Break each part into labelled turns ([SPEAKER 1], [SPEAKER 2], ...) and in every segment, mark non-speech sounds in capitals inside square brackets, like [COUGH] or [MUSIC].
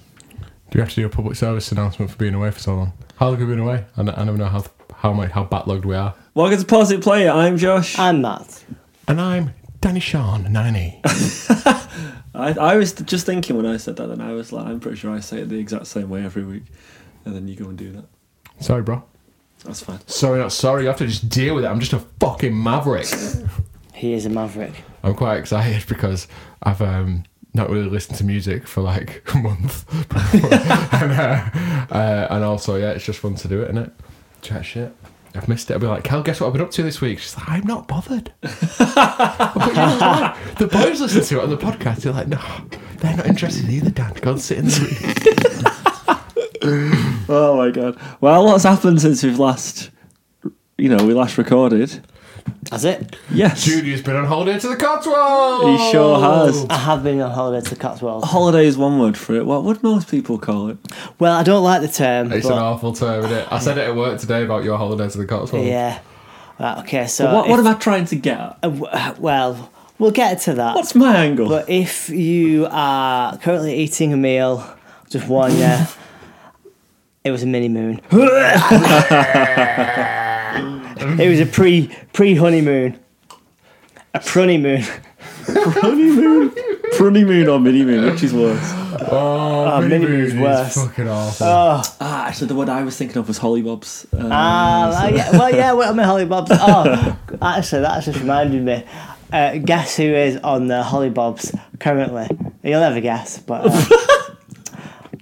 [SPEAKER 1] Do we have to do a public service announcement for being away for so long? How long have we been away? I, n- I never know how how much, how backlogged we are.
[SPEAKER 2] Welcome to Positive Player. I'm Josh.
[SPEAKER 3] I'm Matt.
[SPEAKER 1] And I'm Danny Sean, 90.
[SPEAKER 2] I, I was just thinking when I said that, and I was like, I'm pretty sure I say it the exact same way every week, and then you go and do that.
[SPEAKER 1] [LAUGHS] sorry, bro.
[SPEAKER 2] That's fine.
[SPEAKER 1] Sorry, not sorry. You have to just deal with it. I'm just a fucking maverick.
[SPEAKER 3] He is a maverick.
[SPEAKER 1] I'm quite excited because I've um, not really listened to music for like [LAUGHS] a month. and, uh, uh, and also, yeah, it's just fun to do it, isn't it? Chat shit. I've missed it. I'll be like, Cal, guess what I've been up to this week? She's like, I'm not bothered. But you know what? The boys listen to it on the podcast. They're like, no, they're not interested either, Dan. Go and sit in the room.
[SPEAKER 2] Oh my god. Well, what's happened since we've last, you know, we last recorded?
[SPEAKER 3] That's it.
[SPEAKER 2] Yes.
[SPEAKER 1] Judy's been on holiday to the Cotswolds.
[SPEAKER 2] He sure has.
[SPEAKER 3] I have been on holiday to the
[SPEAKER 1] Oh.
[SPEAKER 3] Cotswolds.
[SPEAKER 2] Holiday is one word for it. What would most people call it?
[SPEAKER 3] Well, I don't like the term.
[SPEAKER 1] It's an
[SPEAKER 3] but
[SPEAKER 1] awful term, isn't it? I said it at work today about your holiday to the Cotswolds.
[SPEAKER 3] yeah. Right, okay, so.
[SPEAKER 2] what, what
[SPEAKER 3] if-
[SPEAKER 2] am I trying to get at?
[SPEAKER 3] uh, w- uh, well, we'll get to that.
[SPEAKER 2] What's my angle?
[SPEAKER 3] But if you are currently eating a meal, just warn you, [LAUGHS] it was a
[SPEAKER 1] [LAUGHS]
[SPEAKER 3] mini moon. it was a pre pre honeymoon, a prunny moon.
[SPEAKER 2] [LAUGHS] honeymoon? honeymoon or mini moon? Which is worse?
[SPEAKER 1] Oh,
[SPEAKER 3] Oh,
[SPEAKER 1] mini
[SPEAKER 3] mini-moon's
[SPEAKER 1] moon
[SPEAKER 3] worse.
[SPEAKER 1] is fucking awful.
[SPEAKER 2] Ah, actually, the word I was thinking of was hollybobs. Um, [LAUGHS]
[SPEAKER 3] Ah, well, yeah, well, yeah, what am I, Holly Bobs? Oh, actually, that just reminded me. Uh, guess who is on the Holly Bobs currently? You'll never guess, but. Uh,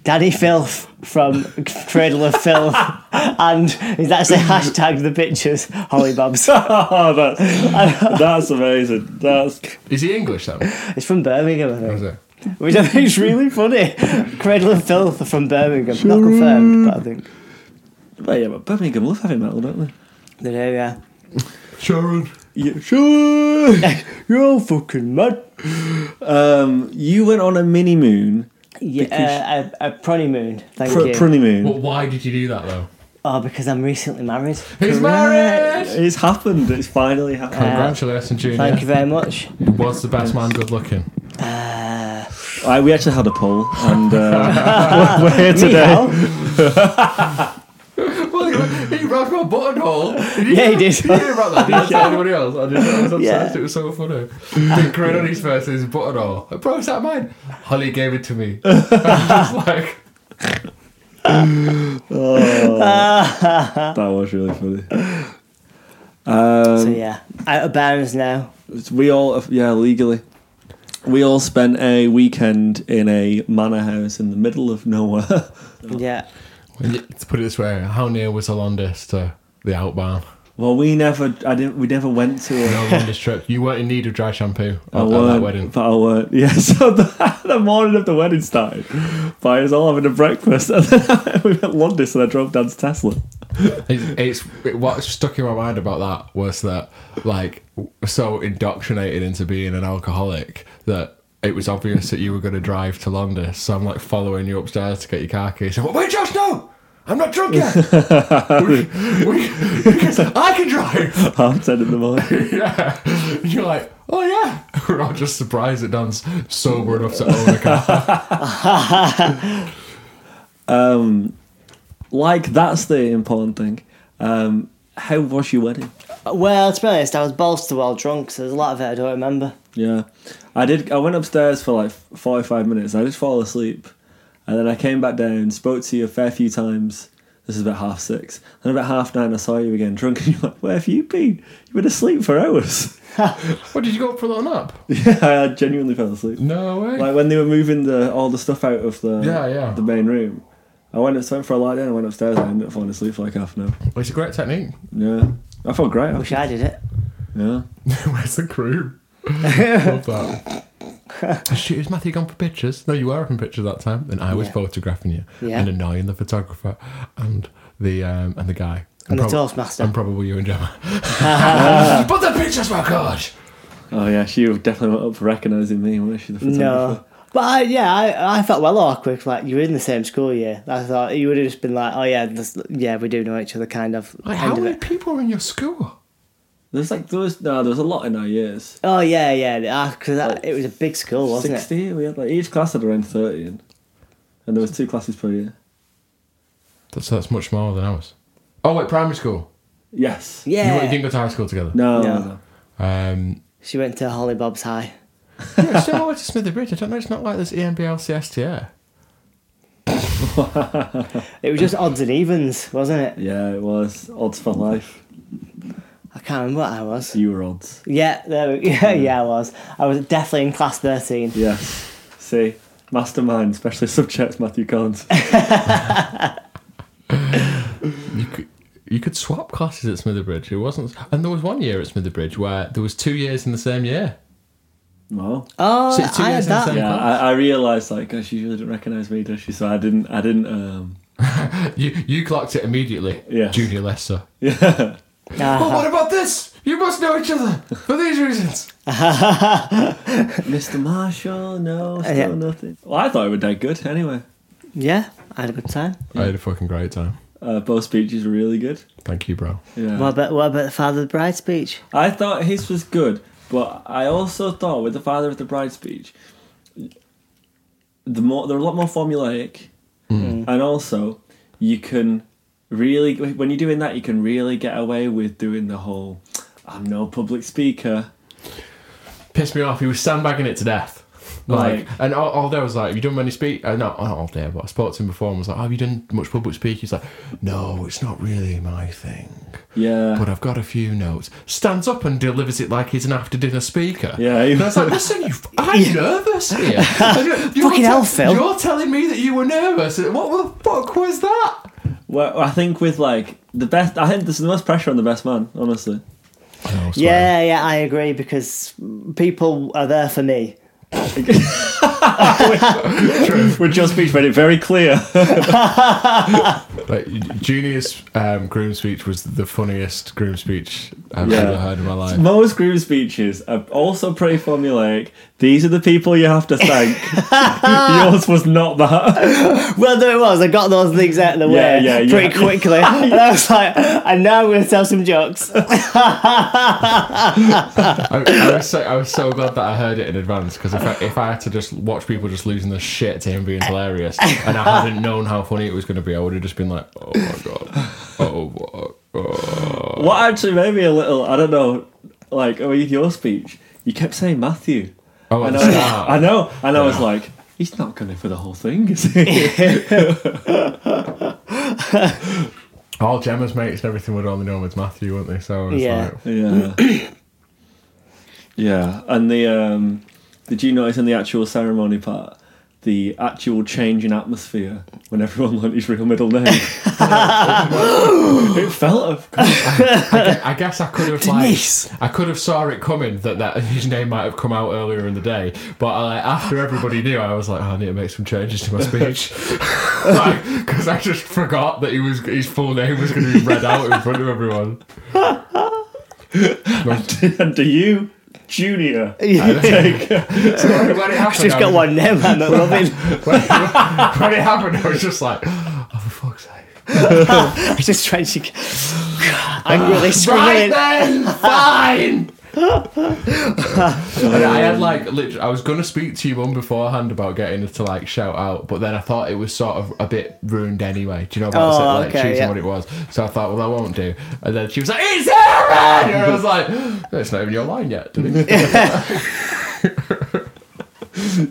[SPEAKER 3] Danny Filth from Cradle of Filth, and he's actually hashtagged the pictures Holly Bobs.
[SPEAKER 2] oh, that's, that's amazing. That's
[SPEAKER 1] Is he English then?
[SPEAKER 3] It's from Birmingham, I
[SPEAKER 1] Or is
[SPEAKER 3] think.
[SPEAKER 1] it?
[SPEAKER 3] Which I think is really funny. Cradle of Filth are from Birmingham. Not confirmed, but I think
[SPEAKER 2] Well, yeah, but Birmingham love heavy metal, don't they?
[SPEAKER 3] they do, yeah.
[SPEAKER 1] Sharon.
[SPEAKER 2] Yeah, sure.
[SPEAKER 3] You're all fucking mad.
[SPEAKER 2] um, you went on a mini moon,
[SPEAKER 3] Yeah, uh, a, a pruny moon. Thank
[SPEAKER 2] pr-
[SPEAKER 3] you.
[SPEAKER 2] pruny moon.
[SPEAKER 1] Well, why did you do that though?
[SPEAKER 3] Oh, because I'm recently married.
[SPEAKER 1] He's married.
[SPEAKER 2] It's happened. It's finally happened.
[SPEAKER 1] Congratulations, Junior.
[SPEAKER 3] Thank you very much.
[SPEAKER 1] Was the best man good looking?
[SPEAKER 3] Uh,
[SPEAKER 2] I, we actually had a poll, and
[SPEAKER 3] [LAUGHS]
[SPEAKER 2] uh, we're, we're here today.
[SPEAKER 3] meow.
[SPEAKER 1] [LAUGHS] well, he, he robbed my buttonhole. Did you-
[SPEAKER 3] Yeah, he did.
[SPEAKER 1] You didn't rob
[SPEAKER 3] [LAUGHS]
[SPEAKER 1] that. Did you tell anybody else? I didn't. I was obsessed.
[SPEAKER 3] Yeah.
[SPEAKER 1] It was so funny. Growing on his first his buttonhole. Like, Bro, is that mine? Holly gave it to
[SPEAKER 3] [LAUGHS]
[SPEAKER 1] me. I was just like,
[SPEAKER 2] That was really funny. Um,
[SPEAKER 3] so yeah, out of bounds now.
[SPEAKER 2] We all, yeah, legally, we all spent a weekend in a manor house in the middle of nowhere. [LAUGHS]
[SPEAKER 3] Yeah.
[SPEAKER 1] Well, yeah, to put it this way, how near was Hollandis to the outbound?
[SPEAKER 2] well, we never, I didn't, we never went to it.
[SPEAKER 1] Hollandis trip. You weren't in need of dry shampoo at,
[SPEAKER 2] I
[SPEAKER 1] at
[SPEAKER 2] weren't,
[SPEAKER 1] that wedding.
[SPEAKER 2] But I weren't. [LAUGHS] Yeah, so the, the morning of the wedding started by us all having a breakfast. [LAUGHS] And then we went Londis and I drove down to Tesla. [LAUGHS]
[SPEAKER 1] It's, it's it, what stuck in my mind about that was that like w- so indoctrinated into being an alcoholic that it was obvious that you were going to drive to London. So I'm like following you upstairs to get your car keys. I'm like, wait, Josh, no. I'm not drunk yet. we, we, because I can drive.
[SPEAKER 2] Half ten in the
[SPEAKER 1] [LAUGHS]
[SPEAKER 2] morning.
[SPEAKER 1] Yeah. And you're like, oh yeah. [LAUGHS] We're all just surprised that Dan's sober enough to own a car.
[SPEAKER 2] Like, that's the important thing. Um, how was your wedding?
[SPEAKER 3] Well, to be honest, I was bolster well drunk, so there's a lot of it I don't remember.
[SPEAKER 2] Yeah. I did, I went upstairs for like 45 minutes. I just fall asleep. And then I came back down, spoke to you a fair few times. This is about half six. Then about half nine, I saw you again drunk, [LAUGHS] and you're like, "Where have you been? You've been asleep for hours." [LAUGHS]
[SPEAKER 1] what did you go up for a little nap?
[SPEAKER 2] yeah, I genuinely fell asleep.
[SPEAKER 1] No way.
[SPEAKER 2] like when they were moving the all the stuff out of the
[SPEAKER 1] Yeah, yeah.
[SPEAKER 2] the main room. I went up, went for a light down. I went upstairs. and I ended up falling asleep for like half an hour.
[SPEAKER 1] Well, it's a great technique.
[SPEAKER 2] Yeah, I felt great.
[SPEAKER 3] Wish
[SPEAKER 2] actually.
[SPEAKER 3] I did it.
[SPEAKER 2] Yeah,
[SPEAKER 1] [LAUGHS] Where's the crew? Love that.
[SPEAKER 3] [LAUGHS]
[SPEAKER 1] Shoot, is Matthew gone for pictures? No, you were up in pictures that time, and I was
[SPEAKER 3] Yeah.
[SPEAKER 1] photographing you
[SPEAKER 3] Yeah.
[SPEAKER 1] and annoying the photographer and the um, and the guy
[SPEAKER 3] And the
[SPEAKER 1] prob-
[SPEAKER 3] Toastmaster.
[SPEAKER 1] and probably you and
[SPEAKER 3] [LAUGHS]
[SPEAKER 1] Gemma. but the pictures were good.
[SPEAKER 2] oh yeah, she definitely went up for recognising me. Wasn't she the photographer?
[SPEAKER 3] No. But I, yeah, I, I felt well awkward. Like you were in the same school year. I thought you would have just been like, oh yeah, this, yeah, we do know each other, kind of.
[SPEAKER 1] Like,
[SPEAKER 3] end
[SPEAKER 1] how
[SPEAKER 3] of
[SPEAKER 1] many
[SPEAKER 3] it.
[SPEAKER 1] people were in your school?
[SPEAKER 2] There's like there was no, there was a lot in our years.
[SPEAKER 3] Oh yeah, yeah, because it was a big school, wasn't it?
[SPEAKER 2] Sixty, we had like each class had around thirty. In. and there was two classes per year.
[SPEAKER 1] That's, that's much more than ours. Oh, like primary school.
[SPEAKER 2] Yes.
[SPEAKER 1] You, went- you
[SPEAKER 3] Yeah.
[SPEAKER 1] didn't go to high school together.
[SPEAKER 2] No.
[SPEAKER 3] No.
[SPEAKER 2] no.
[SPEAKER 3] [LAUGHS]
[SPEAKER 1] Um,
[SPEAKER 3] She went to Holly Bob's High.
[SPEAKER 1] yeah, it's similar to Smithy Bridge. I don't know. It's not like there's E EMBLCSTR.
[SPEAKER 3] It was just odds and evens, wasn't it?
[SPEAKER 2] Yeah, it was odds for life.
[SPEAKER 3] I can't remember what I was.
[SPEAKER 2] You were odds.
[SPEAKER 3] Yeah, there we, [LAUGHS] yeah, yeah, I was. I was definitely in class 13.
[SPEAKER 2] Yes. See, mastermind, specialist subjects, Matthew Collins. [LAUGHS]
[SPEAKER 1] You could you could swap classes at Smithy Bridge. It wasn't, and there was one year at Smithy Bridge where there was two years in the same year.
[SPEAKER 2] Wow.
[SPEAKER 3] Oh,
[SPEAKER 1] So it's two
[SPEAKER 3] I had
[SPEAKER 1] years in the
[SPEAKER 3] that.
[SPEAKER 1] same-
[SPEAKER 2] Yeah, I, I realised like, gosh, she really didn't recognise me, does she? So I didn't, I didn't. [LAUGHS] um
[SPEAKER 1] You you clocked it immediately.
[SPEAKER 2] Yeah.
[SPEAKER 1] Junior Lesser.
[SPEAKER 2] Yeah.
[SPEAKER 1] But
[SPEAKER 3] Ah,
[SPEAKER 1] what about this? You must know each other for these reasons.
[SPEAKER 2] Mr. Marshall, no, still
[SPEAKER 3] yeah.
[SPEAKER 2] nothing. Uh, Well, I thought it was dead good. Anyway,
[SPEAKER 3] yeah, I had a good time.
[SPEAKER 1] I had a fucking great time.
[SPEAKER 2] uh, both speeches were really good.
[SPEAKER 1] Thank you, bro.
[SPEAKER 2] Yeah.
[SPEAKER 3] What about, what about the father of the bride speech?
[SPEAKER 2] I thought his was good, but I also thought with the father of the bride speech, the more they're a lot more formulaic, and also you can really when you're doing that you can really get away with doing the whole I'm no public speaker.
[SPEAKER 1] Pissed me off. He was sandbagging it to death. Like,
[SPEAKER 2] Like-
[SPEAKER 1] and all, all day I was like, "Have you done many speak?" Uh, no, not all day, but I spoke to him before and was like, "Oh, "Have you done much public speaking?" He's like, "No, it's not really my thing,
[SPEAKER 2] Yeah.
[SPEAKER 1] but I've got a few notes." Stands up and delivers it like he's an after-dinner speaker.
[SPEAKER 2] Yeah, he
[SPEAKER 1] and I was like, "Listen, you, I'm nervous here. And you- you
[SPEAKER 3] Fucking
[SPEAKER 1] were
[SPEAKER 3] hell, Phil.
[SPEAKER 1] You're telling me that you were nervous. What the fuck was that?"
[SPEAKER 2] well, I think with like the best I think there's the most pressure on the best man,
[SPEAKER 1] [LAUGHS]
[SPEAKER 2] honestly.
[SPEAKER 1] No, sorry.
[SPEAKER 3] Yeah, yeah, I agree because people are there for me.
[SPEAKER 2] With Joe's speech made it very clear.
[SPEAKER 1] Like Junior's um, groom speech was the funniest groom speech I've
[SPEAKER 2] Yeah.
[SPEAKER 1] ever heard in my life.
[SPEAKER 2] Most groom speeches are also pretty formulaic. These are the people you have
[SPEAKER 1] [LAUGHS]
[SPEAKER 2] to thank. Yours was not that.
[SPEAKER 3] Well, there it was. I got those things out of the
[SPEAKER 2] Yeah,
[SPEAKER 3] way
[SPEAKER 2] yeah, yeah.
[SPEAKER 3] pretty quickly. [LAUGHS] and I was like, and now I'm going to tell some jokes.
[SPEAKER 1] I, I was so I was so glad that I heard it in advance because if I, if I had to just watch people just losing their shit to him being hilarious and I hadn't known how funny it was going to be, I would have just been like, oh my god, oh my god.
[SPEAKER 2] What actually made me a little, I don't know, like, oh, with your speech, you kept saying Matthew.
[SPEAKER 1] Oh,
[SPEAKER 2] And
[SPEAKER 1] and
[SPEAKER 2] I, I know, and I was
[SPEAKER 1] Yeah.
[SPEAKER 2] like, he's not going for the whole
[SPEAKER 1] [LAUGHS]
[SPEAKER 2] thing, is he?
[SPEAKER 1] all Gemma's mates and everything would only know him as Matthew, wouldn't they? So I was
[SPEAKER 3] Yeah.
[SPEAKER 1] like,
[SPEAKER 2] yeah. yeah, and the, um, did you notice in the actual ceremony part, the actual change in atmosphere when everyone [LAUGHS] learned his real middle name? it felt
[SPEAKER 1] I, gue- I guess [LAUGHS] I could have like
[SPEAKER 3] Denise.
[SPEAKER 1] I could have saw it coming that, that his name might have come out earlier in the day, but I, after everybody knew, I was like, oh, I need to make some changes to my speech [LAUGHS] because I just forgot that he was his full name was going to be read out in front of everyone.
[SPEAKER 2] and do you, Junior?
[SPEAKER 1] [LAUGHS]
[SPEAKER 3] [LAUGHS]
[SPEAKER 1] When it happened,
[SPEAKER 3] She's
[SPEAKER 1] I
[SPEAKER 3] got
[SPEAKER 1] was-
[SPEAKER 3] one name, man. I love it.
[SPEAKER 1] When, when it happened, I was just like, [LAUGHS] oh for fuck's sake!
[SPEAKER 3] I'm [LAUGHS] just trying to angrily
[SPEAKER 1] Right
[SPEAKER 3] screaming. [LAUGHS]
[SPEAKER 1] then, fine. And I had like, literally, I was gonna speak to your mum beforehand about getting her to like shout out, but then I thought it was sort of a bit ruined anyway. Do you know what
[SPEAKER 3] Oh,
[SPEAKER 1] I said? Like
[SPEAKER 3] okay,
[SPEAKER 1] choosing
[SPEAKER 3] yeah.
[SPEAKER 1] what it was. So I thought, well, I won't do. And then she was like, "It's Aaron!" And I was like, "That's not even your line yet."
[SPEAKER 3] [LAUGHS]
[SPEAKER 1] Did it?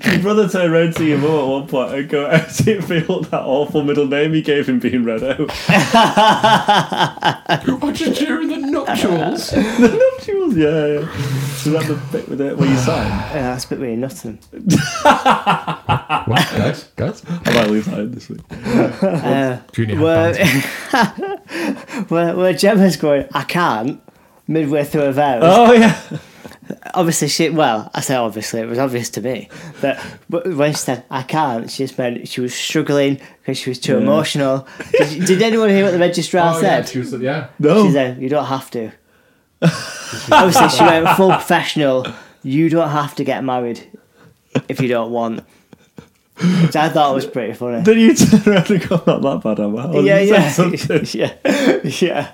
[SPEAKER 2] Your brother turned around to your mum at one point and go, "How did [LAUGHS] it feel that awful middle name he gave him being read out?" [LAUGHS]
[SPEAKER 1] What you during the nuptials?
[SPEAKER 2] She was, yeah, yeah. So that the bit with it where you
[SPEAKER 3] [LAUGHS]
[SPEAKER 2] signed.
[SPEAKER 3] Yeah, that's a bit weird, nothing.
[SPEAKER 1] What, guys, guys,
[SPEAKER 2] I might leave that in this week.
[SPEAKER 3] Uh,
[SPEAKER 1] junior.
[SPEAKER 3] where, [LAUGHS]
[SPEAKER 1] headbands.
[SPEAKER 3] where, where Gemma's going, I can't, midway through her vows.
[SPEAKER 2] Oh yeah.
[SPEAKER 3] Obviously, she, well, I say obviously, it was obvious to me. But w- when she said, I can't, she just meant she was struggling because she was too emotional. Did, did anyone hear what the registrar
[SPEAKER 1] Oh, yeah,
[SPEAKER 3] said?
[SPEAKER 1] she was, yeah.
[SPEAKER 3] She
[SPEAKER 2] No.
[SPEAKER 3] said, You don't have to. Obviously, she went full professional. You don't have to get married if you don't want. Which I thought was pretty funny.
[SPEAKER 2] Then you [LAUGHS] turn around and go, "Not that bad, am I?" Or [LAUGHS]
[SPEAKER 3] yeah,
[SPEAKER 2] you said
[SPEAKER 3] yeah,
[SPEAKER 2] something.
[SPEAKER 3] [LAUGHS] yeah, yeah,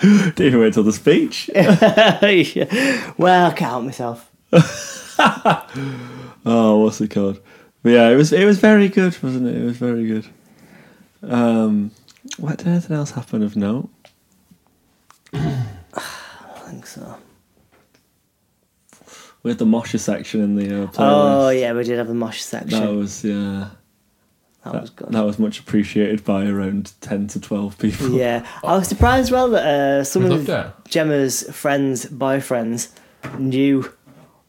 [SPEAKER 2] Didn't even wait till the speech.
[SPEAKER 3] [LAUGHS] yeah. Well, I can't help myself.
[SPEAKER 2] Oh, what's it called? But yeah, it was it was very good, wasn't it? It was very good. Um, what did anything else happen of note?
[SPEAKER 3] I think so.
[SPEAKER 2] We had the Mosher section in the uh, playlist.
[SPEAKER 3] Oh yeah, we did have a mosh section.
[SPEAKER 2] that
[SPEAKER 3] That,
[SPEAKER 2] was yeah.
[SPEAKER 3] was good.
[SPEAKER 2] That was much appreciated by around ten to twelve people.
[SPEAKER 3] yeah, I was surprised as well that uh, some
[SPEAKER 1] We
[SPEAKER 3] of
[SPEAKER 1] loved it.
[SPEAKER 3] Gemma's friends, boyfriends, knew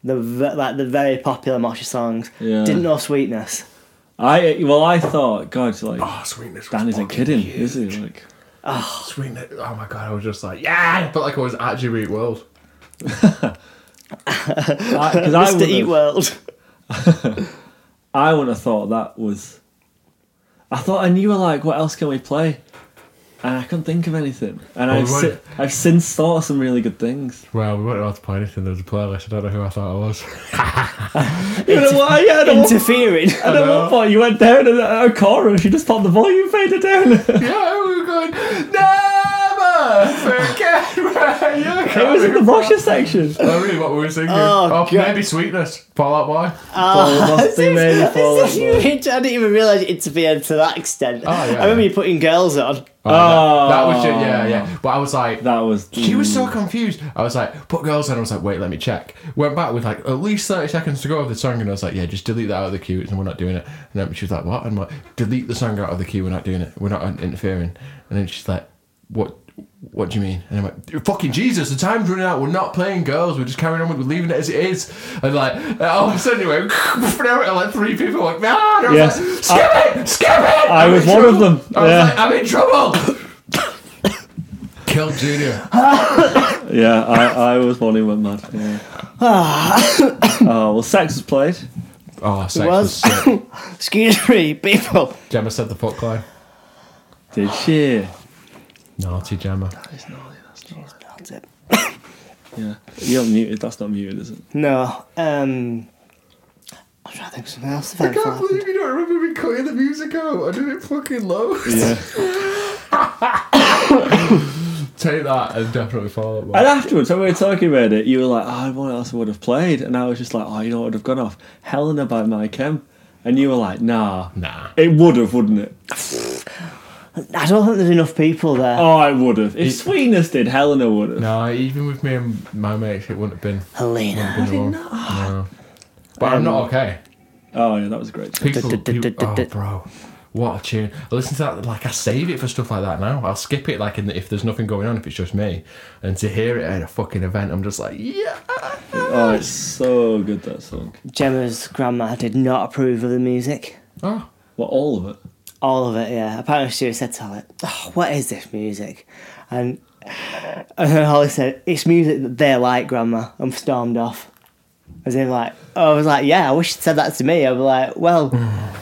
[SPEAKER 3] the ve- like the very popular Mosher songs.
[SPEAKER 2] Yeah.
[SPEAKER 3] Didn't know Sweetness.
[SPEAKER 2] I well, I thought, God, like
[SPEAKER 1] Oh, sweetness.
[SPEAKER 2] Dan
[SPEAKER 1] was
[SPEAKER 2] isn't
[SPEAKER 1] fucking
[SPEAKER 2] kidding,
[SPEAKER 1] huge.
[SPEAKER 2] is he? Like,
[SPEAKER 1] Sweetness. Oh my god, I was just like, yeah. I felt like I was at Jimmy Eat World.
[SPEAKER 3] [LAUGHS]
[SPEAKER 2] because I,
[SPEAKER 3] Mr. Eat
[SPEAKER 2] would've-
[SPEAKER 3] World.
[SPEAKER 2] I wouldn't have thought that was. I thought, and you were like, "What else can we play?" And I couldn't think of anything. And
[SPEAKER 1] Well,
[SPEAKER 2] I've
[SPEAKER 1] we
[SPEAKER 2] si-
[SPEAKER 1] won't.
[SPEAKER 2] I've since thought of some really good things.
[SPEAKER 1] Well, we weren't allowed to play anything. There was a playlist. I don't know who I thought I [LAUGHS] was.
[SPEAKER 2] You know what? Yeah, I don't.
[SPEAKER 3] [LAUGHS] Interfering.
[SPEAKER 2] And at one point, you went down and at a chorus, you just popped the volume fader down. [LAUGHS] it
[SPEAKER 1] yeah, we were going, never forget where you came
[SPEAKER 2] was in the Mosher section.
[SPEAKER 1] I really what we were singing.
[SPEAKER 3] Oh,
[SPEAKER 1] Oh,
[SPEAKER 3] God.
[SPEAKER 1] maybe Sweetness. Fall Out Boy.
[SPEAKER 2] Fall Out
[SPEAKER 3] [LAUGHS]
[SPEAKER 2] Boy, maybe Fall Out Boy.
[SPEAKER 3] I didn't even realise it interfered to that extent.
[SPEAKER 1] Oh, yeah.
[SPEAKER 3] I remember you putting girls on.
[SPEAKER 1] Oh,
[SPEAKER 2] Oh.
[SPEAKER 1] That, that was just, yeah,
[SPEAKER 3] Oh.
[SPEAKER 1] yeah. But I was like,
[SPEAKER 2] That was.
[SPEAKER 1] she was
[SPEAKER 2] Mm.
[SPEAKER 1] so confused. I was like, put girls on. I was like, wait, let me check. Went back with like at least 30 seconds to go of the song, and I was like, yeah, just delete that out of the queue, and we're not doing it. And then she was like, what? And I'm like, delete the song out of the queue, we're not doing it, we're not interfering. And then she's like, what? What do you mean? And I'm like, fucking Jesus, the time's running out. We're not playing girls. We're just carrying on. with We're leaving it as it is. And like, uh, all of a sudden, anyway, [LAUGHS] like three people were like, no, and I was
[SPEAKER 2] Yes.
[SPEAKER 1] like, skip it, skip it.
[SPEAKER 2] I
[SPEAKER 1] I'm
[SPEAKER 2] was
[SPEAKER 1] in
[SPEAKER 2] one of
[SPEAKER 1] trouble.
[SPEAKER 2] them.
[SPEAKER 1] I was
[SPEAKER 2] Yeah.
[SPEAKER 1] like, I'm in
[SPEAKER 2] [LAUGHS]
[SPEAKER 1] trouble. Kill Junior.
[SPEAKER 2] mm, Yeah, I, I was one who went mad. Yeah. [LAUGHS] oh, well, Sex was played.
[SPEAKER 1] Oh, sex
[SPEAKER 3] was.
[SPEAKER 1] was sick.
[SPEAKER 3] Excuse me, people.
[SPEAKER 1] Gemma said the fuck line.
[SPEAKER 2] Did she?
[SPEAKER 1] Naughty Gemma.
[SPEAKER 2] It's not, that's not.
[SPEAKER 3] That's it.
[SPEAKER 2] Yeah. You're muted, that's not muted, is it?
[SPEAKER 3] No. Um, I'm trying to think of something else.
[SPEAKER 1] I can't believe you don't remember me cutting the music out. I did it fucking low.
[SPEAKER 2] Yeah.
[SPEAKER 1] [LAUGHS] Take that and definitely follow it.
[SPEAKER 2] And afterwards, when we were talking about it, you were like, oh, what else I would have played? And I was just like, oh, you know what would have gone off? Helena by My Chem. And you were like, nah.
[SPEAKER 1] Nah.
[SPEAKER 2] It would have, wouldn't it?
[SPEAKER 3] I don't think there's enough people there.
[SPEAKER 2] Oh, I would have. If Sweetness did, Helena would have.
[SPEAKER 1] No, even with me and my mates, it wouldn't have been.
[SPEAKER 3] Helena.
[SPEAKER 1] Been the one. No. But I'm not okay.
[SPEAKER 2] Oh, yeah, that was a great. song.
[SPEAKER 1] People,
[SPEAKER 3] Du- du- du-
[SPEAKER 1] people-
[SPEAKER 3] du-
[SPEAKER 1] oh,
[SPEAKER 3] du-
[SPEAKER 1] bro. What a tune. I listen to that, like, I save it for stuff like that now. I'll skip it, like, in the, if there's nothing going on, if it's just me. And to hear it at a fucking event, I'm just like, yeah.
[SPEAKER 2] Oh, it's so good, that song.
[SPEAKER 3] Gemma's grandma did not approve of the music.
[SPEAKER 1] Oh,
[SPEAKER 2] Well, all of it.
[SPEAKER 3] All of it, yeah. Apparently she said to Holly, oh, what is this music? And, and then Holly said, it's music that they like, Grandma, and stormed off. As in like, oh, I was like, yeah, I wish you'd said that to me. I was like, well,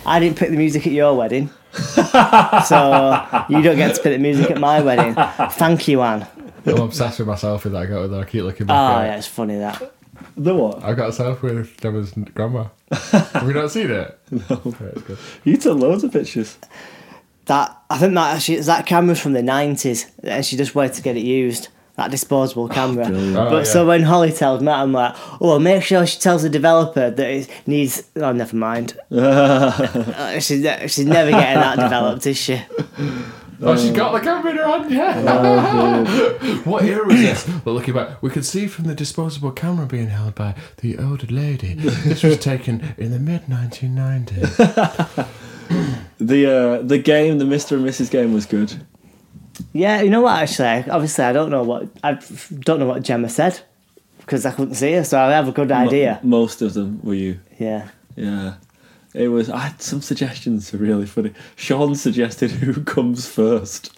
[SPEAKER 3] I didn't pick the music at your wedding. so you don't get to pick the music at my wedding. Thank you, Anne.
[SPEAKER 1] I'm obsessed with myself with that. I got with that. I keep looking back
[SPEAKER 3] Oh,
[SPEAKER 1] at it.
[SPEAKER 3] yeah, it's funny that.
[SPEAKER 2] The what?
[SPEAKER 1] I got a selfie with Gemma's [LAUGHS] grandma. Have we not seen it? No. it's good.
[SPEAKER 2] You took loads of pictures. [LAUGHS]
[SPEAKER 3] That, I think that actually, that camera's from the 90s and she just waited to get it used. That disposable camera.
[SPEAKER 2] Brilliant.
[SPEAKER 1] Oh,
[SPEAKER 3] but
[SPEAKER 1] yeah.
[SPEAKER 3] so when Holly tells Matt, I'm like, oh, well, make sure she tells the developer that it needs. Oh, never mind. Uh, she's, ne- she's never getting that developed, is she?
[SPEAKER 1] Oh, she's got the camera in her hand, yeah. [LAUGHS] what era was this? Well, looking back, we could see from the disposable camera being held by the older lady. This was taken in the mid [LAUGHS] 1990s.
[SPEAKER 2] The uh, the game, the Mr. and Mrs. game was good.
[SPEAKER 3] Yeah, you know what? Actually, obviously, I don't know what I don't know what Gemma said because I couldn't see her, so I have a good
[SPEAKER 2] Mo-
[SPEAKER 3] idea.
[SPEAKER 2] most of them were you.
[SPEAKER 3] Yeah.
[SPEAKER 2] Yeah. It was. I had some suggestions. Really funny. Sean suggested [LAUGHS] who comes first,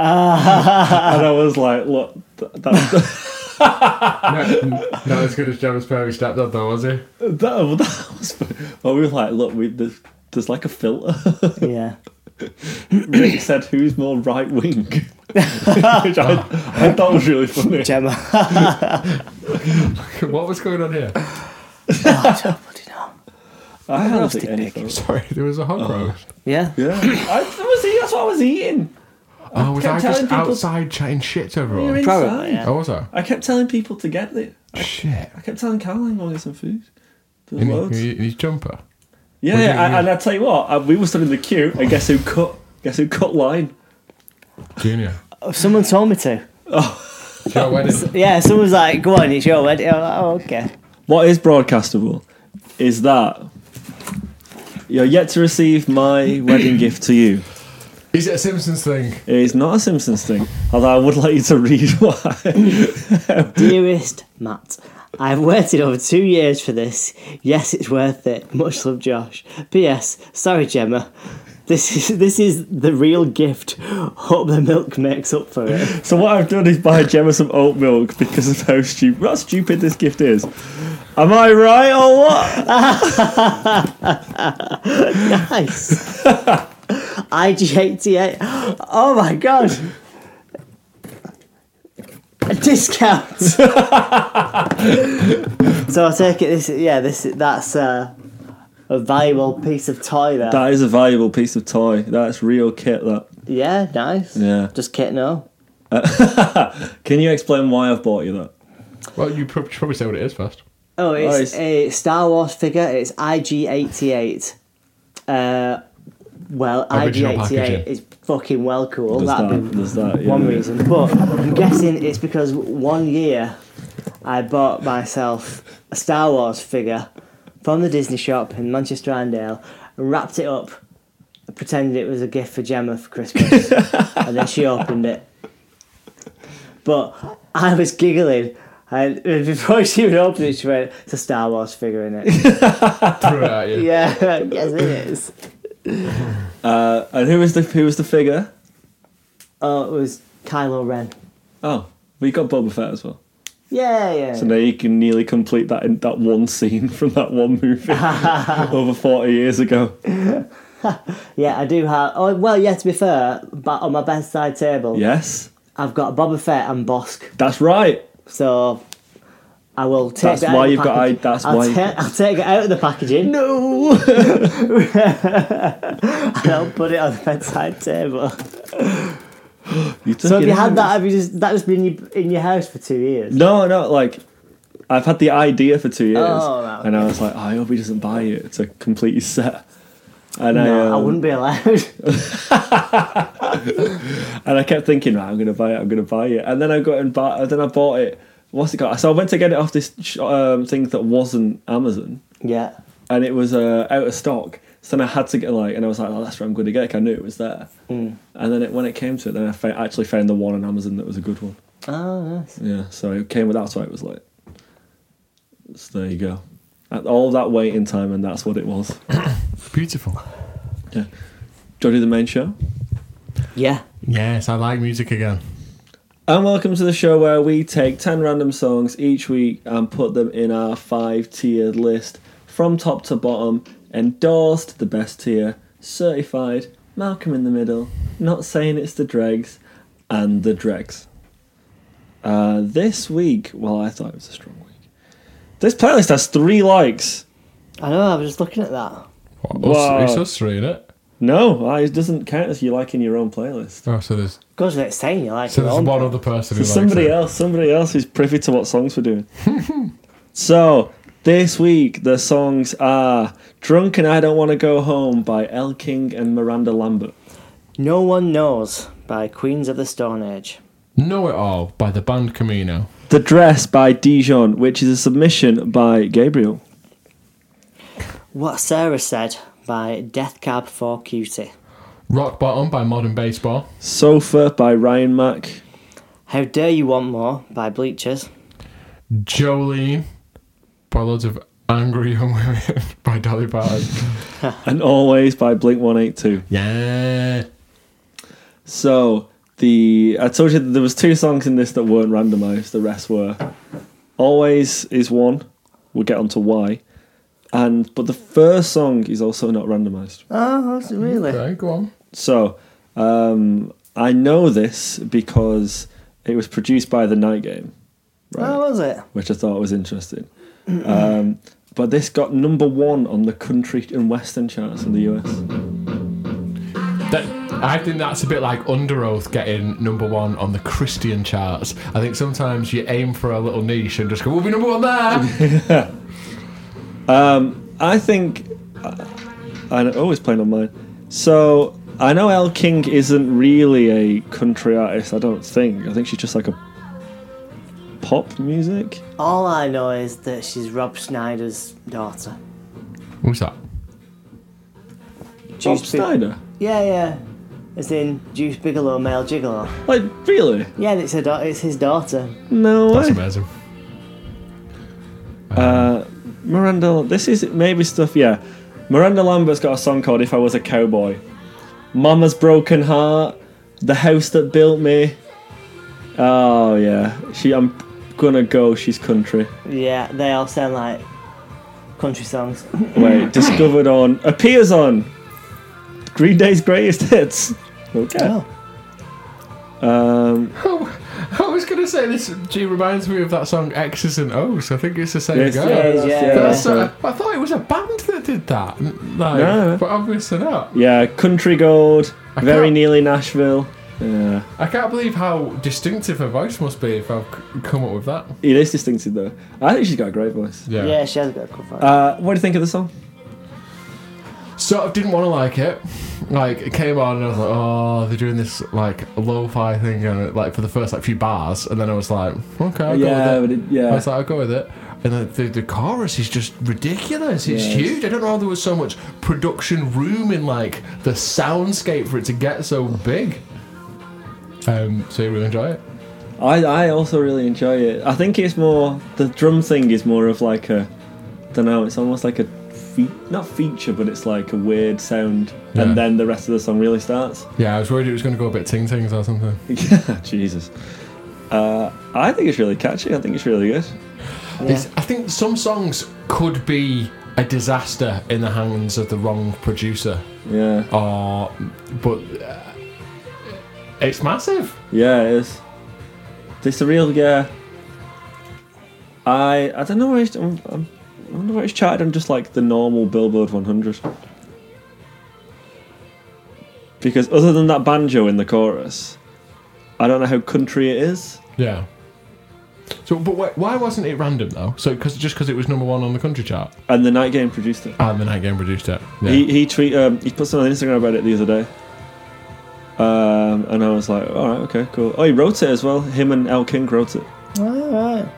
[SPEAKER 3] Ah,
[SPEAKER 2] and I was like, "Look, that, that,
[SPEAKER 1] not, not as good as Gemma's parents' stepdad, though, was he? [LAUGHS]
[SPEAKER 2] that, [LAUGHS] that was." Well, we were like, "Look, we, there's, there's like a filter."
[SPEAKER 1] [LAUGHS]
[SPEAKER 2] [LAUGHS]
[SPEAKER 3] Yeah.
[SPEAKER 2] Rick said, "Who's more right wing?" [LAUGHS] Which I, I thought was really funny.
[SPEAKER 3] Gemma. [LAUGHS]
[SPEAKER 1] What was going on here?
[SPEAKER 3] Oh, I don't bloody know.
[SPEAKER 2] I don't think
[SPEAKER 3] Dick
[SPEAKER 2] any
[SPEAKER 3] Dick.
[SPEAKER 2] thought-
[SPEAKER 1] [LAUGHS] Sorry, there was a hog roast.
[SPEAKER 3] Yeah.
[SPEAKER 2] Yeah, I was eating. That's what I was eating.
[SPEAKER 1] Oh, was
[SPEAKER 2] kept
[SPEAKER 1] I just
[SPEAKER 2] telling people-
[SPEAKER 1] outside chatting shit to
[SPEAKER 2] We were
[SPEAKER 1] everyone?
[SPEAKER 2] inside.
[SPEAKER 3] Probably, yeah.
[SPEAKER 1] Oh, was I?
[SPEAKER 2] I kept telling people to get it.
[SPEAKER 1] Shit.
[SPEAKER 2] I kept telling Caroline, "Go and get some food." There's
[SPEAKER 1] In,
[SPEAKER 2] loads.
[SPEAKER 1] in his jumper.
[SPEAKER 2] Yeah,
[SPEAKER 1] We're
[SPEAKER 2] yeah,
[SPEAKER 1] doing
[SPEAKER 2] and-
[SPEAKER 1] you.
[SPEAKER 2] and I tell you what, uh, we were stood in the queue, and guess who cut? Guess who cut line?
[SPEAKER 1] Junior.
[SPEAKER 3] Someone told me to.
[SPEAKER 1] It's your [LAUGHS] wedding.
[SPEAKER 3] Yeah, someone's like, "Go on, it's your wedding." I'm like, oh, okay.
[SPEAKER 2] What is broadcastable is that you're yet to receive my wedding gift to you.
[SPEAKER 1] Is it a Simpsons thing?
[SPEAKER 2] It is not a Simpsons thing, although I would like you to read [LAUGHS] why.
[SPEAKER 3] Dearest Matt, I've waited over two years for this. Yes, it's worth it. Much love, Josh. P.S. Sorry, Gemma. This is this is the real gift. Hope the milk makes up for it.
[SPEAKER 2] So what I've done is buy Gemma some oat milk because of how stupid, how stupid this gift is. Am I right or what?
[SPEAKER 3] Nice. [LAUGHS] IG88. Oh my god. A discount. [LAUGHS] so I take it this yeah, this that's uh, a valuable piece of toy there.
[SPEAKER 2] That is a valuable piece of toy. That's real kit. That
[SPEAKER 3] Yeah, nice.
[SPEAKER 2] Yeah.
[SPEAKER 3] Just kit no.
[SPEAKER 2] can you explain why I've bought you that?
[SPEAKER 1] Well, you prob- should probably say what it is [LAUGHS] first.
[SPEAKER 3] Oh, it's
[SPEAKER 2] Nice.
[SPEAKER 3] a Star Wars figure. It's IG88. Uh, well,
[SPEAKER 1] Original
[SPEAKER 3] IG88
[SPEAKER 1] packaging.
[SPEAKER 3] is fucking well cool.
[SPEAKER 2] There's
[SPEAKER 3] That'd
[SPEAKER 2] that.
[SPEAKER 3] be
[SPEAKER 2] There's that. yeah.
[SPEAKER 3] one reason. But I'm guessing it's because one year I bought myself a Star Wars figure from the Disney shop in Manchester Andale, wrapped it up, pretended it was a gift for Gemma for
[SPEAKER 2] [LAUGHS]
[SPEAKER 3] Christmas, and then she opened it. But I was giggling. And before she even opened it, she went, "It's a Star Wars figure in
[SPEAKER 2] [LAUGHS]
[SPEAKER 3] it."
[SPEAKER 1] Threw it at you.
[SPEAKER 3] yeah, yes, it is.
[SPEAKER 2] Uh, and who is the who is the figure?
[SPEAKER 3] Oh, it was Kylo Ren.
[SPEAKER 2] Oh, we got Boba Fett as well.
[SPEAKER 3] Yeah, yeah.
[SPEAKER 2] So now you can nearly complete that in that one scene [LAUGHS] from that one
[SPEAKER 3] [LAUGHS]
[SPEAKER 2] movie over forty years ago.
[SPEAKER 3] Yeah, I do have. Oh, well, yeah. To be fair, but on my bedside table,
[SPEAKER 2] Yes,
[SPEAKER 3] I've got Boba Fett and Bosk.
[SPEAKER 2] that's right.
[SPEAKER 3] So I will take.
[SPEAKER 2] That's
[SPEAKER 3] that out
[SPEAKER 2] why
[SPEAKER 3] of the
[SPEAKER 2] you've got
[SPEAKER 3] package-
[SPEAKER 2] I- that's
[SPEAKER 3] I'll
[SPEAKER 2] why-
[SPEAKER 3] ta- I'll take it out of the packaging. No. and [LAUGHS] I'll put it on the bedside table.
[SPEAKER 2] [LAUGHS] You took
[SPEAKER 3] So have
[SPEAKER 2] it
[SPEAKER 3] you
[SPEAKER 2] out.
[SPEAKER 3] had that? Have you just that has been in your, in your house for two years?
[SPEAKER 2] No, no, like I've had the idea for two years,
[SPEAKER 3] Oh, right,
[SPEAKER 2] and I was like, I hope he doesn't buy it. It's a complete set. And I,
[SPEAKER 3] No,
[SPEAKER 2] um,
[SPEAKER 3] I wouldn't be allowed. [LAUGHS]
[SPEAKER 2] and I kept thinking, right, I'm gonna buy it, I'm gonna buy it, and then I got and bought, then I bought it. What's it called? So I went to get it off this sh- um, thing that wasn't Amazon,
[SPEAKER 3] yeah.
[SPEAKER 2] and it was uh, out of stock. So then I had to get like, and I was like, oh, that's where I'm going to get. it 'cause I knew it was there. And then it, when it came to it, then I fa- actually found the one on Amazon that was a good one.
[SPEAKER 3] Oh, nice.
[SPEAKER 2] Yeah, so it came with that's why it was like. So there you go. And all that waiting time, and that's what it was. Do
[SPEAKER 1] Beautiful.
[SPEAKER 2] you wanna do the main show?
[SPEAKER 3] Yeah.
[SPEAKER 1] Yes, I like music again.
[SPEAKER 2] And welcome to the show where we take 10 random songs each week and put them in our five tiered list from top to bottom, endorsed the best tier, certified, Malcolm in the middle, not saying it's the dregs, and the dregs. Uh, this week, well, I thought it was a strong week. This playlist has three likes.
[SPEAKER 3] I know. I was just looking at that.
[SPEAKER 1] What,
[SPEAKER 2] Wow.
[SPEAKER 1] us, it's us three, innit?
[SPEAKER 2] No, I- it doesn't count as you liking your own playlist.
[SPEAKER 1] Oh, so there's
[SPEAKER 3] Goes without saying, you like
[SPEAKER 1] so
[SPEAKER 3] your
[SPEAKER 1] there's
[SPEAKER 3] own
[SPEAKER 1] one other person who
[SPEAKER 2] So
[SPEAKER 1] likes
[SPEAKER 2] somebody
[SPEAKER 1] it.
[SPEAKER 2] else, somebody else is privy to what songs we're doing. [LAUGHS] so this week the songs are "Drunk and I Don't Want to Go Home" by El King and Miranda Lambert.
[SPEAKER 3] No One Knows by Queens of the Stone Age.
[SPEAKER 1] Know It All by the band Camino.
[SPEAKER 2] "The Dress" by Dijon, which is a submission by Gabriel.
[SPEAKER 3] What Sarah Said by Death Cab for Cutie.
[SPEAKER 1] Rock Bottom by Modern Baseball.
[SPEAKER 2] "Sofa" by Ryan Mack.
[SPEAKER 3] How Dare You Want More by Bleachers.
[SPEAKER 1] Jolene by loads of angry young [LAUGHS] women by Dolly Parton.
[SPEAKER 2] And always by Blink 182.
[SPEAKER 1] yeah.
[SPEAKER 2] So the I told you that there was two songs in this that weren't randomized. The rest were. Always is one. We'll get onto why. And but the first song is also not randomized.
[SPEAKER 3] Oh, really?
[SPEAKER 1] Okay, go on.
[SPEAKER 2] So um, I know this because it was produced by the Night Game,
[SPEAKER 3] How
[SPEAKER 2] Mm-hmm. right?
[SPEAKER 3] was it?
[SPEAKER 2] Which I thought was interesting. um, but this got number one on the country and western charts in the US.
[SPEAKER 1] That, I think that's a bit like Under Oath getting number one on the Christian charts. I think sometimes you aim for a little niche and [LAUGHS] just go, we'll be number one there.
[SPEAKER 2] I think I know, always playing on mine. So I know El King isn't really a country artist. I don't think. I think she's just like a pop music.
[SPEAKER 3] All I know is that she's Rob Schneider's daughter.
[SPEAKER 1] Who's that?
[SPEAKER 2] Bob
[SPEAKER 3] Juice Big-
[SPEAKER 2] Snyder.
[SPEAKER 3] Yeah, yeah. As in Juice Bigelow, male gigolo.
[SPEAKER 2] Like really?
[SPEAKER 3] Yeah, it's her. Da- it's his daughter.
[SPEAKER 2] No
[SPEAKER 1] That's
[SPEAKER 2] way.
[SPEAKER 1] amazing.
[SPEAKER 2] Uh, Miranda, this is maybe stuff. Yeah, Miranda Lambert's got a song called "If I Was a Cowboy." Mama's broken heart, the house that built me. Oh yeah, she. I'm gonna go. She's country.
[SPEAKER 3] Yeah, they all sound like country songs.
[SPEAKER 2] Wait, discovered on appears on Green Day's greatest hits. Okay.
[SPEAKER 3] Oh.
[SPEAKER 2] Um,
[SPEAKER 1] Oh, [LAUGHS] I was gonna say this. G reminds me of that song X's and O's. I think it's the same
[SPEAKER 2] yes,
[SPEAKER 1] guy.
[SPEAKER 3] yeah,
[SPEAKER 2] that's-
[SPEAKER 3] yeah,
[SPEAKER 2] yeah,
[SPEAKER 1] That's,
[SPEAKER 2] that's
[SPEAKER 1] uh,
[SPEAKER 2] right.
[SPEAKER 1] I thought it was a band that did that. n- Like,
[SPEAKER 2] No.
[SPEAKER 1] but obviously not.
[SPEAKER 2] Yeah, Country Gold,
[SPEAKER 1] I
[SPEAKER 2] very
[SPEAKER 1] can't-
[SPEAKER 2] nearly Nashville. Yeah,
[SPEAKER 1] I can't believe how distinctive her voice must be if I've c- come up with that.
[SPEAKER 2] it is distinctive though. I think she's got a great voice.
[SPEAKER 1] Yeah.
[SPEAKER 3] Yeah, she has got a good voice.
[SPEAKER 2] Uh, what do you think of the song?
[SPEAKER 1] Sort of didn't want to like it. Like it came on and I was like, oh, they're doing this like lo-fi thing and it, like for the first like few bars, and then I was like, okay, I'll go
[SPEAKER 2] yeah,
[SPEAKER 1] with it.
[SPEAKER 2] but it, yeah.
[SPEAKER 1] I was like, I'll go with it. And then the, the chorus is just ridiculous. It's
[SPEAKER 2] Yes.
[SPEAKER 1] huge. I don't know how there was so much production room in like the soundscape for it to get so big. Um, so you really enjoy it.
[SPEAKER 2] I, I also really enjoy it. I think it's more the drum thing is more of like a, don't know. It's almost like a, fe- not feature, but it's like a weird sound,
[SPEAKER 1] Yeah.
[SPEAKER 2] and then the rest of the song really starts.
[SPEAKER 1] Yeah, I was worried it was going to go a bit ting tings or something.
[SPEAKER 2] [LAUGHS] Yeah, Jesus. Uh, I think it's really catchy. I think it's really good.
[SPEAKER 1] It's- I think some songs could be a disaster in the hands of the wrong producer,
[SPEAKER 2] Yeah,
[SPEAKER 1] or but uh, it's massive.
[SPEAKER 2] yeah, it is. It's a real yeah. I I don't know where it's I'm, I'm, I wonder where it's charted on just like the normal Billboard 100. Because other than that banjo in the chorus, I don't know how country it is.
[SPEAKER 1] Yeah. So, but why, why wasn't it random though? So, because just because it was number one on the country chart
[SPEAKER 2] And the night game produced it.
[SPEAKER 1] and Ah, the night game produced it. Yeah.
[SPEAKER 2] He he tweet um, he put something on Instagram about it the other day. Um, and I was like, all right, okay, cool. Oh, he wrote it as well. Him and El King wrote it.
[SPEAKER 3] Alright.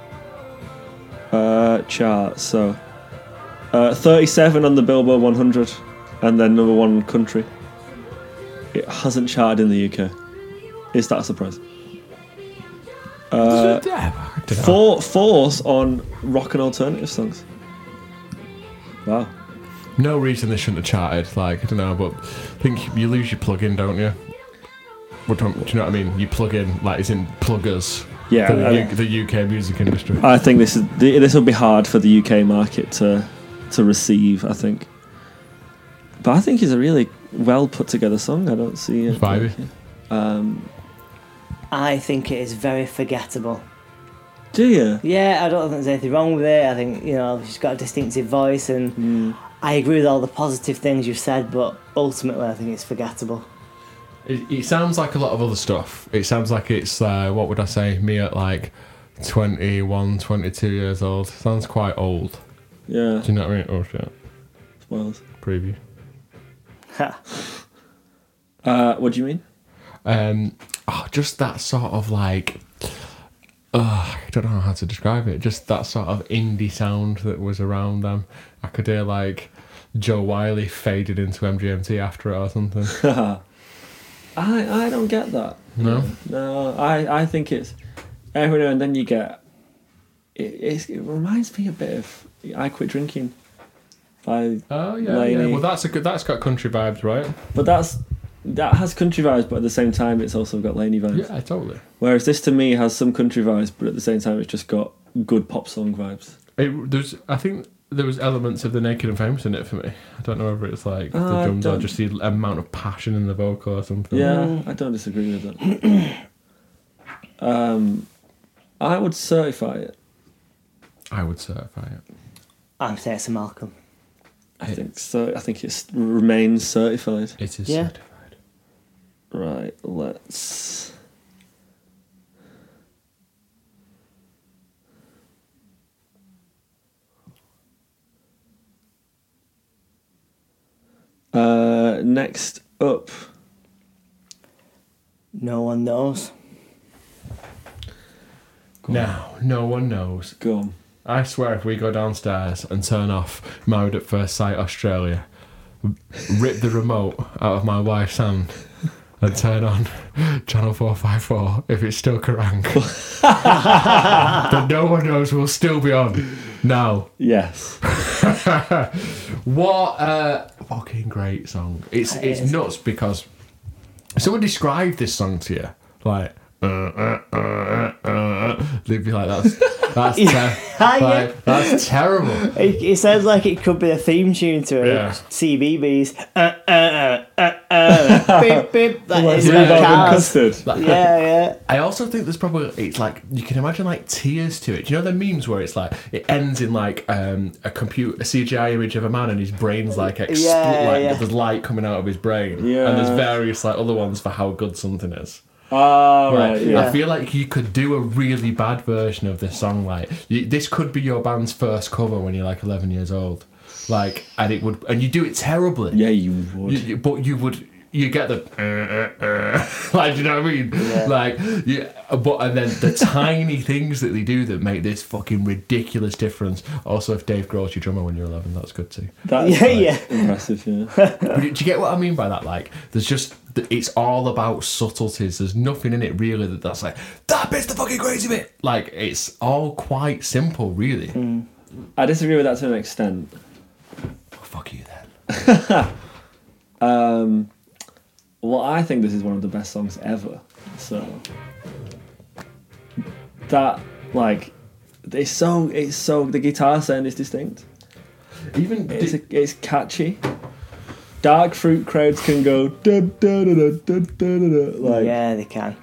[SPEAKER 2] Uh, chart so uh, 37 on the Billboard 100, and then number one country. It hasn't charted in the UK. Is that a surprise? Uh,
[SPEAKER 1] Yeah, I dunno.
[SPEAKER 2] four fours on rock and alternative songs. Wow.
[SPEAKER 1] no reason they shouldn't have charted. Like I don't know, but I think you lose your plug-in, don't you? What do you know what I mean? You plug in like it's in pluggers
[SPEAKER 2] Yeah,
[SPEAKER 1] for the,
[SPEAKER 2] I- Uh,
[SPEAKER 1] U- the UK music industry.
[SPEAKER 2] I think this is th- this will be hard for the UK market to to receive. I think, but I think it's a really well put together song. I don't see it.
[SPEAKER 1] Vibey.
[SPEAKER 2] Um,
[SPEAKER 3] I think it is very forgettable.
[SPEAKER 2] do you?
[SPEAKER 3] Yeah, I don't think there's anything wrong with it. I think you know she's got a distinctive voice, and
[SPEAKER 2] Mm.
[SPEAKER 3] I agree with all the positive things you've said. But ultimately, I think it's forgettable.
[SPEAKER 1] It, it sounds like a lot of other stuff. It sounds like it's, uh, what would I say, me at like 21, 22 years old. Sounds quite old.
[SPEAKER 2] Yeah.
[SPEAKER 1] Do you know what I mean? Oh shit.
[SPEAKER 2] Spoilers.
[SPEAKER 1] Preview.
[SPEAKER 3] Ha.
[SPEAKER 2] Uh, what do you mean? [LAUGHS]
[SPEAKER 1] Um, oh, just that sort of like, uh, I don't know how to describe it. Just that sort of indie sound that was around them. I could hear like Joe Wiley faded into MGMT after it or
[SPEAKER 2] [LAUGHS]
[SPEAKER 1] something.
[SPEAKER 2] I I don't get that.
[SPEAKER 1] No?
[SPEAKER 2] No, I I think it's every now and then you get. It, it's, it reminds me a bit of I quit drinking. By
[SPEAKER 1] Oh yeah, yeah.
[SPEAKER 2] Lainey.
[SPEAKER 1] Well, that's a good. That's got country vibes, right?
[SPEAKER 2] but that's that has country vibes, but at the same time it's also got Laney vibes.
[SPEAKER 1] Yeah, totally.
[SPEAKER 2] Whereas this to me has some country vibes, but at the same time, it's just got good pop song vibes.
[SPEAKER 1] It, there's, I think there was elements of the naked and famous in it for me. I don't know whether it's like
[SPEAKER 2] Oh,
[SPEAKER 1] the
[SPEAKER 2] I
[SPEAKER 1] drums or
[SPEAKER 2] don't-
[SPEAKER 1] just the amount of passion in the vocal or something.
[SPEAKER 2] Yeah, I don't disagree with that. um, I would certify it.
[SPEAKER 1] I would certify it.
[SPEAKER 3] I'm saying it's a Malcolm.
[SPEAKER 2] I think so. I think it remains certified.
[SPEAKER 1] It is
[SPEAKER 3] Yeah.
[SPEAKER 1] certified.
[SPEAKER 2] Right. Let's. Uh, next up?
[SPEAKER 3] No one knows.
[SPEAKER 1] Now, no one knows.
[SPEAKER 2] Go on.
[SPEAKER 1] I swear if we go downstairs and turn off Married at First Sight Australia, rip the remote out of my wife's hand and turn on Channel 454 if it's still
[SPEAKER 3] [LAUGHS]
[SPEAKER 1] Kerrang. but no one knows we'll still be on. Now,
[SPEAKER 2] Yes.
[SPEAKER 1] what a fucking great song. It's
[SPEAKER 3] It
[SPEAKER 1] it's
[SPEAKER 3] is.
[SPEAKER 1] nuts because someone described this song to you like uh, uh, uh, uh, uh, they'd be like that's that's ter-
[SPEAKER 3] [LAUGHS] Yeah.
[SPEAKER 1] like, that's terrible.
[SPEAKER 3] It, it sounds like it could be a theme tune to a
[SPEAKER 1] Yeah.
[SPEAKER 3] CBBS. Uh, uh, uh, uh, [LAUGHS] uh, beep, beep. That is
[SPEAKER 1] Yeah.
[SPEAKER 3] like
[SPEAKER 2] Rhubarb and
[SPEAKER 3] cars.
[SPEAKER 2] custard.
[SPEAKER 3] Yeah, [LAUGHS] yeah.
[SPEAKER 1] I also think there's probably it's like you can imagine like tears to it. Do you know the memes where it's like it ends in like um, a computer a CGI image of a man and his brain's like expl-
[SPEAKER 3] Yeah,
[SPEAKER 1] like
[SPEAKER 3] yeah.
[SPEAKER 1] there's light coming out of his brain. And there's
[SPEAKER 2] Yeah.
[SPEAKER 1] various like other ones for how good something is.
[SPEAKER 2] Ah,
[SPEAKER 1] Right.
[SPEAKER 2] right. Yeah.
[SPEAKER 1] I feel like you could do a really bad version of this song. Like you, this could be your band's first cover when you're like 11 years old. Like, and it would, and you do it terribly.
[SPEAKER 2] Yeah, you
[SPEAKER 1] You-
[SPEAKER 2] would.
[SPEAKER 1] you- but you would, you get the, uh, uh, [LAUGHS] uh, like, do you know what I mean?
[SPEAKER 3] Yeah.
[SPEAKER 1] Like, yeah. But and then the [LAUGHS] tiny things that they do that make this fucking ridiculous difference. Also, if Dave Grohl's your drummer when you're 11, that's good too.
[SPEAKER 2] That's
[SPEAKER 3] Yeah,
[SPEAKER 2] like,
[SPEAKER 3] yeah.
[SPEAKER 2] impressive, yeah.
[SPEAKER 1] But do you get what I mean by that? Like, there's just it's all about subtleties. There's nothing in it really that that's like that bit's the fucking crazy bit. Like, it's all quite simple, really.
[SPEAKER 2] [LAUGHS]
[SPEAKER 3] Hmm.
[SPEAKER 2] I disagree with that to an extent.
[SPEAKER 1] Oh, fuck you then.
[SPEAKER 2] Um, well, I think this is one of the best songs ever. So that, like, it's so it's so the guitar sound is distinct.
[SPEAKER 1] Even
[SPEAKER 2] It's
[SPEAKER 1] di-
[SPEAKER 2] it's catchy. Dark fruit crowds can go da, da, da, da, da, da, da, da, like
[SPEAKER 3] yeah, they can.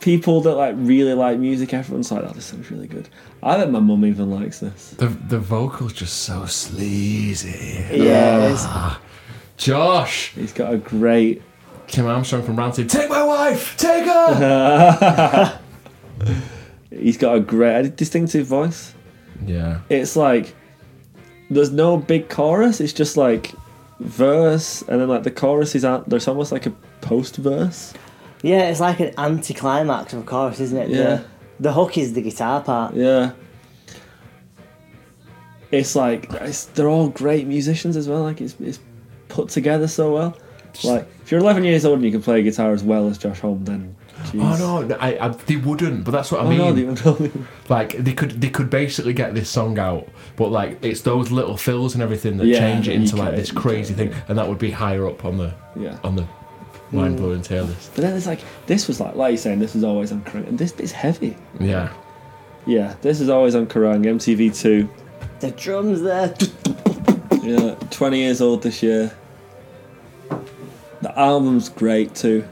[SPEAKER 2] people that like really like music. Everyone's like, "Oh, this sounds really good." I bet my mum even likes this.
[SPEAKER 1] the the vocals just so sleazy.
[SPEAKER 3] Yeah, it is.
[SPEAKER 1] Josh,
[SPEAKER 2] He's got a great
[SPEAKER 1] Kim Armstrong from Ranted. Take my wife. Take her.
[SPEAKER 2] [LAUGHS] he's got a great a distinctive voice.
[SPEAKER 1] yeah.
[SPEAKER 2] it's like there's no big chorus. It's just like verse, and then like the chorus is out. There's almost like a post verse.
[SPEAKER 3] Yeah, it's like an anticlimax of course, isn't it?
[SPEAKER 2] Yeah.
[SPEAKER 3] The, the hook is the guitar part.
[SPEAKER 2] Yeah. It's like it's, they're all great musicians as well. Like it's, it's put together so well. Like if you're 11 years old and you can play guitar as well as Josh Holm, then
[SPEAKER 1] Oh
[SPEAKER 2] jeez.
[SPEAKER 1] no, no, I, I they wouldn't. But that's what I
[SPEAKER 2] Oh,
[SPEAKER 1] mean.
[SPEAKER 2] no, they-
[SPEAKER 1] Like they could they could basically get this song out, but like it's those little fills and everything that
[SPEAKER 2] Yeah,
[SPEAKER 1] change it
[SPEAKER 2] you
[SPEAKER 1] into like
[SPEAKER 2] get it,
[SPEAKER 1] this
[SPEAKER 2] you get
[SPEAKER 1] crazy
[SPEAKER 2] it, Mm.
[SPEAKER 1] thing, and that would be higher up on the
[SPEAKER 2] [LAUGHS] yeah.
[SPEAKER 1] on the mind blowing tier list.
[SPEAKER 2] But then it's like this was like like you're saying this was always on current, and this bit's heavy.
[SPEAKER 1] Yeah,
[SPEAKER 2] Yeah, this is always on Kerrang! MTV Two.
[SPEAKER 3] The drums there.
[SPEAKER 2] Yeah, 20 years old this year. The album's great too.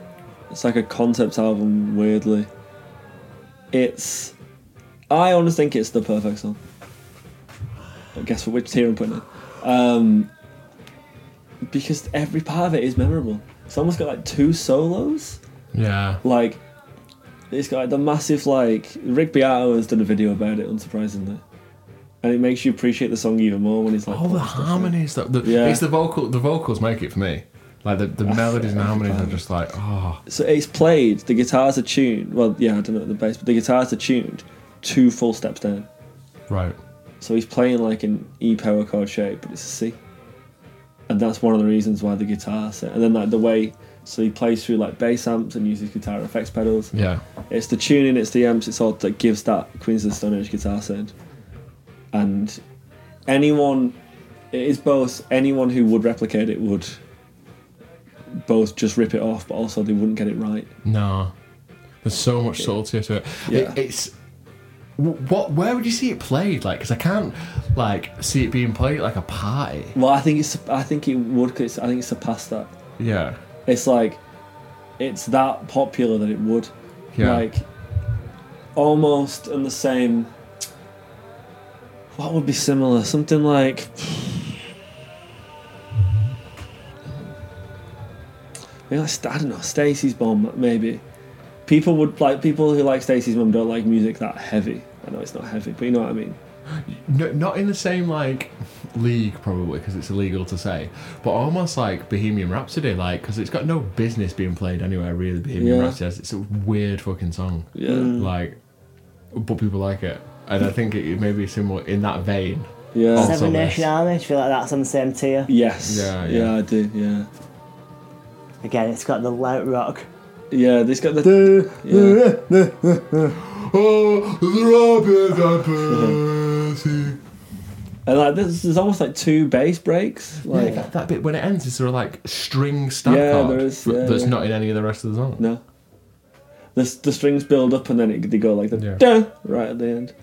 [SPEAKER 2] It's like a concept album, weirdly. It's. I honestly think it's the perfect song. I guess for which tier I'm putting it. Um, because every part of it is memorable. It's almost got like two solos.
[SPEAKER 1] yeah.
[SPEAKER 2] Like, it's got like, the massive, like. Rick Beato has done a video about it, unsurprisingly. And it makes you appreciate the song even more when he's like.
[SPEAKER 1] All the
[SPEAKER 2] "Oh, this is-
[SPEAKER 1] harmonies that the,
[SPEAKER 2] Yeah.
[SPEAKER 1] it's the vocal the vocals make it for me. Like the, the melodies and harmonies are just like oh
[SPEAKER 2] So it's played, the guitars are tuned. Well, yeah, I don't know the bass, but the guitars are tuned two full steps down.
[SPEAKER 1] right.
[SPEAKER 2] So he's playing like an E power chord shape, but it's a C. And that's one of the reasons why the guitar set. And then like the way, so he plays through like bass amps and uses guitar effects pedals.
[SPEAKER 1] Yeah,
[SPEAKER 2] It's the tuning, it's the amps, it's all that gives that Queens of the Stone Age guitar sound. And anyone, it is both anyone who would replicate it would both just rip it off, but also they wouldn't get it right.
[SPEAKER 1] no. There's so much subtlety to it.
[SPEAKER 2] Yeah.
[SPEAKER 1] it it's wh- what where would you see it played? Like, because I can't like see it being played at, like a party.
[SPEAKER 2] Well, I think it's. I think it would. 'cause it's- I think it surpassed that.
[SPEAKER 1] Yeah,
[SPEAKER 2] It's like, it's that popular that it would.
[SPEAKER 1] yeah.
[SPEAKER 2] Like, almost in the same. What would be similar? Something like. Maybe like, I don't know, Stacey's bomb, maybe. People would like people who like Stacey's mum don't like music that heavy. I know it's not heavy, but you know what I mean.
[SPEAKER 1] no, not in the same like league probably because it's illegal to say, but almost like Bohemian Rhapsody, like because it's got no business being played anywhere really. Bohemian
[SPEAKER 2] Yeah.
[SPEAKER 1] Rhapsody, has. it's a weird fucking song,
[SPEAKER 2] Yeah.
[SPEAKER 1] like, but people like it, and I think it may be similar in that vein.
[SPEAKER 2] Yeah.
[SPEAKER 1] Also
[SPEAKER 3] Seven
[SPEAKER 1] this.
[SPEAKER 3] Nation Army, do you feel like that's on the same tier?
[SPEAKER 2] Yes.
[SPEAKER 1] Yeah,
[SPEAKER 2] yeah.
[SPEAKER 1] yeah.
[SPEAKER 2] I do. Yeah.
[SPEAKER 3] Again, it's got the light rock.
[SPEAKER 2] Yeah, this got the. Yeah.
[SPEAKER 1] Oh, the rabbit [LAUGHS] I pursue.
[SPEAKER 2] And like this, there's almost like two bass breaks. Like
[SPEAKER 1] yeah, that, that bit when it ends is sort of like string stab
[SPEAKER 2] Yeah,
[SPEAKER 1] part
[SPEAKER 2] there is,
[SPEAKER 1] but
[SPEAKER 2] yeah,
[SPEAKER 1] that's
[SPEAKER 2] yeah.
[SPEAKER 1] not in any of the rest of the song.
[SPEAKER 2] no. The the strings build up and then it, they go like the
[SPEAKER 1] Yeah.
[SPEAKER 2] duh, right at the end.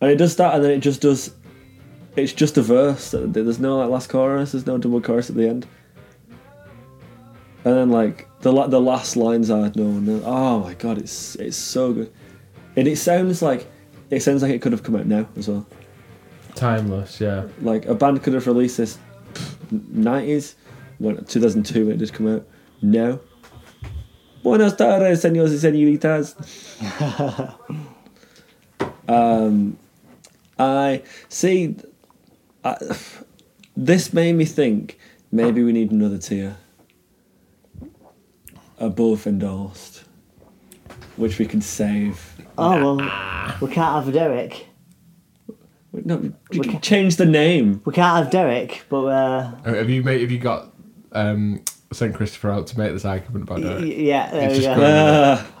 [SPEAKER 2] And it does that and then it just does. It's just a verse. There's no like last chorus. There's no double chorus at the end. And then like the la- the last lines are no no. Oh my god, it's it's so good, and it sounds like it sounds like it could have come out now as well.
[SPEAKER 1] Timeless, yeah.
[SPEAKER 2] like a band could have released this nineties, when two thousand two when it did come out. No. Buenas tardes, señores y [LAUGHS] señoritas. um, I see. I, this made me think maybe we need another tier above endorsed, which we can save.
[SPEAKER 3] Oh, well, we can't have Derek.
[SPEAKER 2] No, we
[SPEAKER 3] Okay.
[SPEAKER 2] can change the name.
[SPEAKER 3] We can't have Derek, but uh,
[SPEAKER 1] Uh, Have you made? Have you got um, Saint Christopher out to make this argument about
[SPEAKER 3] y-
[SPEAKER 1] it?
[SPEAKER 3] yeah, there
[SPEAKER 1] It's
[SPEAKER 3] we
[SPEAKER 1] just
[SPEAKER 3] go.
[SPEAKER 1] great.
[SPEAKER 3] [LAUGHS]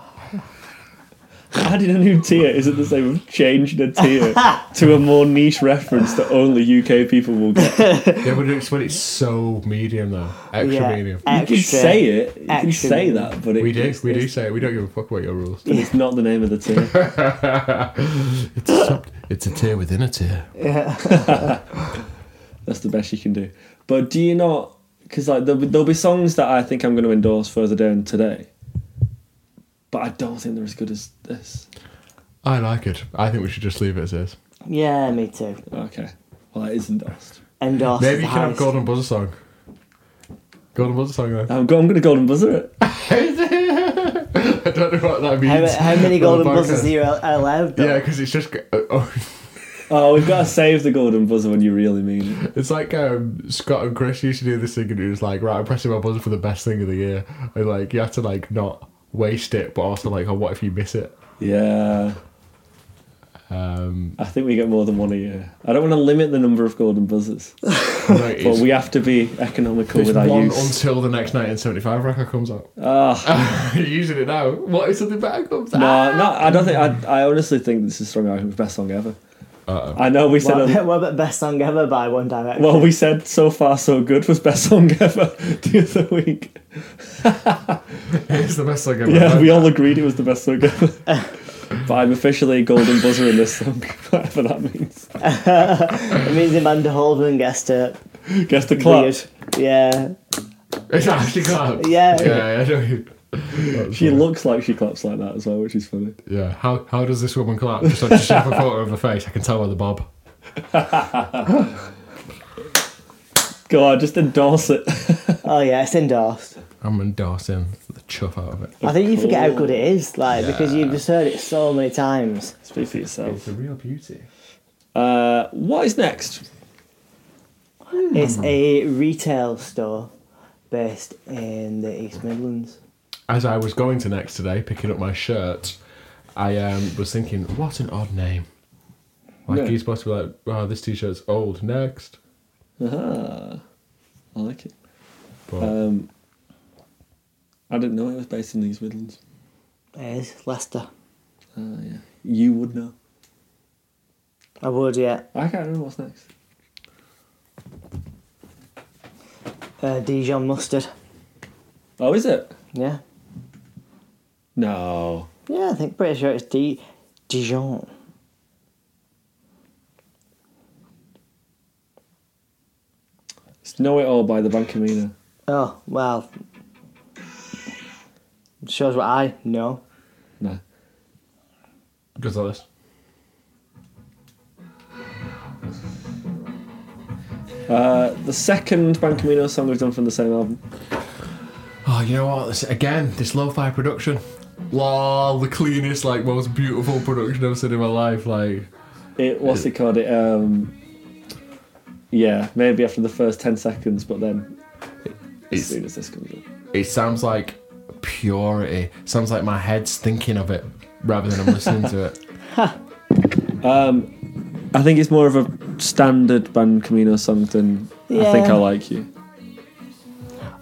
[SPEAKER 2] Ah. [LAUGHS] Adding a new tier isn't the same as changing a
[SPEAKER 3] [LAUGHS]
[SPEAKER 2] tier to a more niche reference that only UK people will get.
[SPEAKER 1] yeah, but it's when it's so medium though, extra
[SPEAKER 3] yeah,
[SPEAKER 1] medium.
[SPEAKER 2] You can
[SPEAKER 3] extra.
[SPEAKER 2] say it, you can
[SPEAKER 3] extra
[SPEAKER 2] say
[SPEAKER 3] meaning.
[SPEAKER 2] that, but it,
[SPEAKER 1] we do,
[SPEAKER 2] it's,
[SPEAKER 1] we do
[SPEAKER 2] it's-
[SPEAKER 1] say it. We don't give a fuck about your rules.
[SPEAKER 2] but it's not the name of the tier.
[SPEAKER 1] [LAUGHS] It's a, sub- it's a tier within a tier.
[SPEAKER 2] That's the best you can do. But do you not? Because like there'll be, there'll be songs that I think I'm going to endorse further down today, but I don't think they're as good as this.
[SPEAKER 1] I like it. I think we should just leave it as is.
[SPEAKER 3] Yeah, me too.
[SPEAKER 2] Okay, well that is endorsed.
[SPEAKER 3] Endorsed.
[SPEAKER 1] Maybe
[SPEAKER 3] the
[SPEAKER 1] you can have
[SPEAKER 3] highest.
[SPEAKER 1] Golden Buzzer song. Golden Buzzer song then.
[SPEAKER 2] I'm, go- I'm going to golden buzzer it.
[SPEAKER 1] [LAUGHS] I don't know what that
[SPEAKER 3] How,
[SPEAKER 1] means.
[SPEAKER 3] how many
[SPEAKER 1] for the
[SPEAKER 3] golden buzzers
[SPEAKER 1] podcast.
[SPEAKER 3] are you al- allowed? though?
[SPEAKER 1] Yeah, because it's just. Oh, [LAUGHS]
[SPEAKER 2] Oh, we've got to save the golden buzzer when you really mean it.
[SPEAKER 1] It's like um, Scott and Chris used to do this thing, and it was like, right, I'm pressing my buzzer for the best thing of the year, and like you have to like not waste it, but also like, oh, what if you miss
[SPEAKER 3] [LAUGHS]
[SPEAKER 1] it?
[SPEAKER 2] Yeah.
[SPEAKER 1] Um,
[SPEAKER 2] I think we get more than one a year. I don't want to limit the number of golden buzzers,
[SPEAKER 1] no,
[SPEAKER 2] but
[SPEAKER 1] it's,
[SPEAKER 2] we have to be economical
[SPEAKER 1] it's
[SPEAKER 2] with our
[SPEAKER 1] one
[SPEAKER 2] use.
[SPEAKER 1] until the next 1975 record comes out. [LAUGHS]
[SPEAKER 2] Ah,
[SPEAKER 1] You're using it now. What if something better comes out?
[SPEAKER 2] no, no, I don't think. I, I honestly think this is strong argument for best song ever.
[SPEAKER 1] Uh-oh.
[SPEAKER 2] I know we said.
[SPEAKER 3] What,
[SPEAKER 2] Well,
[SPEAKER 3] what about best song ever by One Direction?
[SPEAKER 2] well, we said so far so good was best song [LAUGHS] ever the other week.
[SPEAKER 1] [LAUGHS] It's the best thing ever.
[SPEAKER 2] Yeah, we all agreed it was the best song ever. but I'm officially a golden buzzer in this song, [LAUGHS] whatever that means.
[SPEAKER 3] it means Amanda Holden gets to
[SPEAKER 2] Guess the clap.
[SPEAKER 3] weird. Yeah,
[SPEAKER 1] It's actually clapped.
[SPEAKER 3] Yeah.
[SPEAKER 1] Yeah, I know.
[SPEAKER 3] [LAUGHS]
[SPEAKER 1] you- That's
[SPEAKER 2] She
[SPEAKER 1] funny.
[SPEAKER 2] looks like she claps like that as well, which is funny.
[SPEAKER 1] Yeah. How how does this woman clap? Just like just have a photo of her face. I can tell by the bob.
[SPEAKER 2] God, just endorse it.
[SPEAKER 3] Oh yeah, it's endorsed.
[SPEAKER 1] I'm endorsing the chuff out of it.
[SPEAKER 3] I think you forget how
[SPEAKER 2] course.
[SPEAKER 3] good it is, like because you've just heard it so many times.
[SPEAKER 2] Speak for yourself.
[SPEAKER 1] a real beauty.
[SPEAKER 2] Uh, what is next?
[SPEAKER 3] It's a retail store based in the East Midlands.
[SPEAKER 1] as I was going to next today, picking up my shirt, I um, was thinking, what an odd name. Like,
[SPEAKER 2] Yeah.
[SPEAKER 1] he's supposed to be like, wow, this t shirt's old, next.
[SPEAKER 2] Ah, I like it.
[SPEAKER 1] But
[SPEAKER 2] Um, I didn't know it was based in these Midlands.
[SPEAKER 3] It is Leicester.
[SPEAKER 2] Ah, yeah. You would know.
[SPEAKER 3] I would, yeah.
[SPEAKER 2] I can't remember what's next.
[SPEAKER 3] Uh, Dijon mustard.
[SPEAKER 2] Oh, is it?
[SPEAKER 3] Yeah,
[SPEAKER 2] No.
[SPEAKER 3] yeah. I think pretty sure it's D Dijon.
[SPEAKER 2] It's Know It All by the Bancamina.
[SPEAKER 3] Oh well, shows what I know.
[SPEAKER 2] No.
[SPEAKER 1] goes like this.
[SPEAKER 2] Uh, the second Bancamino song we've done from the same album.
[SPEAKER 1] Oh, you know what? This, again, this lo fi production. Lol, the cleanest, like, most beautiful production I've seen in my life. Like,
[SPEAKER 2] It what's it called? It um, yeah, maybe after the first ten seconds, but then as
[SPEAKER 1] It's,
[SPEAKER 2] soon as this comes in,
[SPEAKER 1] it sounds like purity. Sounds like my head's thinking of it rather than I'm listening to [LAUGHS] it.
[SPEAKER 2] I think it's more of a standard Ban Camino song than I think
[SPEAKER 3] Yeah.
[SPEAKER 2] I like you.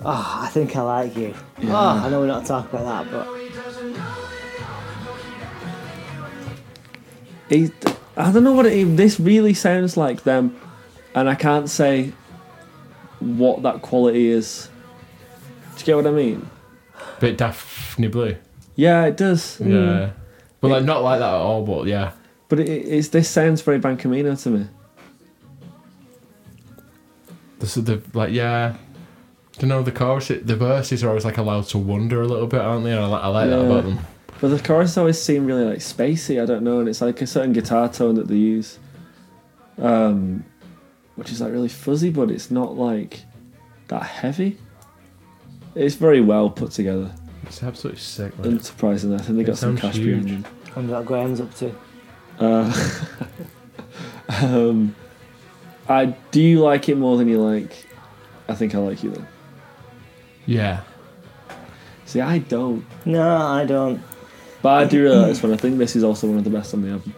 [SPEAKER 3] Oh, I think I like you. Oh, I know we're not talking about that, but
[SPEAKER 2] He, I don't know what it, this really sounds like them, and I can't say what that quality is. Do you get what I mean?
[SPEAKER 1] Bit Daphne Blue.
[SPEAKER 2] Yeah, it does.
[SPEAKER 1] Yeah. Mm. But like not like that at all, but yeah.
[SPEAKER 2] But it, it's this sounds very Ban Camino to me.
[SPEAKER 1] The sort of like yeah. don't know the chorus the verses are always like allowed to wander a little bit, aren't they? And I like, I like that
[SPEAKER 2] Yeah.
[SPEAKER 1] about them.
[SPEAKER 2] But the chorus always seem really like spacey. I don't know, and it's like a certain guitar tone that they use, um, which is like really fuzzy, but it's not like that heavy. It's very well put together.
[SPEAKER 1] It's absolutely sick, man.
[SPEAKER 2] Unsurprising, I think they
[SPEAKER 1] It
[SPEAKER 2] got some
[SPEAKER 1] sounds
[SPEAKER 2] cash behind
[SPEAKER 1] huge.
[SPEAKER 2] them.
[SPEAKER 3] I'm what Graham's up to.
[SPEAKER 2] Uh, [LAUGHS] um, I do you like it more than you like. I think I like you then.
[SPEAKER 1] Yeah.
[SPEAKER 2] See, I don't,
[SPEAKER 3] No, I don't.
[SPEAKER 2] but I do really like this one. I think this is also one of the best on the album.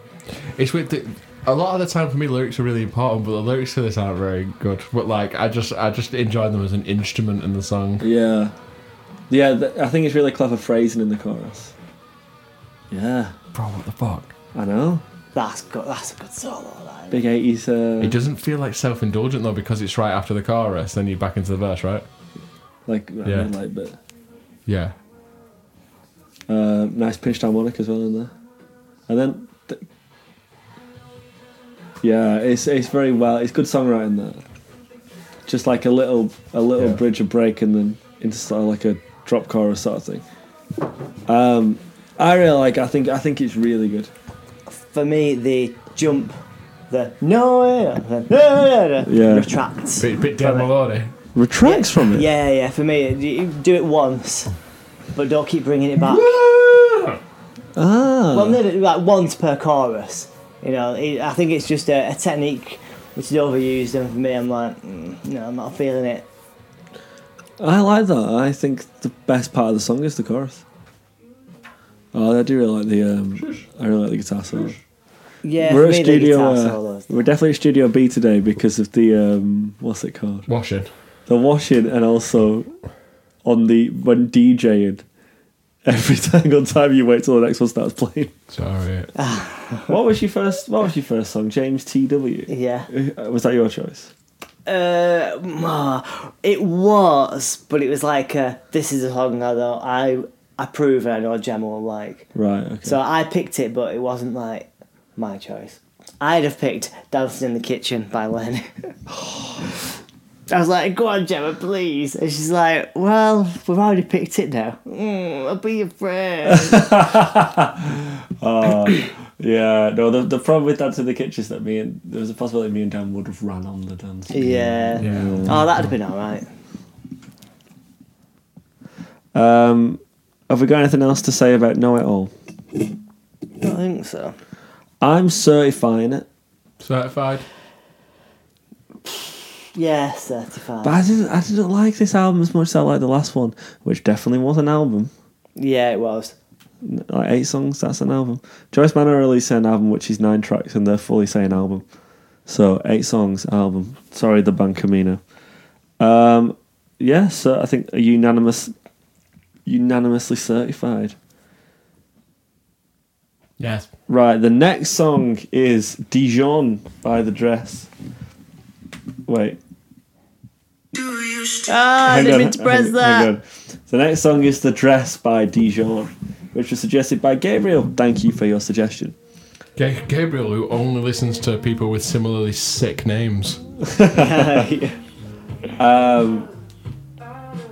[SPEAKER 1] It's with the, a lot of the time for me lyrics are really important, but the lyrics to this aren't very good. But like I just I just enjoy them as an instrument in the song.
[SPEAKER 2] Yeah, yeah. Th- I think it's really clever phrasing in the chorus. Yeah,
[SPEAKER 1] Bro, what the fuck?
[SPEAKER 2] I know.
[SPEAKER 3] That's good. That's a good solo. That.
[SPEAKER 2] Big eighties. Uh,
[SPEAKER 1] It doesn't feel like self indulgent though because it's right after the chorus, then you're back into the verse, right?
[SPEAKER 2] like
[SPEAKER 1] Yeah.
[SPEAKER 2] yeah. like bit.
[SPEAKER 1] Yeah.
[SPEAKER 2] Uh, nice pinched harmonic as well in there, and then. Th- yeah, it's it's very well. It's good songwriting there. Just like a little a little
[SPEAKER 1] Yeah.
[SPEAKER 2] bridge, a break, and then into sort of like a drop chorus sort of thing. Um, I really like. I think I think it's really good.
[SPEAKER 3] For me, the jump, the no, no, no, no, no,
[SPEAKER 2] Yeah.
[SPEAKER 3] retracts.
[SPEAKER 1] Bit bit Dan Maloney.
[SPEAKER 2] Retracts from it.
[SPEAKER 3] Yeah, yeah. For me, you do it once, but don't keep bringing it back.
[SPEAKER 2] Ah.
[SPEAKER 3] Well, no, like once per chorus. You know, it, I think it's just a, a technique which is overused, and for me, I'm like, mm, no, I'm not feeling it.
[SPEAKER 2] I like that. I think the best part of the song is the chorus. Oh, I do really like the um, I really like the guitar solo.
[SPEAKER 3] Yeah,
[SPEAKER 2] we're
[SPEAKER 3] for
[SPEAKER 2] at
[SPEAKER 3] me, the
[SPEAKER 2] studio.
[SPEAKER 3] guitar
[SPEAKER 2] Uh,
[SPEAKER 3] solos.
[SPEAKER 2] we're definitely at Studio B today because of the um, what's it called?
[SPEAKER 1] Washing.
[SPEAKER 2] The washing and also on the when DJing. Every [LAUGHS] single time you wait till the next one starts playing.
[SPEAKER 1] Sorry.
[SPEAKER 2] what was your first? What was your first song? James T W.
[SPEAKER 3] Yeah.
[SPEAKER 2] Was that your choice?
[SPEAKER 3] Uh, mm, it was, but it was like uh, this is a song I know I approve and I know Gemma will like.
[SPEAKER 2] Right. Okay.
[SPEAKER 3] So I picked it, but it wasn't like my choice. I'd have picked "Dancing in the Kitchen" by Lenny. [LAUGHS] I was like, "Go on, Gemma, please," and she's like, "Well, we've already picked it now. Mm, I'll be your friend."
[SPEAKER 2] yeah. No. The, the problem with dancing in the kitchen is that me and there was a possibility me and Dan would have ran on the dance.
[SPEAKER 3] [LAUGHS] yeah.
[SPEAKER 1] Yeah.
[SPEAKER 3] Oh, that'd have been all right.
[SPEAKER 2] Um, have we got anything else to say about Know It All?
[SPEAKER 3] I don't think so.
[SPEAKER 2] I'm certifying it.
[SPEAKER 1] Certified.
[SPEAKER 3] Yeah, certified.
[SPEAKER 2] But I didn't, I didn't like this album as much as I liked the last one, which definitely was an album.
[SPEAKER 3] yeah, it was.
[SPEAKER 2] Like eight songs, that's an album. Joyce Manor released an album which is nine tracks, and they're fully saying album. So eight songs, album. Sorry, the Ban Camino. Um, yeah, so I think a unanimous, unanimously certified.
[SPEAKER 1] Yes.
[SPEAKER 2] Right, the next song is Dijon by The Dress. Wait,
[SPEAKER 3] Ah, I
[SPEAKER 2] Hang
[SPEAKER 3] didn't
[SPEAKER 2] on,
[SPEAKER 3] mean to press
[SPEAKER 2] hang-
[SPEAKER 3] that.
[SPEAKER 2] hang on. The next song is The Dress by Dijon, which was suggested by Gabriel. Thank you for your [LAUGHS] suggestion.
[SPEAKER 1] Ga- Gabriel, who only listens to people with similarly sick names.
[SPEAKER 2] Um,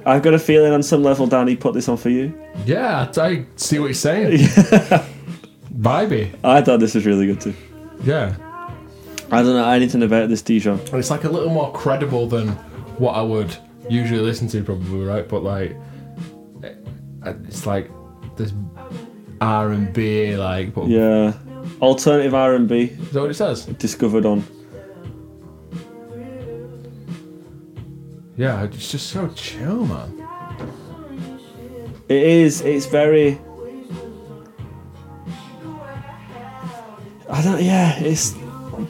[SPEAKER 2] I've got a feeling on some level, Danny put this on for you.
[SPEAKER 1] Yeah, I I see what you're saying. Baby.
[SPEAKER 2] I thought this was really good too.
[SPEAKER 1] Yeah.
[SPEAKER 2] I don't know anything about this Dijon.
[SPEAKER 1] And it's like a little more credible than what I would usually listen to, probably, right? But like, eh, it- it's like this R and B, like, but
[SPEAKER 2] Yeah, Alternative R and B
[SPEAKER 1] Is that what it says?
[SPEAKER 2] discovered on.
[SPEAKER 1] Yeah, it's just so chill, man.
[SPEAKER 2] It is. It's very. I don't. Yeah, it's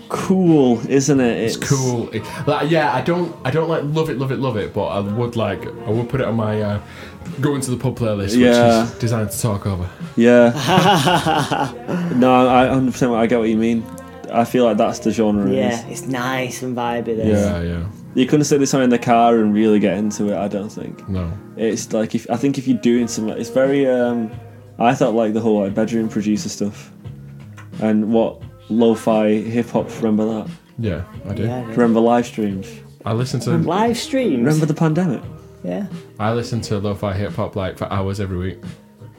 [SPEAKER 2] cool, isn't it?
[SPEAKER 1] It's cool. It- like, yeah, I don't, I don't like love it, love it, love it, but I would like, I would put it on my uh, going to the pub playlist, which
[SPEAKER 2] Yeah.
[SPEAKER 1] is designed to talk over.
[SPEAKER 3] [LAUGHS]
[SPEAKER 2] Yeah. [LAUGHS] no, I 100. percent I get what you mean. I feel like that's the genre. it is.
[SPEAKER 3] Yeah, it's nice and vibey. This.
[SPEAKER 1] Yeah, yeah.
[SPEAKER 2] You couldn't sit this on in the car and really get into it. I don't think.
[SPEAKER 1] No.
[SPEAKER 2] It's like if I think if you're doing something, it's very. Um, I thought like the whole like bedroom producer stuff, and what lo-fi hip hop. Remember that?
[SPEAKER 1] Yeah, I do.
[SPEAKER 3] Yeah, yeah.
[SPEAKER 2] Remember live streams?
[SPEAKER 1] I listen to
[SPEAKER 3] Live streams.
[SPEAKER 2] Remember the pandemic?
[SPEAKER 3] Yeah.
[SPEAKER 1] I listen to lo-fi hip hop like for hours every week.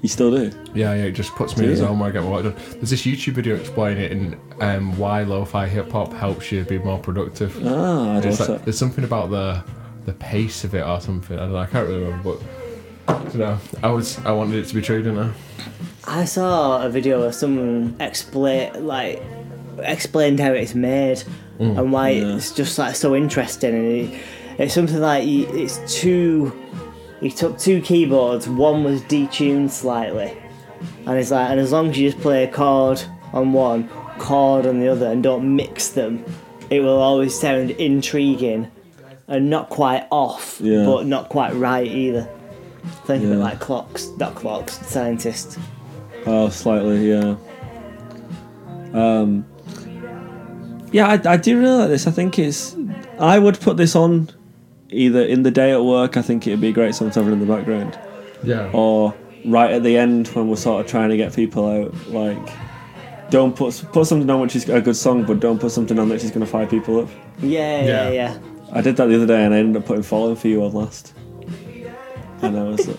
[SPEAKER 2] You still do?
[SPEAKER 1] Yeah, yeah, it just puts me in
[SPEAKER 2] Do
[SPEAKER 1] a
[SPEAKER 2] you?
[SPEAKER 1] zone where I get my work done. There's this YouTube video explaining um, why lo-fi hip hop helps you be more productive.
[SPEAKER 2] Ah, I
[SPEAKER 1] And
[SPEAKER 2] don't
[SPEAKER 1] it's like, there's something about the the pace of it or something. I don't know. I can't really remember, but you know, I was I wanted it to be true, didn't I?
[SPEAKER 3] I saw a video of someone explain like explained how it's made and why
[SPEAKER 2] Mm. yeah.
[SPEAKER 3] it's just like so interesting and it, it's something like he, it's two he took two keyboards one was detuned slightly and it's like and as long as you just play a chord on one chord on the other and don't mix them it will always sound intriguing and not quite off
[SPEAKER 2] Yeah.
[SPEAKER 3] but not quite right either think of it
[SPEAKER 2] Yeah.
[SPEAKER 3] like clocks not clocks scientists
[SPEAKER 2] Oh, slightly, yeah. Um, yeah, I, I do really like this. I think it's. I would put this on either in the day at work. I think it'd be great sometimes in the background,
[SPEAKER 1] Yeah.
[SPEAKER 2] or right at the end when we're sort of trying to get people out. Like, don't put put something on which is a good song, but don't put something on which is going to fire people up.
[SPEAKER 3] Yeah, yeah,
[SPEAKER 1] Yeah.
[SPEAKER 3] yeah.
[SPEAKER 2] I did that the other day, and I ended up putting "Falling for You" on last. And I was like,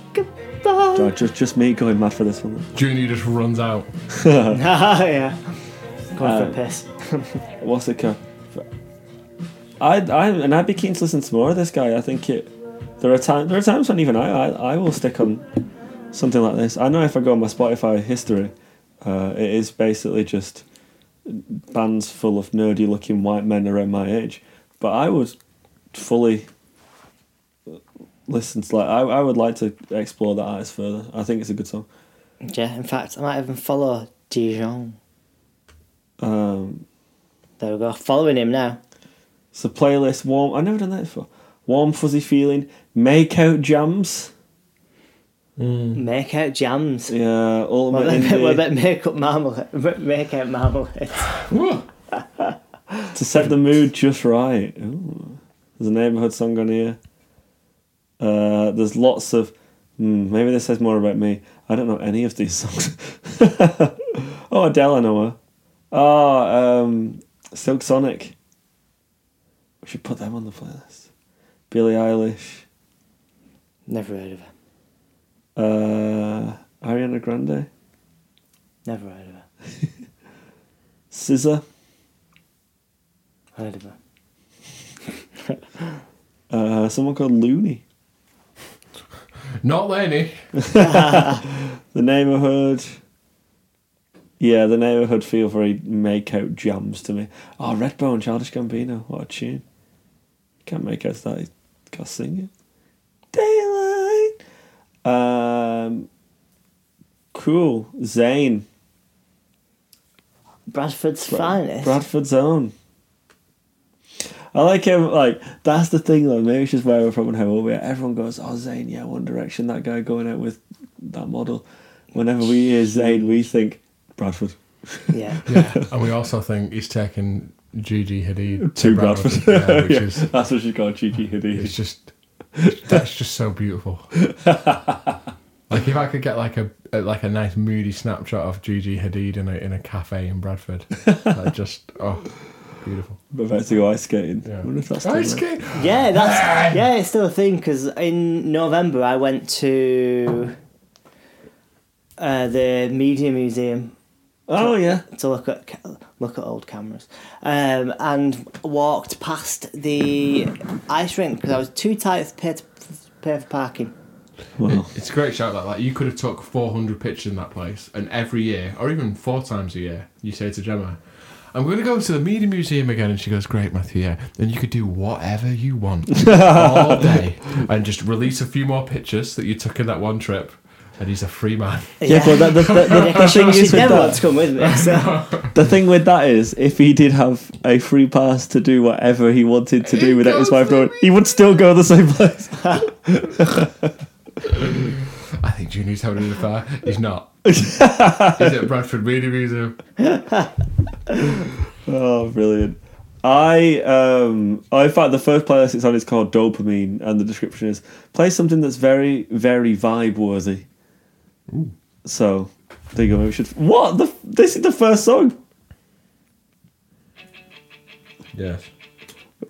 [SPEAKER 3] [LAUGHS]
[SPEAKER 2] oh,
[SPEAKER 3] Bye.
[SPEAKER 2] just just me going mad for this one.
[SPEAKER 1] Junior just runs out.
[SPEAKER 3] Ah, yeah. Go on for
[SPEAKER 2] Um,
[SPEAKER 3] a piss.
[SPEAKER 2] What's it called? I, I and I'd be keen to listen to more of this guy. I think it. There are times there are times when even I, I I will stick on something like this. I know if I go on my Spotify history, uh, it is basically just bands full of nerdy looking white men around my age. But I would fully listen to like I, I would like to explore that artist further. I think it's a good song.
[SPEAKER 3] Yeah, in fact, I might even follow Dijon.
[SPEAKER 2] Um,
[SPEAKER 3] There we go. Following him now.
[SPEAKER 2] So playlist warm. I've never done that before. Warm fuzzy feeling. Make out jams.
[SPEAKER 3] Make out jams. [LAUGHS]
[SPEAKER 2] Yeah,
[SPEAKER 3] What
[SPEAKER 2] ultimate
[SPEAKER 3] [LAUGHS] about,
[SPEAKER 2] indie.
[SPEAKER 3] what about make up [LAUGHS] marmalade? Make out marmalade.
[SPEAKER 1] Whoa.
[SPEAKER 2] to set the mood just right. Ooh. There's a neighborhood song on here. Uh, there's lots of. Hmm, maybe this says more about me. I don't know any of these songs. [LAUGHS] oh, Adele, I know her. Oh, um, Silk Sonic. We should put them on the playlist. Billie Eilish.
[SPEAKER 3] Never heard of her.
[SPEAKER 2] Uh, Ariana Grande.
[SPEAKER 3] Never heard of her.
[SPEAKER 2] Scissor.
[SPEAKER 3] Heard of her.
[SPEAKER 2] Uh, someone called Looney.
[SPEAKER 1] Not Lenny.
[SPEAKER 2] The neighborhood. Yeah, the neighborhood feel very make out jams to me. Oh, Redbone, Childish Gambino. What a tune. Can't make out that. he's Got to sing it. Daylight. Um, cool. Zane.
[SPEAKER 3] Bradford's
[SPEAKER 2] Bra-
[SPEAKER 3] finest.
[SPEAKER 2] Bradford's own. I like him. Like that's the thing, though. Maybe it's just where we're from and how old we are. Everyone goes, "Oh, Zayn, yeah, One Direction." That guy going out with that model. Whenever we hear Zayn, we think Bradford
[SPEAKER 3] yeah.
[SPEAKER 1] Yeah. [LAUGHS] and we also think he's taking Gigi Hadid
[SPEAKER 2] to
[SPEAKER 1] Bradford,
[SPEAKER 2] Bradford. [LAUGHS]
[SPEAKER 1] yeah, which
[SPEAKER 2] Yeah,
[SPEAKER 1] is
[SPEAKER 2] that's what she called cheeky
[SPEAKER 1] it's
[SPEAKER 2] hoodie.
[SPEAKER 1] just that's just so
[SPEAKER 2] [LAUGHS]
[SPEAKER 1] beautiful. like if I could get like a a- like a nice moody snapshot of Gigi Hadid in a in a cafe in Bradford, that just oh beautiful.
[SPEAKER 2] I'm about to go ice skating.
[SPEAKER 1] Yeah.
[SPEAKER 2] I wonder if that's still
[SPEAKER 1] Ice
[SPEAKER 2] around.
[SPEAKER 1] skate.
[SPEAKER 3] Yeah, [LAUGHS] that's yeah, it's still a thing because in November I went to uh, the Media Museum
[SPEAKER 2] Oh yeah,
[SPEAKER 3] to look at ca- look at old cameras, um, and walked past the ice rink because I was too tight to pay, to pay for parking.
[SPEAKER 2] Wow.
[SPEAKER 1] It's a great shout that. Like you could have took 400 pictures in that place, and every year, or even four times a year, you say to Gemma, "I'm going to go to the media museum again," and she goes, "Great, Matthew. Yeah." And you could do whatever you
[SPEAKER 2] [LAUGHS]
[SPEAKER 1] want all day, and just release a few more pictures that you took in that one trip. And he's a free man. [LAUGHS]
[SPEAKER 2] Yeah, but that, the,
[SPEAKER 3] [LAUGHS]
[SPEAKER 2] the, the, the thing
[SPEAKER 3] she's
[SPEAKER 2] is with
[SPEAKER 3] never want to
[SPEAKER 2] that,
[SPEAKER 3] come with me.
[SPEAKER 2] [LAUGHS]
[SPEAKER 3] So.
[SPEAKER 2] the thing with that is, if he did have a free pass to do whatever he wanted to do without his
[SPEAKER 1] goes
[SPEAKER 2] wife
[SPEAKER 1] to
[SPEAKER 2] knowing, he would still go the same place.
[SPEAKER 1] I think Junior's having an affair. He's
[SPEAKER 2] [LAUGHS]
[SPEAKER 1] not. he's at Bradford Media Museum.
[SPEAKER 2] Oh, brilliant. I um I found the first playlist it's on is called Dopamine and the description is play something that's very, very vibe worthy. So there you go, maybe we should What the this is the first song.
[SPEAKER 1] Yes.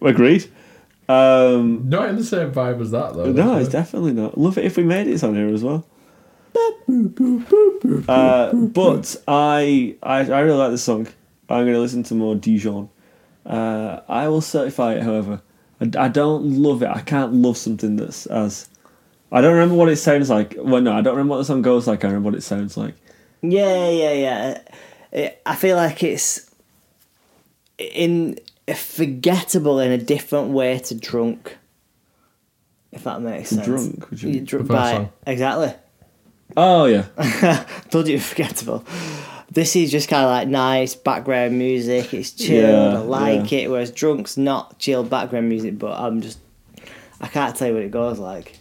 [SPEAKER 2] Agreed. Um
[SPEAKER 1] Not in the same vibe as that though.
[SPEAKER 2] no, it's definitely not. Love it if we made it on here as well. Uh, but I, I I really like this song. I'm going to listen to more Dijon. Uh, I will certify it, however. I, I don't love it. I can't love something that's as. I don't remember what it sounds like. Well, no, I don't remember what the song goes like. I remember what it sounds like.
[SPEAKER 3] Yeah, yeah, yeah. It, I feel like it's in forgettable in a different way to drunk. If that makes sense.
[SPEAKER 2] Drunk, would you-
[SPEAKER 3] You're drunk
[SPEAKER 1] The first
[SPEAKER 3] by-
[SPEAKER 1] song.
[SPEAKER 3] exactly.
[SPEAKER 2] Oh, yeah.
[SPEAKER 3] Told you [LAUGHS] it was forgettable. This is just kind of like nice background music. It's chilled.
[SPEAKER 2] Yeah,
[SPEAKER 3] I like it. Whereas drunk's not chilled background music, but I'm just I can't tell you what it goes like.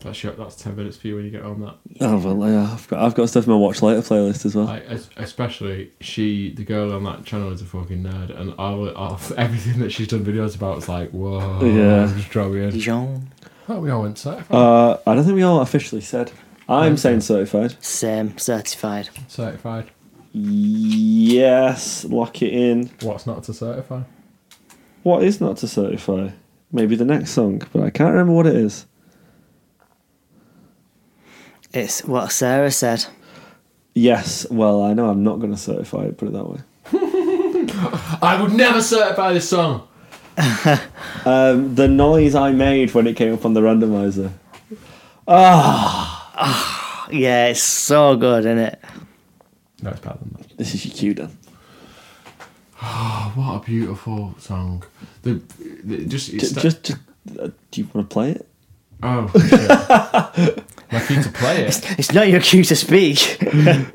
[SPEAKER 1] That's your, that's ten minutes for you when you get on that.
[SPEAKER 2] Oh, well, yeah. I've got, I've got stuff in my Watch Later playlist as well.
[SPEAKER 1] Like es- especially she, the girl on that channel is a fucking nerd, and all, all [LAUGHS] everything that she's done videos about is like, whoa,
[SPEAKER 2] Yeah.
[SPEAKER 1] just draw me in.
[SPEAKER 3] Dijon.
[SPEAKER 1] Oh, we all went certified.
[SPEAKER 2] Uh, I don't think we all officially said. I'm saying certified.
[SPEAKER 3] Same certified.
[SPEAKER 2] Uh.
[SPEAKER 1] certified.
[SPEAKER 2] Yes, lock it in.
[SPEAKER 1] What's not to certify?
[SPEAKER 2] What is not to certify? Maybe the next song, but I can't remember what it is.
[SPEAKER 3] It's what Sarah said.
[SPEAKER 2] Yes, well, I know I'm not going to certify it, put it that way.
[SPEAKER 1] I would never certify this song.
[SPEAKER 2] Um, the noise I made when it came up on the randomizer.
[SPEAKER 3] Yeah, it's so good, isn't it?
[SPEAKER 1] No, it's better than that.
[SPEAKER 2] This is your cue, Dan.
[SPEAKER 1] Oh, what a beautiful song. The, the just it's
[SPEAKER 2] Just,
[SPEAKER 1] that-
[SPEAKER 2] just, just uh, do you want to play it?
[SPEAKER 1] oh, shit.
[SPEAKER 2] [LAUGHS]
[SPEAKER 1] my feet to play it.
[SPEAKER 3] It's not your cue to speak.
[SPEAKER 1] I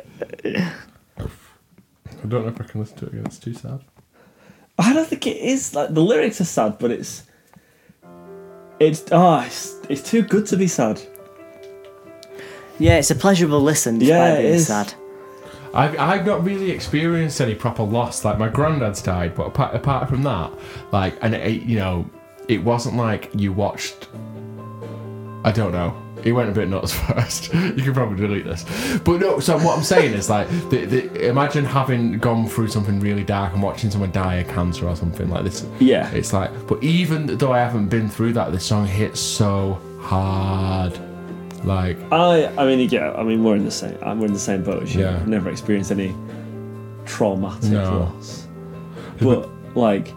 [SPEAKER 1] don't know if I can listen to it again. It's too sad.
[SPEAKER 2] I don't think it is. Like the lyrics are sad, but it's, it's ah, it's, it's too good to be sad.
[SPEAKER 3] [LAUGHS] yeah, it's a pleasurable listen despite
[SPEAKER 2] Yeah, it
[SPEAKER 3] being
[SPEAKER 2] is.
[SPEAKER 3] sad.
[SPEAKER 1] I've, I've not really experienced any proper loss. Like my granddad's died, but apart, apart from that, like, and it, you know, it wasn't like you watched. I don't know. He went a bit nuts [LAUGHS] first. You can probably delete this, but no. So what I'm saying is like, the, the, imagine having gone through something really dark and watching someone die of cancer or something like this.
[SPEAKER 2] Yeah.
[SPEAKER 1] It's like, but even though I haven't been through that, this song hits so hard. Like,
[SPEAKER 2] I I mean yeah I mean we're in the same I'm in the same boat as you.
[SPEAKER 1] Yeah.
[SPEAKER 2] I've never experienced any traumatic
[SPEAKER 1] No.
[SPEAKER 2] loss, but like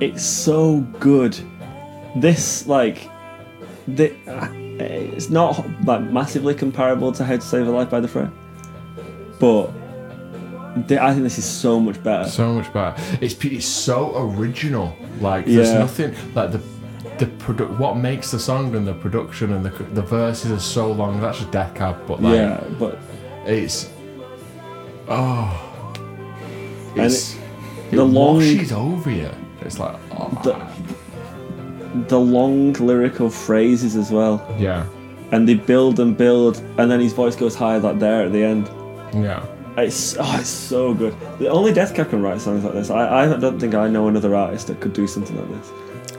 [SPEAKER 2] it's so good. This like the it's not like massively comparable to How to Save a Life by the Fray, but the, I think this is so much better.
[SPEAKER 1] so much better. It's pe- it's so original. Like there's
[SPEAKER 2] Yeah.
[SPEAKER 1] nothing like the the produ- what makes the song and the production and the c- the verses are so long. That's just death cab, but like
[SPEAKER 2] yeah, but
[SPEAKER 1] it's oh,
[SPEAKER 2] And
[SPEAKER 1] it's it,
[SPEAKER 2] the long-
[SPEAKER 1] washes over you. It's like oh,
[SPEAKER 2] The- the long lyrical phrases as well.
[SPEAKER 1] yeah,
[SPEAKER 2] and they build and build, and then his voice goes higher like there at the end.
[SPEAKER 1] yeah.
[SPEAKER 2] It's oh, it's so good. The only Death Cab can write songs like this. I, I don't think I know another artist that could do something like this.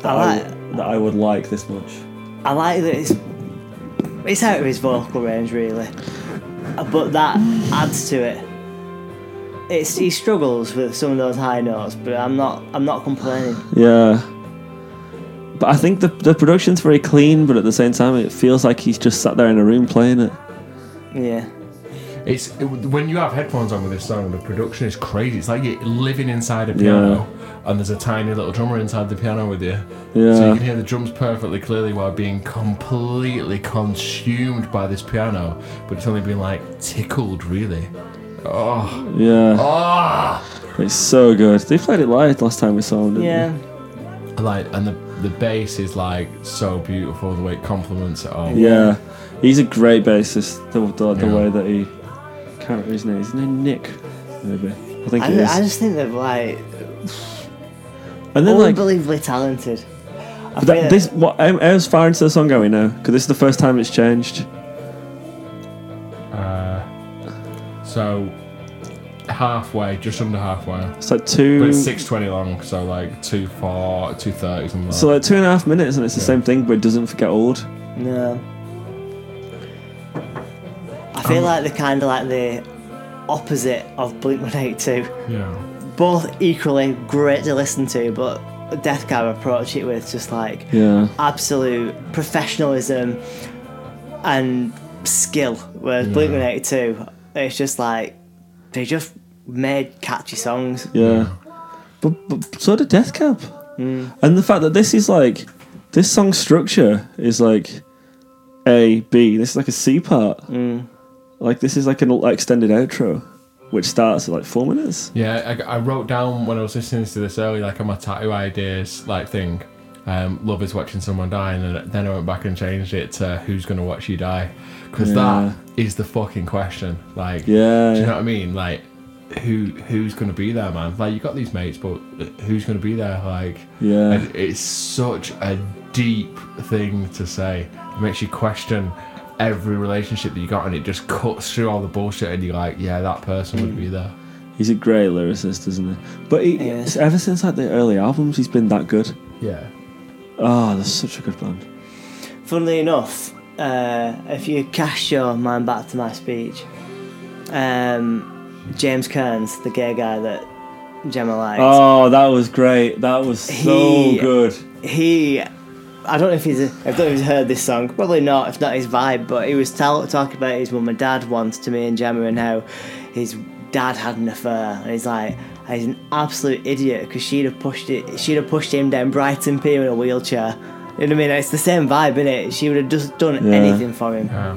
[SPEAKER 2] That
[SPEAKER 3] I
[SPEAKER 2] I,
[SPEAKER 3] like-
[SPEAKER 2] that I would like this much.
[SPEAKER 3] I like that it's it's out of his vocal range really, Uh, but that adds to it. It's he struggles with some of those high notes, but I'm not I'm not complaining.
[SPEAKER 2] Yeah. But I think the the production's very clean, but at the same time, it feels like he's just sat there in a room playing it.
[SPEAKER 3] Yeah,
[SPEAKER 1] It's it, when you have headphones on with this song, the production is crazy. It's like you're living inside a
[SPEAKER 2] Yeah.
[SPEAKER 1] piano and there's a tiny little drummer inside the piano with you. So you
[SPEAKER 2] Yeah.
[SPEAKER 1] can hear the drums perfectly clearly while being completely consumed by this piano, but it's only been like tickled really. Oh,
[SPEAKER 2] Yeah. Ah!
[SPEAKER 1] oh!
[SPEAKER 2] It's so good. They played it live last time we saw them, didn't
[SPEAKER 3] Yeah.
[SPEAKER 1] Like, and the the bass is like so beautiful the way it complements it all.
[SPEAKER 2] they? Yeah. He's a great bassist, the, the, the
[SPEAKER 1] Yeah.
[SPEAKER 2] way that he. can't remember his name. His name Nick, maybe. I think
[SPEAKER 3] I,
[SPEAKER 2] it is.
[SPEAKER 3] I just think they're like
[SPEAKER 2] and then, like,
[SPEAKER 3] unbelievably talented. I
[SPEAKER 2] But that,
[SPEAKER 3] feel-
[SPEAKER 2] this what how, how's far into the song are we now? Because this is the first time it's changed.
[SPEAKER 1] Uh, so halfway, just under halfway.
[SPEAKER 2] It's like
[SPEAKER 1] But
[SPEAKER 2] two,
[SPEAKER 1] it's six twenty long, so like two four, two thirty something. Like
[SPEAKER 2] so like two and a half minutes, and it's the
[SPEAKER 1] Yeah.
[SPEAKER 2] same thing, but it doesn't get old.
[SPEAKER 3] No. I feel
[SPEAKER 2] Um,
[SPEAKER 3] like they're kind of like the opposite of Blink 182.
[SPEAKER 1] that. yeah,
[SPEAKER 3] Both equally great to listen to, but Death Cab approach it with just like
[SPEAKER 2] Yeah,
[SPEAKER 3] absolute professionalism and skill. Whereas Blink 182, it's just like they just made catchy songs.
[SPEAKER 2] yeah. But, but so did Death Cab, and the fact that this is like this song structure is like A B. This is like a C part. Like this is like an like, extended outro, which starts at like four minutes.
[SPEAKER 1] yeah. I, I wrote down when I was listening to this earlier, like on my tattoo ideas, like thing. Um, love is watching someone die, and then, then I went back and changed it to "Who's gonna watch you die?" Because that is the fucking question. Like,
[SPEAKER 2] Yeah,
[SPEAKER 1] do you know what I mean? Like, who who's gonna be there, man? Like, you got these mates, but uh, who's gonna be there? Like,
[SPEAKER 2] yeah.
[SPEAKER 1] And it's such a deep thing to say. It makes you question every relationship that you got, and it just cuts through all the bullshit, and you're like, yeah, that person would be there.
[SPEAKER 2] He's a great lyricist, isn't he? But he,
[SPEAKER 3] Yeah.
[SPEAKER 2] ever since like the early albums, he's been that good.
[SPEAKER 1] Yeah.
[SPEAKER 2] Oh, that's such a good band.
[SPEAKER 3] Funnily enough, uh, if you cast your mind back to my speech, um, James Kearns, the gay guy that Gemma liked,
[SPEAKER 2] Oh, that was great. That was so
[SPEAKER 3] He-
[SPEAKER 2] good.
[SPEAKER 3] he. I don't know if he's I don't know if he's heard this song. Probably not. If not his vibe, but he was tell, talking about his mum and dad once to me and Gemma and how his dad had an affair, and he's like, he's an absolute idiot because she'd have pushed it. She'd have pushed him down Brighton Pier in a wheelchair. You know what I mean? It's the same vibe, is it? She would have just done
[SPEAKER 2] Yeah.
[SPEAKER 3] anything for him. [LAUGHS]
[SPEAKER 1] Yeah.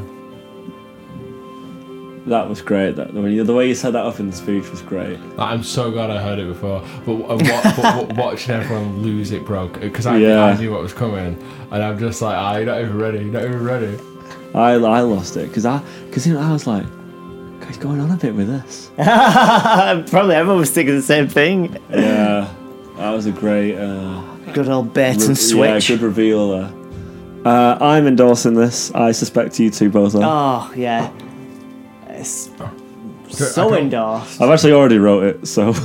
[SPEAKER 2] That was great. That I mean, the way you said that up in the speech was great.
[SPEAKER 1] Like, I'm so glad I heard it before. But, uh, wa- but, but watching everyone lose it broke because I,
[SPEAKER 2] Yeah.
[SPEAKER 1] I knew what was coming, and I'm just like, ah, you're not even ready. You're not even ready.
[SPEAKER 2] I, I lost it because I because you know I was like, "God, he's going on a bit with
[SPEAKER 3] [LAUGHS]
[SPEAKER 2] this.
[SPEAKER 3] Probably everyone was thinking the same thing.
[SPEAKER 2] yeah, that was a great. Uh,
[SPEAKER 3] Good old bait
[SPEAKER 2] re-
[SPEAKER 3] and switch.
[SPEAKER 2] Yeah, good reveal there. Uh, I'm endorsing this. I suspect you two both are.
[SPEAKER 3] Oh yeah, it's
[SPEAKER 1] Oh. I
[SPEAKER 3] so
[SPEAKER 1] don't-
[SPEAKER 3] endorsed. [LAUGHS]
[SPEAKER 2] I've actually already wrote it, so [LAUGHS]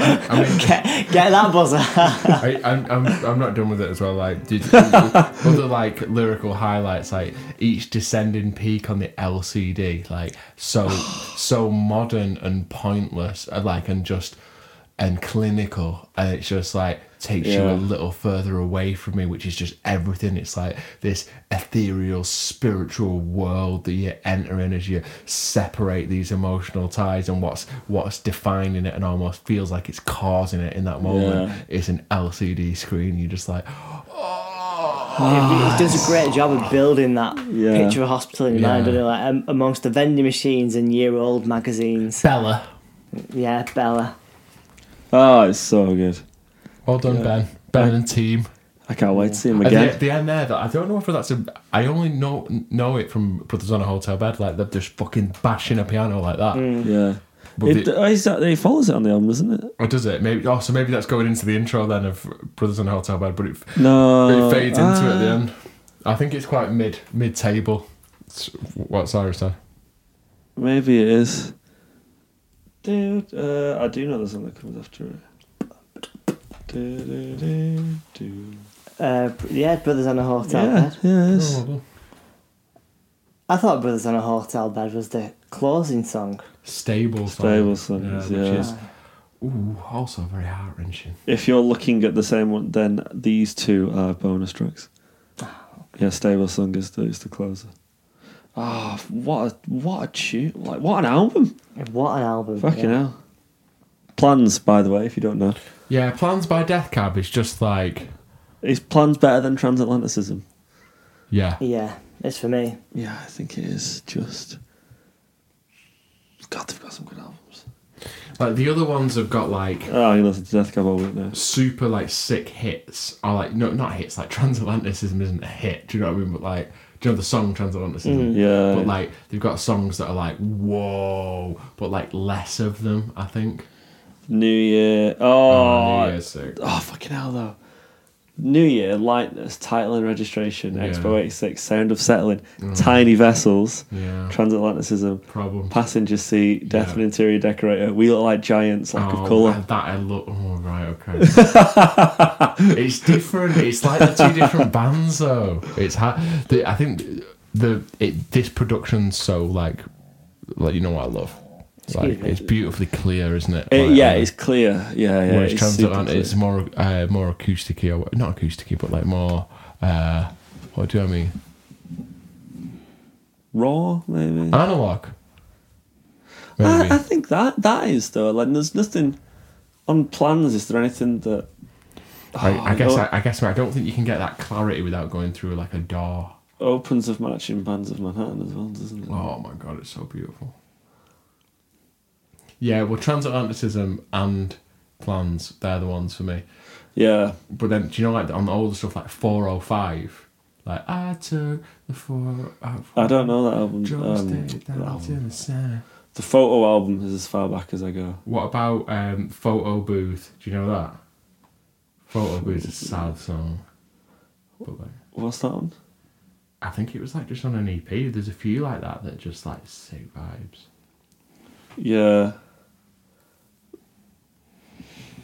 [SPEAKER 1] I mean,
[SPEAKER 3] Get, get that buzzer.
[SPEAKER 1] I, I'm, I'm, I'm not done with it as well. Like, did [LAUGHS] other like lyrical highlights, like each descending peak on the LCD, like so, so modern and pointless, and like and just and clinical, and it's just like takes you
[SPEAKER 2] Yeah.
[SPEAKER 1] a little further away from me, which is just everything. It's like this ethereal, spiritual world that you enter in as you separate these emotional ties and what's what's defining it, and almost feels like it's causing it in that moment.
[SPEAKER 2] Yeah.
[SPEAKER 1] It's an LCD screen. You're just like, oh,
[SPEAKER 3] It does a great job of building that
[SPEAKER 2] Ah, Yeah.
[SPEAKER 3] picture of a hospital in your mind,
[SPEAKER 1] Yeah.
[SPEAKER 3] doesn't it? Like, um, amongst the vending machines and year-old
[SPEAKER 1] [GASPS]
[SPEAKER 3] magazines.
[SPEAKER 1] Bella.
[SPEAKER 3] Yeah, Bella.
[SPEAKER 2] oh, it's so good.
[SPEAKER 1] Well done, Ben. Ben and team.
[SPEAKER 2] I can't wait to see him
[SPEAKER 1] And
[SPEAKER 2] again.
[SPEAKER 1] the, the end there, that I don't know whether that's a. I only know know it from Brothers on a Hotel Bed. Like they're just fucking bashing a piano like that.
[SPEAKER 2] Yeah.
[SPEAKER 1] But
[SPEAKER 2] It,
[SPEAKER 1] the-
[SPEAKER 2] oh, is that, he follows it on the album, doesn't it?
[SPEAKER 1] Or does it? Maybe. Oh, so maybe that's going into the intro then of Brothers on a Hotel Bed, but it,
[SPEAKER 2] No.
[SPEAKER 1] it fades into it at the
[SPEAKER 2] Ah.
[SPEAKER 1] end. I think it's quite mid mid table. It's What Cyrus said.
[SPEAKER 2] Maybe it is. Dude, uh, I do know the song that comes after it. Do, do, do, do.
[SPEAKER 3] Uh, yeah, Brothers on a Hotel
[SPEAKER 2] Yeah,
[SPEAKER 3] Bed.
[SPEAKER 2] yeah, it is.
[SPEAKER 3] I thought Brothers on a Hotel Bed was the closing song.
[SPEAKER 1] Stable. song.
[SPEAKER 2] Stable songs,
[SPEAKER 1] which
[SPEAKER 2] yeah.
[SPEAKER 1] is ooh, also very heart wrenching.
[SPEAKER 2] If you're looking at the same one, then these two are bonus tracks. Yeah, Stable Song is the, is the closer. Ah, what a what a tune! Like what an album!
[SPEAKER 3] What an album.
[SPEAKER 2] Fucking
[SPEAKER 3] yeah.
[SPEAKER 2] hell! Plans, by the way, if you don't know.
[SPEAKER 1] Yeah, Plans by Death Cab is just like,
[SPEAKER 2] Is plans better than transatlanticism?
[SPEAKER 1] yeah.
[SPEAKER 3] Yeah, it's for me.
[SPEAKER 2] Yeah, I think it is just. God, they've got some good albums.
[SPEAKER 1] Like the other ones have got like
[SPEAKER 2] Oh, you listen to Death Cab all week now.
[SPEAKER 1] super like sick hits are like no not hits like transatlanticism isn't a hit do you know what i mean but like do you know the song transatlanticism
[SPEAKER 2] Yeah.
[SPEAKER 1] but like they've got songs that are like whoa but like less of them i think
[SPEAKER 2] New Year.
[SPEAKER 1] Oh,
[SPEAKER 2] Oh,
[SPEAKER 1] New Year's sick.
[SPEAKER 2] oh, fucking hell though. New Year, Lightness, Title and Registration,
[SPEAKER 1] Yeah.
[SPEAKER 2] Expo 86, Sound of Settling, Tiny Vessels,
[SPEAKER 1] yeah
[SPEAKER 2] Transatlanticism,
[SPEAKER 1] problem
[SPEAKER 2] Passenger Seat, Death
[SPEAKER 1] Yeah.
[SPEAKER 2] and Interior Decorator, We Look Like Giants, Lack
[SPEAKER 1] Oh,
[SPEAKER 2] of Colour.
[SPEAKER 1] that I look. Oh right,
[SPEAKER 2] [LAUGHS]
[SPEAKER 1] okay. it's different. It's like the two different bands, though. It's ha- the, I think the it this production's so like, like you know what I love. Like
[SPEAKER 3] Excuse me.
[SPEAKER 1] it's beautifully clear, isn't it?
[SPEAKER 2] It-
[SPEAKER 1] Like,
[SPEAKER 2] yeah,
[SPEAKER 1] uh,
[SPEAKER 2] it's clear. Yeah, yeah.
[SPEAKER 1] whereas
[SPEAKER 2] super
[SPEAKER 1] Transatlantic
[SPEAKER 2] clear.
[SPEAKER 1] it's more uh, more acousticy or not acousticy, but like more. Uh, what do I mean?
[SPEAKER 2] raw, maybe.
[SPEAKER 1] Analog. Maybe.
[SPEAKER 2] Uh, I, I think that that is though. Like, there's nothing on plans. Is there anything that? Oh,
[SPEAKER 1] I, I guess
[SPEAKER 2] it
[SPEAKER 1] I, I guess I don't think you can get that clarity without going through like a door.
[SPEAKER 2] opens of matching bands of Manhattan as well, doesn't it?
[SPEAKER 1] Oh my god, it's so beautiful. Yeah, well, transatlanticism and plans, they're the ones for me.
[SPEAKER 2] Yeah,
[SPEAKER 1] But then, do you know, like on the older stuff, like 405, like I took the four. uh,
[SPEAKER 2] I don't know that album.
[SPEAKER 1] Jones
[SPEAKER 2] Um,
[SPEAKER 1] Day
[SPEAKER 2] that
[SPEAKER 1] down to
[SPEAKER 2] album.
[SPEAKER 1] the center.
[SPEAKER 2] The photo album is as far back as I go.
[SPEAKER 1] What about um, Photo Booth? Do you know that? Photo Booth is a sad song. But like,
[SPEAKER 2] What's that one?
[SPEAKER 1] I think it was like just on an EP. There's a few like that that just like sick vibes.
[SPEAKER 2] Yeah.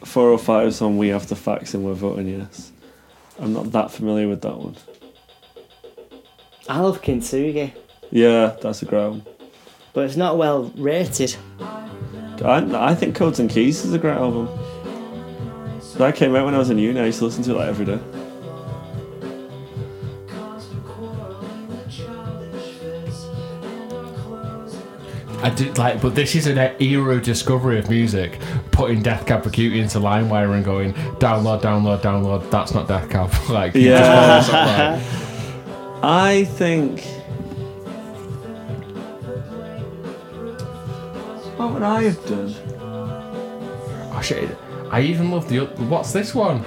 [SPEAKER 2] 405 is on We Have the Facts and We're Voting Yes. I'm not that familiar with that one.
[SPEAKER 3] I love Kintsugi,
[SPEAKER 2] Yeah, that's a great album.
[SPEAKER 3] but it's not well rated.
[SPEAKER 2] I, I think Codes and Keys is a great album. That came out when I was in uni. I used to listen to it like every day.
[SPEAKER 1] I did like, but this is an era of discovery of music. Putting Death Cab for Cutie into LimeWire and going download, download, download. That's not Death Cab. [LAUGHS] like, you just
[SPEAKER 2] Yeah.
[SPEAKER 1] roll this up, like,
[SPEAKER 2] I think. What would I have done?
[SPEAKER 1] oh shit! I even love the. oth- What's this one?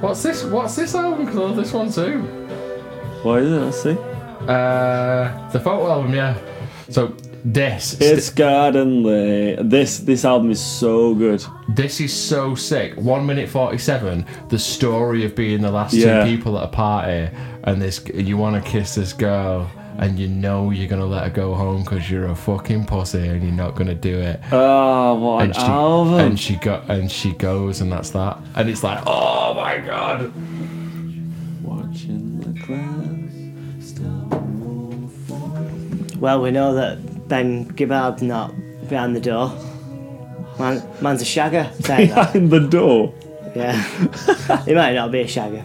[SPEAKER 1] What's this? What's this album? 'Cause I love this one too.
[SPEAKER 2] Why is it? Let's see.
[SPEAKER 1] Uh, the photo album, yeah. So this,
[SPEAKER 2] It's Garden Lay. This this album is so good.
[SPEAKER 1] this is so sick. One minute forty-seven. The story of being the last
[SPEAKER 2] Yeah.
[SPEAKER 1] two people at a party, and this you want to kiss this girl, and you know you're gonna let her go home because you're a fucking pussy and you're not gonna do it.
[SPEAKER 2] Oh, what an
[SPEAKER 1] and she
[SPEAKER 2] album!
[SPEAKER 1] and she go and she goes, and that's that. And it's like, oh my god.
[SPEAKER 2] Watching the clouds. [LAUGHS]
[SPEAKER 3] Well, we know that Ben Gibbard's not behind the door. Man, man's a shagger.
[SPEAKER 2] [LAUGHS]
[SPEAKER 3] Saying that.
[SPEAKER 2] Behind the door.
[SPEAKER 3] Yeah. [LAUGHS] he might not be a shagger.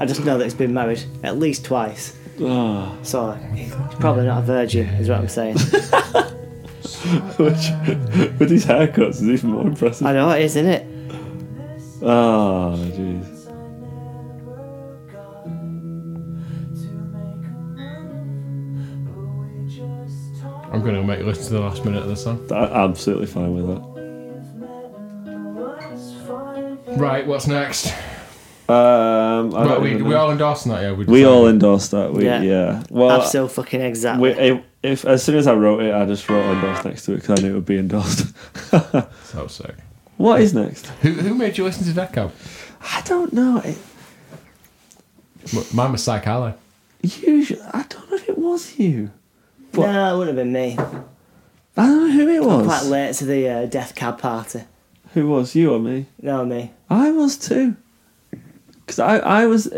[SPEAKER 3] I just know that he's been married at least twice.
[SPEAKER 2] Ah, [LAUGHS]
[SPEAKER 3] So he's probably not a virgin, is what I'm saying.
[SPEAKER 2] which, with these haircuts is even more impressive.
[SPEAKER 3] I know it is, isn't it?
[SPEAKER 2] Ah, jeez.
[SPEAKER 1] I'm gonna make you listen to the last minute of the song.
[SPEAKER 2] I'm absolutely fine with that.
[SPEAKER 1] Right, what's next?
[SPEAKER 2] Um, I
[SPEAKER 1] Well,
[SPEAKER 2] don't
[SPEAKER 1] we,
[SPEAKER 2] even
[SPEAKER 1] we
[SPEAKER 2] know.
[SPEAKER 1] all endorsing that, yeah. We,
[SPEAKER 2] We
[SPEAKER 1] decided.
[SPEAKER 2] all endorsed that. We, yeah.
[SPEAKER 3] Yeah.
[SPEAKER 2] [LAUGHS] Well,
[SPEAKER 3] I've still fucking
[SPEAKER 2] we,
[SPEAKER 3] exactly.
[SPEAKER 2] if, if as soon as I wrote it, I just wrote endorsed next to it because I knew it would be endorsed. [LAUGHS]
[SPEAKER 1] So sick.
[SPEAKER 2] what is next?
[SPEAKER 1] Who, who made you listen to that Cab?
[SPEAKER 2] I don't know. It,
[SPEAKER 1] M- Mine was Psych Alley.
[SPEAKER 2] usually, I don't know if it was you. what-
[SPEAKER 3] No, it wouldn't have been me.
[SPEAKER 2] I don't know who it was.
[SPEAKER 3] Quite late to the uh, death cab party.
[SPEAKER 2] Who was you or me?
[SPEAKER 3] No, me.
[SPEAKER 2] I was too. Cause I I was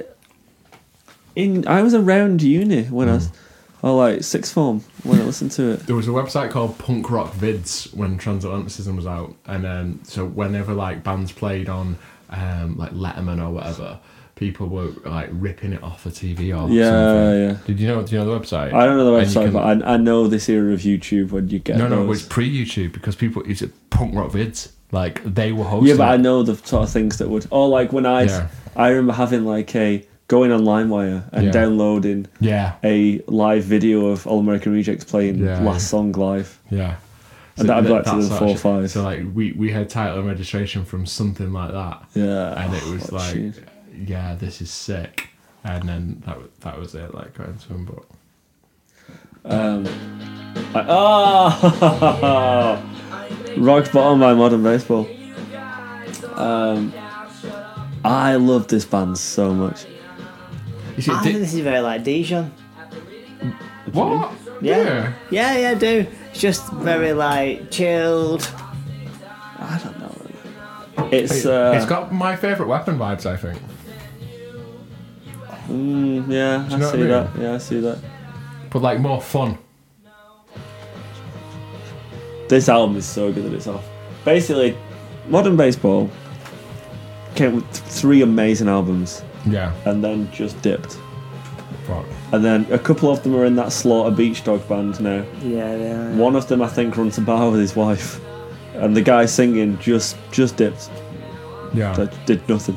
[SPEAKER 2] in I was around uni when I was
[SPEAKER 1] Hmm.
[SPEAKER 2] or like sixth form when I listened
[SPEAKER 1] [LAUGHS]
[SPEAKER 2] to it.
[SPEAKER 1] There was a website called Punk Rock Vids when Transatlanticism was out, and um, so whenever like bands played on um, like Letterman or whatever, people were like ripping it off the TV or
[SPEAKER 2] Yeah,
[SPEAKER 1] something.
[SPEAKER 2] yeah.
[SPEAKER 1] Did you know? Do you know the website?
[SPEAKER 2] I don't know the
[SPEAKER 1] And you
[SPEAKER 2] website,
[SPEAKER 1] can-
[SPEAKER 2] but I, I know this era of YouTube when you get
[SPEAKER 1] no, no, it
[SPEAKER 2] those.
[SPEAKER 1] was pre YouTube because people it's a Punk Rock Vids. Like they were hosting.
[SPEAKER 2] Yeah, but I know the sort of things that would. Or like when I,
[SPEAKER 1] Yeah.
[SPEAKER 2] I remember having like a going on LimeWire and
[SPEAKER 1] Yeah.
[SPEAKER 2] downloading
[SPEAKER 1] yeah,
[SPEAKER 2] a live video of All American Rejects playing
[SPEAKER 1] Yeah.
[SPEAKER 2] last song live.
[SPEAKER 1] yeah.
[SPEAKER 2] And that I'd
[SPEAKER 1] th-
[SPEAKER 2] like to do
[SPEAKER 1] that's
[SPEAKER 2] the four
[SPEAKER 1] actually-
[SPEAKER 2] five.
[SPEAKER 1] So like we we had title and registration from something like that,
[SPEAKER 2] Yeah,
[SPEAKER 1] and it was
[SPEAKER 2] Oh,
[SPEAKER 1] like,
[SPEAKER 2] jeez.
[SPEAKER 1] yeah, this is sick. And then that wa- that was it. Like going to him, but
[SPEAKER 2] Um, I, oh, [LAUGHS] rock bottom by Modern Baseball. Um, I love this band so much.
[SPEAKER 1] you see,
[SPEAKER 3] I
[SPEAKER 1] di-
[SPEAKER 3] think Ah, this is very like Dijon.
[SPEAKER 1] what?
[SPEAKER 3] Yeah. Yeah, yeah, I do. It's just very like chilled.
[SPEAKER 2] I don't know. It's
[SPEAKER 1] It,
[SPEAKER 2] uh,
[SPEAKER 1] has got my favorite weapon vibes. I think
[SPEAKER 2] mm, yeah,
[SPEAKER 1] you know
[SPEAKER 2] I
[SPEAKER 1] what I
[SPEAKER 2] see
[SPEAKER 1] mean?
[SPEAKER 2] that. Yeah, I see that.
[SPEAKER 1] but like more fun.
[SPEAKER 2] This album is so good that it's off. Basically, Modern Baseball came with th- three amazing albums
[SPEAKER 1] Yeah,
[SPEAKER 2] and then just dipped.
[SPEAKER 1] but
[SPEAKER 2] And then a couple of them are in that Slaughter Beach Dog band now.
[SPEAKER 3] Yeah, yeah.
[SPEAKER 2] One of them, I think, runs a bar with his wife, and the guy singing just just dipped.
[SPEAKER 1] yeah,
[SPEAKER 2] That did nothing.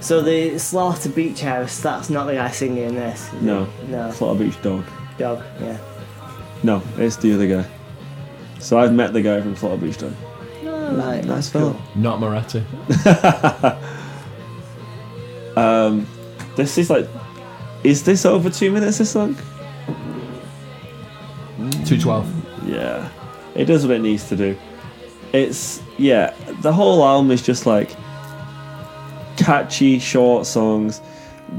[SPEAKER 3] So the Slaughter Beach House, that's not the guy singing this. is it?
[SPEAKER 2] No.
[SPEAKER 3] No.
[SPEAKER 2] Slaughter Beach Dog.
[SPEAKER 3] Dog, yeah.
[SPEAKER 2] No, it's the other guy. So I've met the guy from Slaughter Beach Dog.
[SPEAKER 3] Right.
[SPEAKER 2] Nice fella.
[SPEAKER 3] [LAUGHS]
[SPEAKER 1] not Moretti.
[SPEAKER 2] Um, this is like, is this over two minutes? This song?
[SPEAKER 1] Two twelve.
[SPEAKER 2] Yeah, it does what it needs to do. It's yeah, the whole album is just like catchy short songs.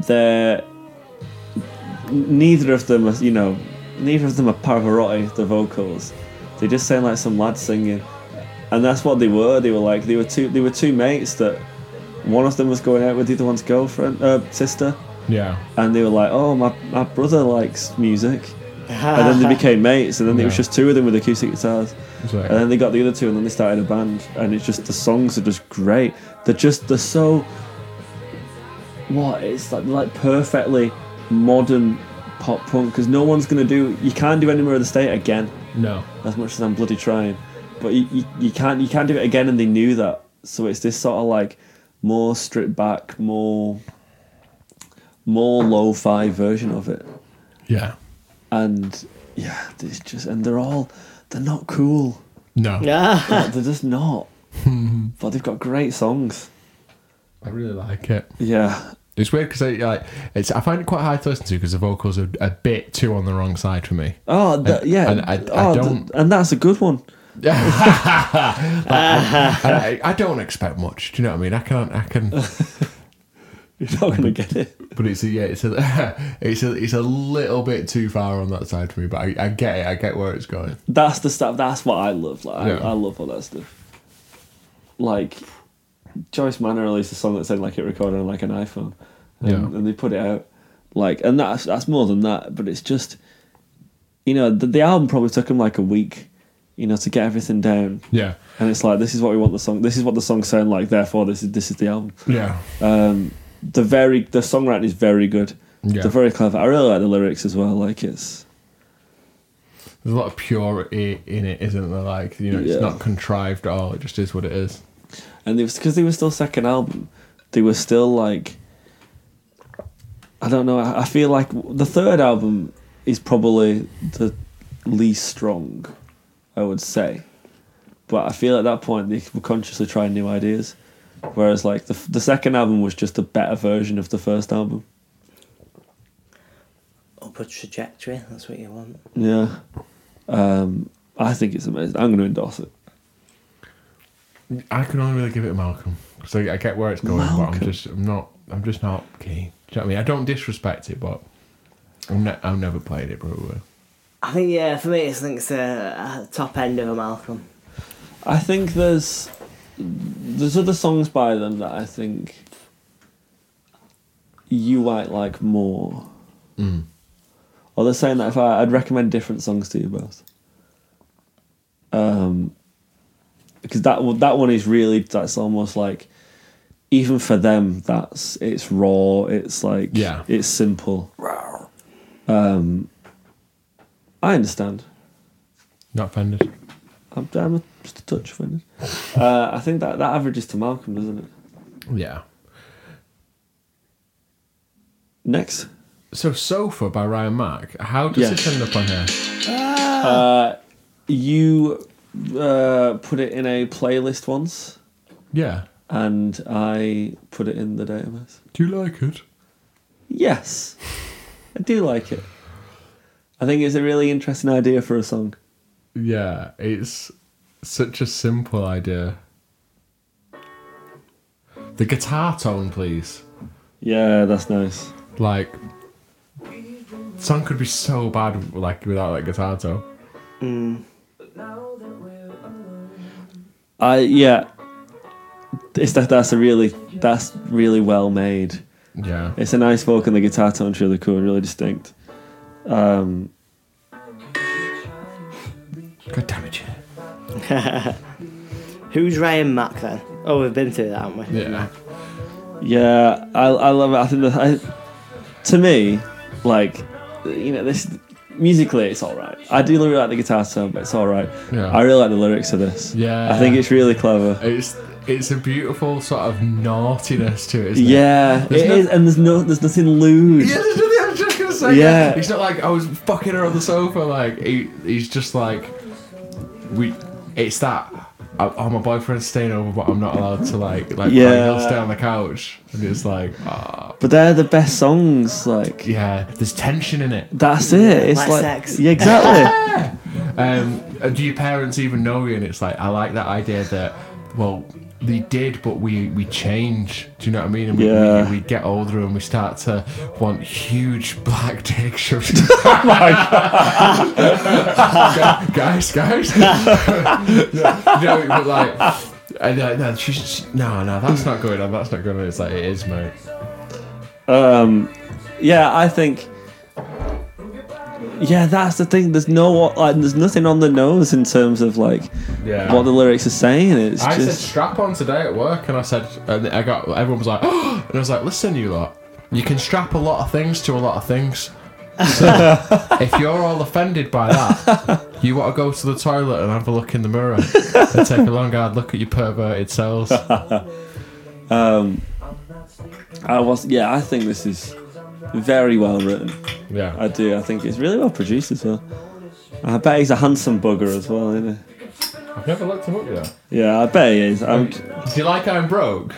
[SPEAKER 2] They're neither of them, are, you know, neither of them are Pavarotti the vocals. They just sound like some lads singing, and that's what they were. They were like they were two they were two mates that one of them was going out with the other one's girlfriend uh, sister,
[SPEAKER 1] Yeah,
[SPEAKER 2] and they were like, oh my my brother likes music and then
[SPEAKER 3] Uh-huh.
[SPEAKER 2] they became mates, and then it was
[SPEAKER 1] Yeah.
[SPEAKER 2] just two of them with acoustic guitars,
[SPEAKER 1] it's like,
[SPEAKER 2] and then they got the other two, and then they started a band, and it's just the songs are just great. They're just they're so what it's like like perfectly modern pop punk because no one's gonna do you can't do anywhere of the state again
[SPEAKER 1] no.
[SPEAKER 2] as much as I'm bloody trying, but you, you, you can't you can't do it again, and they knew that. So it's this sort of like more stripped back, more more lo-fi version of it
[SPEAKER 1] Yeah,
[SPEAKER 2] and yeah, it's just and they're all they're not
[SPEAKER 1] [LAUGHS]
[SPEAKER 2] cool.
[SPEAKER 1] no.
[SPEAKER 3] [LAUGHS] Ah,
[SPEAKER 2] Like, they're
[SPEAKER 1] [LAUGHS]
[SPEAKER 2] just not. but they've got great songs.
[SPEAKER 1] I really like it.
[SPEAKER 2] Yeah,
[SPEAKER 1] It's weird because I like it's. I find it quite hard to listen to because the vocals are a bit too on the wrong side for me.
[SPEAKER 2] Oh, the,
[SPEAKER 1] And-
[SPEAKER 2] yeah.
[SPEAKER 1] and I- I
[SPEAKER 2] oh, the-
[SPEAKER 1] don't-
[SPEAKER 2] and that's a good one. [LAUGHS]
[SPEAKER 1] And I, I don't expect much. Do you know what I mean? I can't. I can.
[SPEAKER 2] You're not
[SPEAKER 1] [LAUGHS]
[SPEAKER 2] going to get it.
[SPEAKER 1] But it's a, yeah. It's a. [LAUGHS] It's a. It's a little bit too far on that side for me. But I, I get it. I get where it's going.
[SPEAKER 2] That's the stuff. That's what I love. Like,
[SPEAKER 1] Yeah.
[SPEAKER 2] I, I love all that stuff. Like, Joyce Manor released a song that said like it recorded on like an iPhone, and,
[SPEAKER 1] Yeah.
[SPEAKER 2] and they put it out. Like, and that's that's more than that. But it's just, you know, the, the album probably took them like a week, you know, to get everything down.
[SPEAKER 1] Yeah.
[SPEAKER 2] and it's like this is what we want the song this is what the songs sound like therefore this is this is the album
[SPEAKER 1] Yeah.
[SPEAKER 2] the very the songwriting is very good
[SPEAKER 1] Yeah.
[SPEAKER 2] they're very clever i really like the lyrics as well like it's
[SPEAKER 1] There's a lot of purity in it, isn't there? Like you know, it's
[SPEAKER 2] Yeah.
[SPEAKER 1] not contrived at all. It just is what it is.
[SPEAKER 2] and it was because they were still second album they were still like i don't know i I feel like the third album is probably the least strong i would say but i feel at that point they were consciously trying new ideas whereas like the, f- the second album was just a better version of the first album
[SPEAKER 3] upward trajectory, that's what you want.
[SPEAKER 2] Yeah. Um, I think it's amazing. I'm going to endorse it.
[SPEAKER 1] I can only really give it to Malcolm because I, I get where it's going, but I'm
[SPEAKER 2] Malcolm.
[SPEAKER 1] just. I'm not. I'm just not keen. Do you know what I mean? I don't disrespect it, but I'm ne- I've never played it probably.
[SPEAKER 3] I think, yeah, for me, it's, I think it's uh, a, a top end of a Malcolm. [LAUGHS]
[SPEAKER 2] I think there's there's other songs by them that I think you might like more.
[SPEAKER 1] Mm.
[SPEAKER 2] Or they're saying that if I, I'd recommend different songs to you both. Um, because that one- that one is really that's almost like even for them that's it's raw. It's like
[SPEAKER 1] Yeah.
[SPEAKER 2] it's simple. Um, I understand.
[SPEAKER 1] Not offended.
[SPEAKER 2] I'm, I'm just a touch offended. Uh, I think that that averages to Malcolm, doesn't it?
[SPEAKER 1] Yeah.
[SPEAKER 2] Next.
[SPEAKER 1] So Sofa by Ryan Mack. How does
[SPEAKER 2] Yeah.
[SPEAKER 1] this end up on here?
[SPEAKER 2] Uh, you uh, put it in a playlist once,
[SPEAKER 1] Yeah.
[SPEAKER 2] and I put it in the database.
[SPEAKER 1] Do you like it?
[SPEAKER 2] Yes, I do like it. I think it's a really interesting idea for a song.
[SPEAKER 1] Yeah, it's such a simple idea. The guitar tone, please.
[SPEAKER 2] Yeah, that's nice.
[SPEAKER 1] Like, song could be so bad like without that guitar tone.
[SPEAKER 2] I yeah. It's that that's a really that's really well made.
[SPEAKER 1] Yeah.
[SPEAKER 2] It's a nice vocal and the guitar tone's really cool and really distinct. Um,
[SPEAKER 1] God damn it.
[SPEAKER 3] Who's Ryan Mack then? Oh, we've been through that, haven't we?
[SPEAKER 1] Yeah.
[SPEAKER 2] yeah, I, I love it. I think that I, to me, like you know, this musically it's all right. I do really like the guitar tone, but it's all right.
[SPEAKER 1] Yeah.
[SPEAKER 2] I really like the lyrics of this.
[SPEAKER 1] Yeah.
[SPEAKER 2] I think it's really clever.
[SPEAKER 1] It's it's a beautiful sort of naughtiness to it, isn't it?
[SPEAKER 2] Yeah,
[SPEAKER 1] There's
[SPEAKER 2] it
[SPEAKER 1] no-
[SPEAKER 2] is, and there's no there's nothing lewd.
[SPEAKER 1] Yeah, there's nothing I was just gonna say.
[SPEAKER 2] Yeah.
[SPEAKER 1] He's not like I was fucking her on the sofa. Like he, he's just like we. It's that. I, oh, my boyfriend's staying over, but I'm not allowed to like like.
[SPEAKER 2] Yeah.
[SPEAKER 1] He'll stay on the couch, and it's like, ah,
[SPEAKER 2] But they're the best songs. Like
[SPEAKER 1] yeah. There's tension in it.
[SPEAKER 2] that's it. It's
[SPEAKER 3] Like
[SPEAKER 2] like,
[SPEAKER 3] sex.
[SPEAKER 2] yeah, exactly.
[SPEAKER 1] Um, and do your parents even know you? And it's like I like that idea that well. They did, but we we change. Do you know what I mean? And we,
[SPEAKER 2] Yeah.
[SPEAKER 1] we, we get older and we start to want huge [LAUGHS] black dick
[SPEAKER 2] [LAUGHS]
[SPEAKER 1] shoved
[SPEAKER 2] Oh
[SPEAKER 1] Gu- [LAUGHS] guys, guys. no, no, but like, I know, no, she's, she, no, no, that's not going on. That's not going on. It's like it is, mate.
[SPEAKER 2] Um, yeah, I think. Yeah, that's the thing. There's no like, there's nothing on the nose in terms of like
[SPEAKER 1] Yeah.
[SPEAKER 2] what the lyrics are saying. It's
[SPEAKER 1] I said
[SPEAKER 2] just
[SPEAKER 1] strap on today at work, and I said, and I got everyone was like, [GASPS] and I was like, listen, you lot, you can strap a lot of things to a lot of things. So if you're all offended by that, you want to go to the toilet and have a look in the mirror and take a long hard look at your perverted selves.
[SPEAKER 2] I was yeah. I think this is very well written. I
[SPEAKER 1] Yeah,
[SPEAKER 2] do. I think it's really well produced as well. I bet he's a handsome bugger as well, isn't
[SPEAKER 1] I've never looked him up yet.
[SPEAKER 2] he? Yeah, I bet he is. I'm,
[SPEAKER 1] Do you like I'm broke?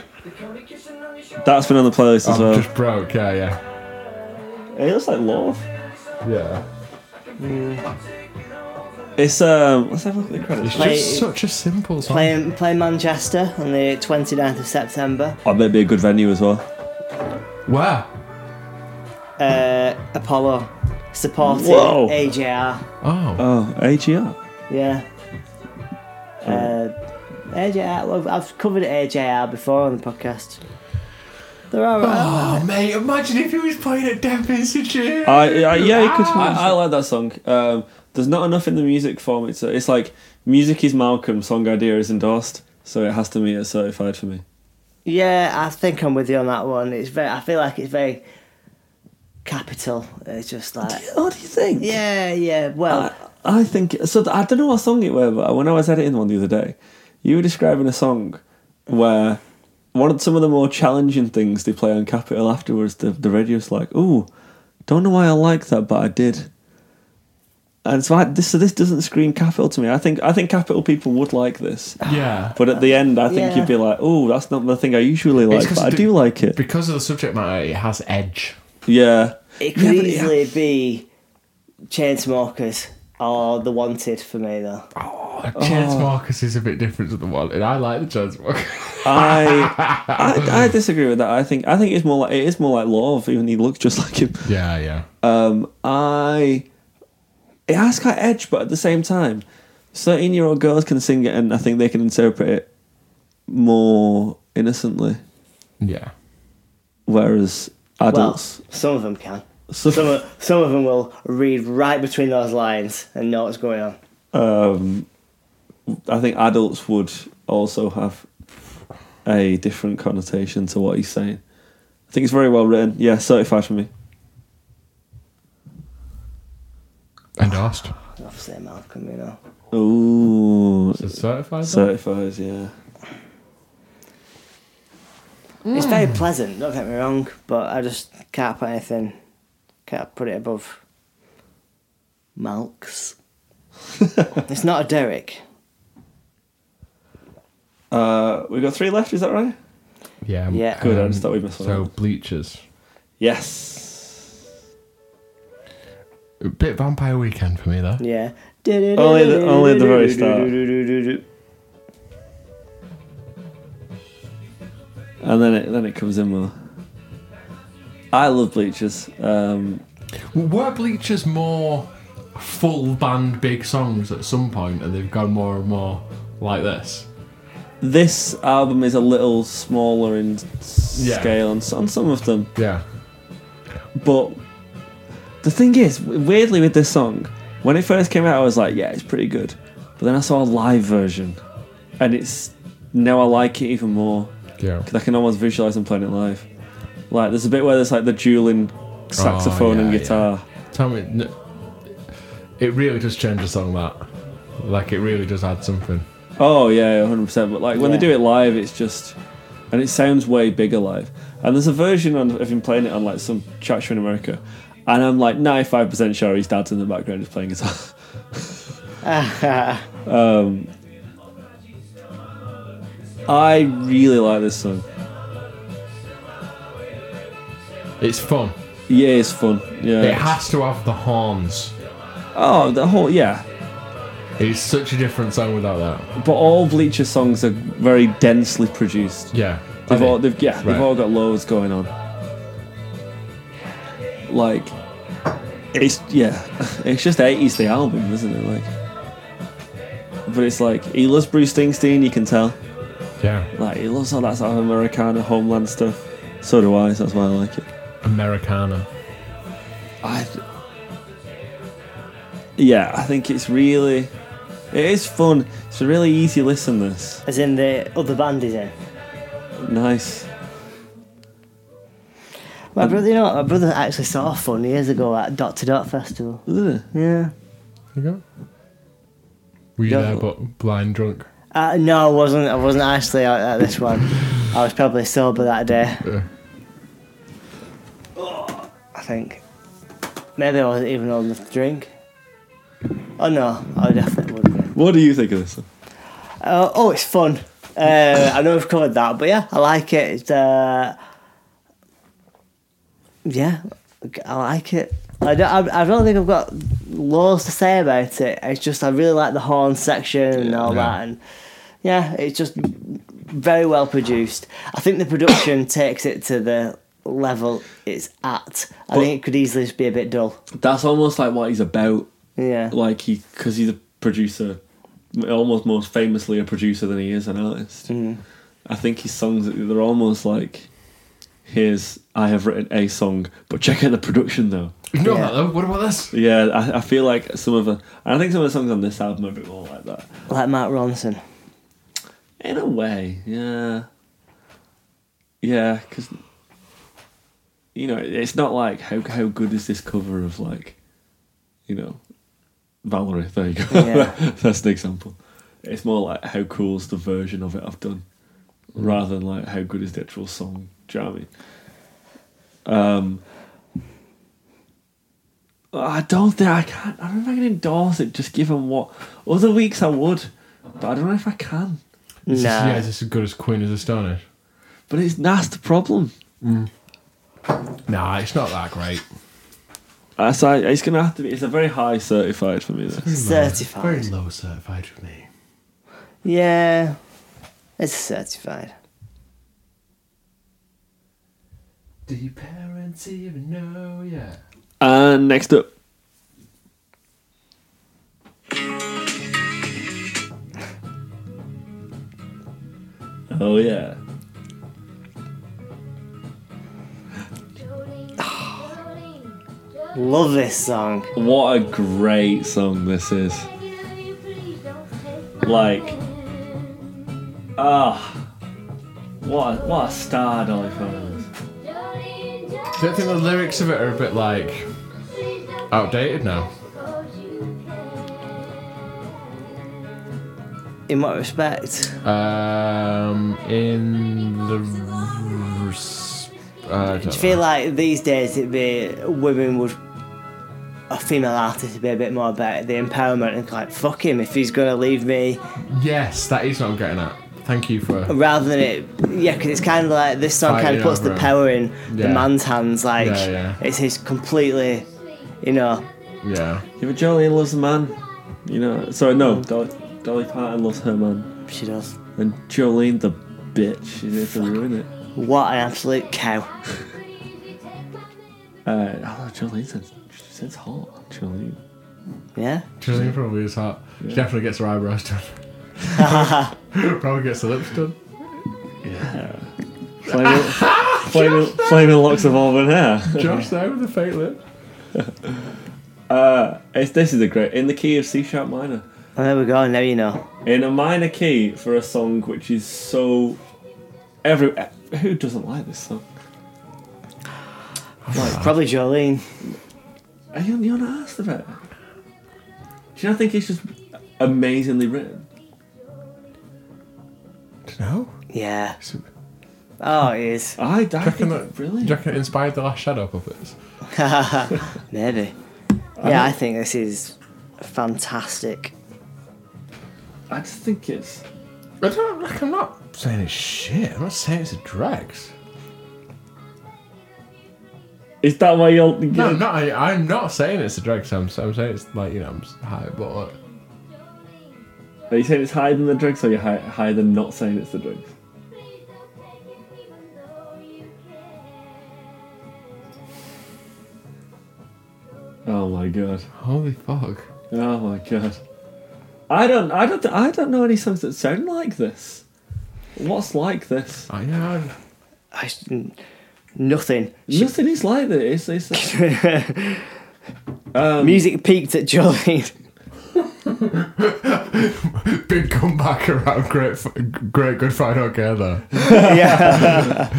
[SPEAKER 2] that's been on the playlist as
[SPEAKER 1] I'm
[SPEAKER 2] well.
[SPEAKER 1] just broke. Yeah, yeah.
[SPEAKER 2] He looks like Love.
[SPEAKER 1] Yeah.
[SPEAKER 2] It's um. Let's have a look at the
[SPEAKER 1] It's
[SPEAKER 2] credits.
[SPEAKER 3] Play-
[SPEAKER 1] just such a simple song.
[SPEAKER 3] Playing playing Manchester on the 29th of September.
[SPEAKER 2] Oh, that'd be a good venue as well.
[SPEAKER 1] Where?
[SPEAKER 3] Uh, Apollo supporting
[SPEAKER 2] Whoa.
[SPEAKER 3] AJR.
[SPEAKER 1] Oh.
[SPEAKER 2] Oh, AGR.
[SPEAKER 3] Yeah. Uh, AJR. Well, I've covered AJR before on the podcast. They're all right.
[SPEAKER 1] Oh, mate, imagine if he was playing at Devonshire.
[SPEAKER 2] I, I yeah, it could. Ah, I, I like that song. Um, there's not enough in the music for me. So it's like music is Malcolm, song idea is endorsed, so it has to meet a certified for me.
[SPEAKER 3] Yeah, I think I'm with you on that one. It's very. I feel like it's very capital. It's just like.
[SPEAKER 2] What Oh, do you think?
[SPEAKER 3] Yeah, yeah.
[SPEAKER 2] I,
[SPEAKER 3] Well,
[SPEAKER 2] I think so. th- I don't know what song it were, but when I was editing one the other day, you were describing a song where one of some of the more challenging things they play on Capital afterwards. The the radio's like, "Ooh, don't know why I like that, but I did." And so I, this so this doesn't scream Capital to me. I think I think Capital people would like this.
[SPEAKER 1] yeah.
[SPEAKER 2] But at the
[SPEAKER 3] [LAUGHS]
[SPEAKER 2] end, I think
[SPEAKER 3] Yeah.
[SPEAKER 2] you'd be like, "Oh, that's not the thing I usually like,
[SPEAKER 1] 'cause
[SPEAKER 2] but I
[SPEAKER 1] it
[SPEAKER 2] do like it."
[SPEAKER 1] Because of the subject matter, it has edge.
[SPEAKER 2] yeah,
[SPEAKER 3] it could
[SPEAKER 2] yeah, but yeah.
[SPEAKER 3] easily be chain smokers or the wanted for me though.
[SPEAKER 1] Oh, Chainsmokers is a bit different to the one, and I like the Chainsmokers.
[SPEAKER 2] I, I I disagree with that. I think I think it's more like it is more like love, even though he looks just [LAUGHS] like him.
[SPEAKER 1] [LAUGHS] Yeah, yeah.
[SPEAKER 2] Um, I it has got edge, but at the same time, thirteen-year-old girls can sing it, and I think they can interpret it more innocently,
[SPEAKER 1] yeah.
[SPEAKER 2] whereas
[SPEAKER 3] Well,
[SPEAKER 2] adults.
[SPEAKER 3] some of them can.
[SPEAKER 2] Some-
[SPEAKER 3] Some of, some of them will read right between those lines and know what's going on.
[SPEAKER 2] um, I think adults would also have a different connotation to what he's saying. I think it's very well written. Yeah, certified for me.
[SPEAKER 1] Endorsed.
[SPEAKER 3] Obviously, Malcolm, you know.
[SPEAKER 2] Ooh,
[SPEAKER 1] So certified. though?
[SPEAKER 2] Certifies, yeah. Hmm.
[SPEAKER 3] It's very pleasant, don't get me wrong, but I just can't put anything, can't put it above
[SPEAKER 2] [LAUGHS]
[SPEAKER 3] Malk's. it's not a Derrick.
[SPEAKER 2] Uh, we got three left. Is that right?
[SPEAKER 1] yeah. um,
[SPEAKER 3] Yeah.
[SPEAKER 2] Good, I just thought we missed one.
[SPEAKER 1] So bleachers.
[SPEAKER 2] Yes.
[SPEAKER 1] A bit vampire weekend for me though.
[SPEAKER 3] Yeah.
[SPEAKER 2] Only the- only at the very start. And then it then it comes in more. I love bleachers. Um,
[SPEAKER 1] Were bleachers more full band big songs at some point, and they've gone more and more like this?
[SPEAKER 2] this album is a little smaller in s-
[SPEAKER 1] Yeah.
[SPEAKER 2] scale on, s- on some of them,
[SPEAKER 1] Yeah.
[SPEAKER 2] but the thing is, w- weirdly with this song, when it first came out, I was like, yeah, it's pretty good. But then I saw a live version, and it's now I like it even more.
[SPEAKER 1] Yeah.
[SPEAKER 2] because I can almost visualize them playing it live. Like there's a bit where there's like the dueling
[SPEAKER 1] Oh,
[SPEAKER 2] saxophone
[SPEAKER 1] yeah,
[SPEAKER 2] and guitar.
[SPEAKER 1] Tell me, n- it really does change the song that. Like it really does add something.
[SPEAKER 2] Oh yeah, 100. percent But like when
[SPEAKER 3] Yeah.
[SPEAKER 2] they do it live, it's just and it sounds way bigger live. And there's a version on, of him playing it on like some chat show in America, and I'm like 95 percent sure his dad's in the background is playing guitar. um, I really like this song.
[SPEAKER 1] It's fun.
[SPEAKER 2] Yeah, it's fun. Yeah.
[SPEAKER 1] It has to have the horns.
[SPEAKER 2] oh, the whole yeah.
[SPEAKER 1] It's such a different song without that.
[SPEAKER 2] But all Bleacher songs are very densely produced.
[SPEAKER 1] Yeah.
[SPEAKER 2] They've all, they've, yeah,
[SPEAKER 1] Right.
[SPEAKER 2] they've all got loads going on. Like, it's yeah, [LAUGHS] it's just eighties the album, isn't it? Like, but it's like he loves Bruce Springsteen. You can tell.
[SPEAKER 1] yeah.
[SPEAKER 2] Like he loves all that sort of Americana homeland stuff. So do I. So that's why I like it.
[SPEAKER 1] Americana.
[SPEAKER 2] I. Yeah, I think it's really, it is fun. It's a really easy listen. This
[SPEAKER 3] [LAUGHS] As in the other band is in.
[SPEAKER 2] nice. Um,
[SPEAKER 3] My brother, you know what? My brother actually saw Fun years ago at Dot to Dot Festival.
[SPEAKER 2] Isn't it?
[SPEAKER 3] Yeah.
[SPEAKER 1] There you go. Were you
[SPEAKER 2] Yeah.
[SPEAKER 1] there but blind drunk?
[SPEAKER 3] Uh, no, I wasn't. I wasn't actually at, at this one. I was probably sober that day.
[SPEAKER 1] Yeah.
[SPEAKER 3] I think. Maybe I wasn't even old enough to drink. Oh no, I definitely would have been.
[SPEAKER 2] What do you think of this? One?
[SPEAKER 3] Uh, oh, it's fun. Uh, I know we've covered that, but yeah, I like it. It's, uh, yeah, I like it. I don't, I, I don't think I've got loads to say about it. It's just I really like the horn section and
[SPEAKER 1] Yeah.
[SPEAKER 3] all that, and yeah, it's just very well produced. I think the production [COUGHS] takes it to the level it's at. I
[SPEAKER 2] But-
[SPEAKER 3] think it could easily just be a bit dull.
[SPEAKER 2] That's almost like what he's about.
[SPEAKER 3] Yeah,
[SPEAKER 2] Like he, because he's a producer, almost more famously a producer than he is an artist. I think his songs they're almost like, here's I have written a song, but check out the production though.
[SPEAKER 1] No,
[SPEAKER 3] Yeah.
[SPEAKER 1] though. What about this?
[SPEAKER 2] Yeah, I, I feel like some of the, I think some of the songs on this album are a bit more like that.
[SPEAKER 3] like Mark Ronson.
[SPEAKER 2] In a way, yeah, yeah, because you know it's not like how how good is this cover of like, you know, Valerie. There you go.
[SPEAKER 3] Yeah.
[SPEAKER 2] [LAUGHS] That's an example. It's more like how cool's the version of it I've done, rather than like how good is the actual song. Do you know what I mean? Um, I don't think I can. I don't know if I can endorse it. Just given what other weeks I would, but I don't know if I can.
[SPEAKER 1] Is this-
[SPEAKER 3] Nah.
[SPEAKER 1] yeah, is this as good as Queen is Astonished?
[SPEAKER 2] But it's that's the problem.
[SPEAKER 1] Nah, it's not that
[SPEAKER 2] [LAUGHS]
[SPEAKER 1] great.
[SPEAKER 2] Uh, so I- it's gonna have to be. It's a very high certified for me. This.
[SPEAKER 3] Certified.
[SPEAKER 1] Very low certified for me.
[SPEAKER 3] Yeah, it's certified.
[SPEAKER 1] Do your parents even know? Yeah.
[SPEAKER 2] And next up, oh yeah,
[SPEAKER 3] Love this song.
[SPEAKER 2] what a great song this is. Like- Ah, what a, what a star Dolly Parton is.
[SPEAKER 1] Do you think the lyrics of it are a bit like outdated now?
[SPEAKER 3] In what respect?
[SPEAKER 1] Um, in the. res- I
[SPEAKER 3] Do you
[SPEAKER 1] don't
[SPEAKER 3] feel
[SPEAKER 1] know.
[SPEAKER 3] like these days it'd be women would a female artist would be a bit more about the empowerment and like fuck him if he's gonna leave me
[SPEAKER 1] Yes, that is what I'm getting at. Thank you for.
[SPEAKER 3] rather than it yeah because it's kind of like this song kind
[SPEAKER 1] Fighting
[SPEAKER 3] of puts the
[SPEAKER 1] over him.
[SPEAKER 3] power in the
[SPEAKER 1] Yeah.
[SPEAKER 3] man's hands like
[SPEAKER 1] Yeah, yeah.
[SPEAKER 3] it's his completely you know
[SPEAKER 1] Yeah.
[SPEAKER 2] Yeah, but Jolene loves a man. You know, sorry, no, Dolly, Dolly Parton loves her man.
[SPEAKER 3] she does
[SPEAKER 2] And Jolene, the bitch, is here to ruin it.
[SPEAKER 3] what an absolute cow
[SPEAKER 2] Uh, oh, Jolene says, she says hot. Jolene.
[SPEAKER 3] yeah
[SPEAKER 1] Jolene probably is hot. She definitely gets her eyebrows done. [LAUGHS] probably gets her lips done.
[SPEAKER 2] Yeah. Flaming, flaming, flaming locks of auburn hair.
[SPEAKER 1] Josh there with a fake lip.
[SPEAKER 2] Uh, it's, this is a great. In the key of C sharp minor.
[SPEAKER 3] well, there we go now you know
[SPEAKER 2] In a minor key for a song which is so. Every who doesn't like this song?
[SPEAKER 3] probably Jolene
[SPEAKER 2] Are you, you're not asked about it. Do you not think it's just amazingly written?
[SPEAKER 1] No.
[SPEAKER 3] yeah
[SPEAKER 1] Do
[SPEAKER 3] oh it is
[SPEAKER 2] I, I
[SPEAKER 1] reckon
[SPEAKER 2] think
[SPEAKER 1] that-
[SPEAKER 2] it's brilliant.
[SPEAKER 1] you reckon it inspired the last Shadow Puppets?
[SPEAKER 3] [LAUGHS] maybe yeah I think this is fantastic
[SPEAKER 2] I just think it's.
[SPEAKER 1] I don't like. I'm not saying it's shit. I'm not saying it's a drags.
[SPEAKER 2] Is that why you're? you
[SPEAKER 1] No, no, I, I'm not saying it's a drags. I'm, I'm saying it's like you know, I'm s- high, but like,
[SPEAKER 2] Are you saying it's higher than the drugs, or you're high, higher than not saying it's the drugs? Oh my god!
[SPEAKER 1] holy fuck.
[SPEAKER 2] Oh my god! I don't. I don't. I don't know any songs that sound like this. What's like this?
[SPEAKER 1] I know.
[SPEAKER 3] I s- nothing
[SPEAKER 2] Nothing is like this. It's, it's,
[SPEAKER 3] Music peaked at Jolene.
[SPEAKER 1] [LAUGHS]
[SPEAKER 3] [LAUGHS]
[SPEAKER 1] Big comeback around Great, F- Great Good Friday. I don't care though.
[SPEAKER 3] yeah.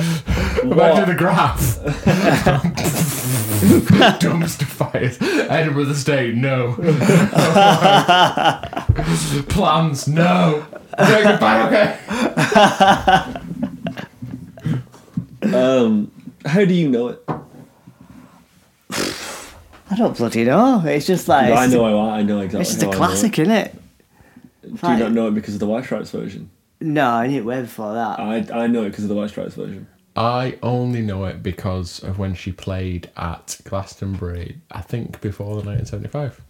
[SPEAKER 1] Imagine the [LAUGHS] graph. Dumpster fires. Edinburgh the state. No. [LAUGHS] Plans. No. Great Good Friday. Okay.
[SPEAKER 2] um, how do you know it?
[SPEAKER 3] I don't bloody know. It's just like
[SPEAKER 2] I know. I, I know exactly.
[SPEAKER 3] it's just a
[SPEAKER 2] how I know
[SPEAKER 3] classic, isn't it?
[SPEAKER 2] it. Do you not know it because of the White Stripes version?
[SPEAKER 3] No, I knew it way before that.
[SPEAKER 2] I I know it because of the White Stripes version.
[SPEAKER 1] I only know it because of when she played at Glastonbury, I think before the 1975.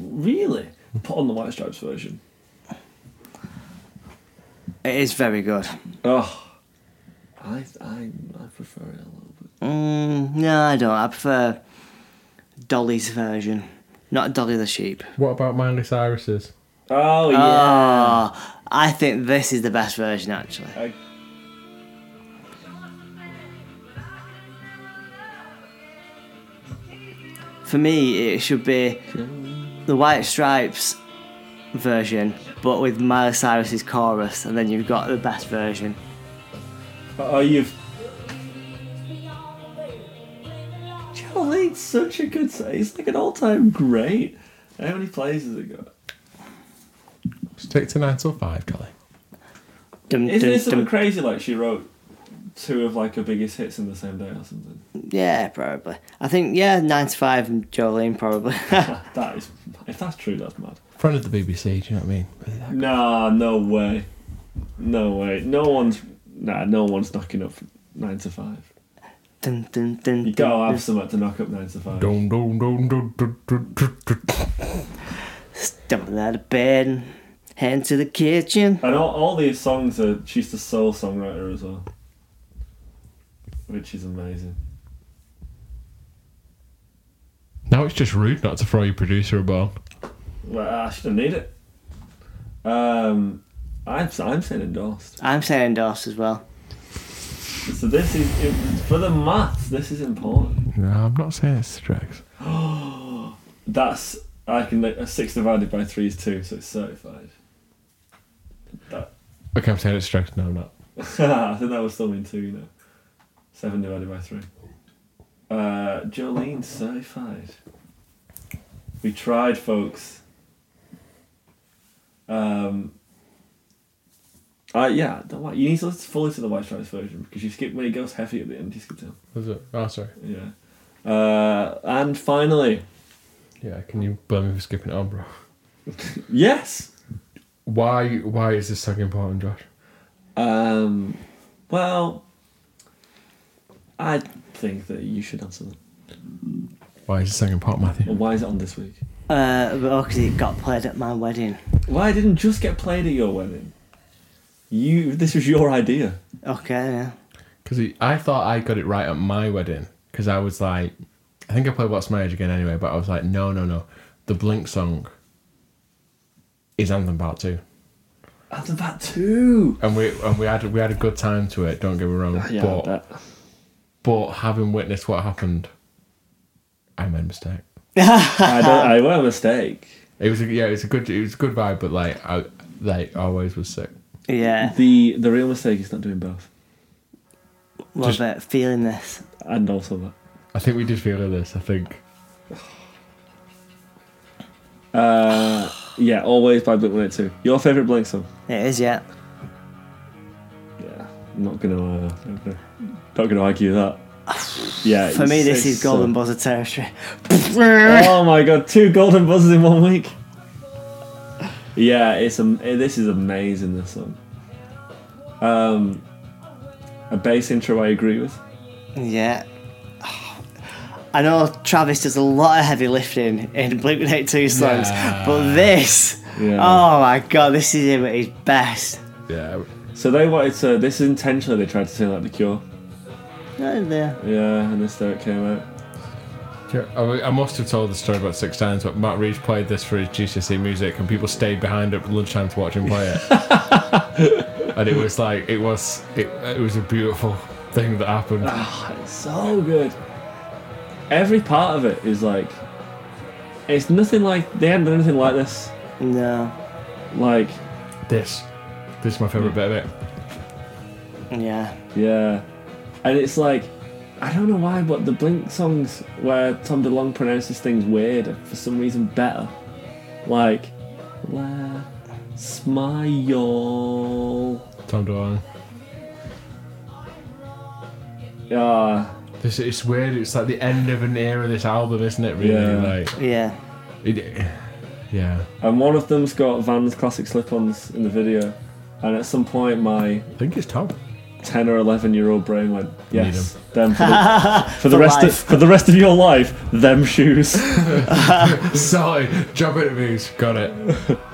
[SPEAKER 2] Really? Put on the White Stripes version.
[SPEAKER 3] It is very good.
[SPEAKER 2] Oh, I I I prefer it a little bit.
[SPEAKER 3] Mm, no, I don't. I prefer Dolly's version, not Dolly the sheep.
[SPEAKER 1] What about Miley Cyrus's?
[SPEAKER 2] Oh
[SPEAKER 3] Oh, I think this is the best version actually.
[SPEAKER 2] I-
[SPEAKER 3] For me, it should be the White Stripes version, but with Miley Cyrus's chorus, and then you've got the best version.
[SPEAKER 2] Oh, you've. Jolene's such a good. s- He's like an all-time great. How many plays has it got?
[SPEAKER 1] Stick to 9 till 5, Kelly.
[SPEAKER 3] Dum,
[SPEAKER 2] Isn't
[SPEAKER 3] dum,
[SPEAKER 2] it something
[SPEAKER 3] dum.
[SPEAKER 2] crazy? Like she wrote two of like her biggest hits in the same day or something.
[SPEAKER 3] Yeah, probably. I think yeah, nine to five and Jolene probably. [LAUGHS]
[SPEAKER 2] That is, if that's true, that's mad.
[SPEAKER 1] Friend of the BBC, do you know what I mean?
[SPEAKER 2] Nah, no way, no way. No one's nah, no one's knocking up nine to five.
[SPEAKER 3] dun, dun, dun,
[SPEAKER 2] You
[SPEAKER 3] dun,
[SPEAKER 2] gotta
[SPEAKER 3] dun.
[SPEAKER 2] have someone to knock up nine to five.
[SPEAKER 1] Dun, dun, dun, dun, dun, dun, dun, dun.
[SPEAKER 3] Stumbling out of bed, and head to the kitchen.
[SPEAKER 2] And all, all these songs are. She's the sole songwriter as well, which is amazing.
[SPEAKER 1] Now it's just rude not to throw your producer a ball.
[SPEAKER 2] Well, I should have need it. Um, I'm I'm saying endorsed.
[SPEAKER 3] I'm saying endorse as well.
[SPEAKER 2] So this is it- for the maths. This is important.
[SPEAKER 1] No, I'm not saying it's the drugs.
[SPEAKER 2] That's I can a six divided by three is two, so it's certified. That [LAUGHS]
[SPEAKER 1] Okay, I'm saying it's drugs. No, I'm not.
[SPEAKER 2] I think that would still mean two, you know. Seven divided by three. Uh, Jolene certified. We tried, folks. Um, Uh, yeah, the white, you need to listen fully to the White Stripes version because you skip when it goes heavy at the end. You skip down.
[SPEAKER 1] Was it? Oh, sorry.
[SPEAKER 2] Yeah. Uh, and finally,
[SPEAKER 1] Yeah, can you blame me for skipping it on, bro?
[SPEAKER 2] yes.
[SPEAKER 1] Why? Why is this song important, Josh?
[SPEAKER 2] Um, well, I think that you should answer that.
[SPEAKER 1] Why is this song important,
[SPEAKER 2] Well,
[SPEAKER 1] Matthew?
[SPEAKER 2] why is it on this week?
[SPEAKER 3] Uh, because it got played at my wedding.
[SPEAKER 2] Why didn't it just get played at your wedding? You. This was your idea.
[SPEAKER 3] Okay, yeah.
[SPEAKER 1] Because I thought I got it right at my wedding. Because I was like, I think I played What's My Age again anyway, but I was like, no, no, no. The Blink song is Anthem Part Two,
[SPEAKER 2] After that too.
[SPEAKER 1] and we and we had we had a good time to it. Don't get me wrong,
[SPEAKER 2] Yeah,
[SPEAKER 1] but
[SPEAKER 2] that-
[SPEAKER 1] but having witnessed what happened, I made a mistake.
[SPEAKER 2] [LAUGHS] I don't. I were a mistake.
[SPEAKER 1] It was a, yeah, it was a good it was a good vibe, but like I like I always was sick.
[SPEAKER 3] Yeah,
[SPEAKER 2] The the real mistake is not doing both,
[SPEAKER 3] love
[SPEAKER 1] Just-
[SPEAKER 3] it. Feeling this.
[SPEAKER 2] and also that.
[SPEAKER 1] I think we did feel this. I think
[SPEAKER 2] Uh, yeah, always by Blink One Eight Two. Your favorite Blink song?
[SPEAKER 3] It is, yeah.
[SPEAKER 2] Yeah, I'm not gonna, uh, not gonna, not gonna argue that. Yeah.
[SPEAKER 3] For me,
[SPEAKER 2] it's-
[SPEAKER 3] this
[SPEAKER 2] it's,
[SPEAKER 3] is golden
[SPEAKER 2] uh,
[SPEAKER 3] buzzer territory.
[SPEAKER 2] [LAUGHS] Oh my god, two golden buzzers in one week. Yeah, it's um, this is amazing. This song. Um, a bass intro I agree with.
[SPEAKER 3] Yeah. I know Travis does a lot of heavy lifting in Blink 182 songs,
[SPEAKER 1] Yeah.
[SPEAKER 3] but this,
[SPEAKER 2] Yeah.
[SPEAKER 3] oh my god, this is him at his best.
[SPEAKER 1] yeah,
[SPEAKER 2] So they wanted to. This is intentionally they tried to sound like The Cure.
[SPEAKER 3] Oh, yeah.
[SPEAKER 2] Yeah, and this is how it came out.
[SPEAKER 1] Yeah, I I must have told the story about six times, but Matt Reed played this for his GCSE E music, and people stayed behind at lunchtime to watch him play it. [LAUGHS] and it was like it was it, it was a beautiful thing that happened.
[SPEAKER 2] Ah, it's so good. Every part of it is like, it's nothing like they haven't done anything like this.
[SPEAKER 3] No.
[SPEAKER 2] Like,
[SPEAKER 1] This, this is my favorite bit of it.
[SPEAKER 3] Yeah.
[SPEAKER 2] yeah, and it's like, I don't know why, but the Blink songs where Tom DeLonge pronounces things weird are for some reason better. Like, la, smile.
[SPEAKER 1] Tom DeLonge.
[SPEAKER 2] Ah,
[SPEAKER 1] This it's weird. It's like the end of an era. This album, isn't it? Really,
[SPEAKER 2] Yeah.
[SPEAKER 1] like
[SPEAKER 3] Yeah.
[SPEAKER 1] it, yeah.
[SPEAKER 2] and one of them's got Van's classic slip-ons in the video, and at some point my
[SPEAKER 1] I think it's Tom.
[SPEAKER 2] 10 or 11 year old brain went,
[SPEAKER 1] Need
[SPEAKER 2] yes, them for the, for the
[SPEAKER 3] For
[SPEAKER 2] rest of,
[SPEAKER 3] life.
[SPEAKER 2] for the rest of your life, them shoes.
[SPEAKER 1] [LAUGHS]
[SPEAKER 2] [LAUGHS]
[SPEAKER 1] Sorry, job interviews. Got [LAUGHS] it.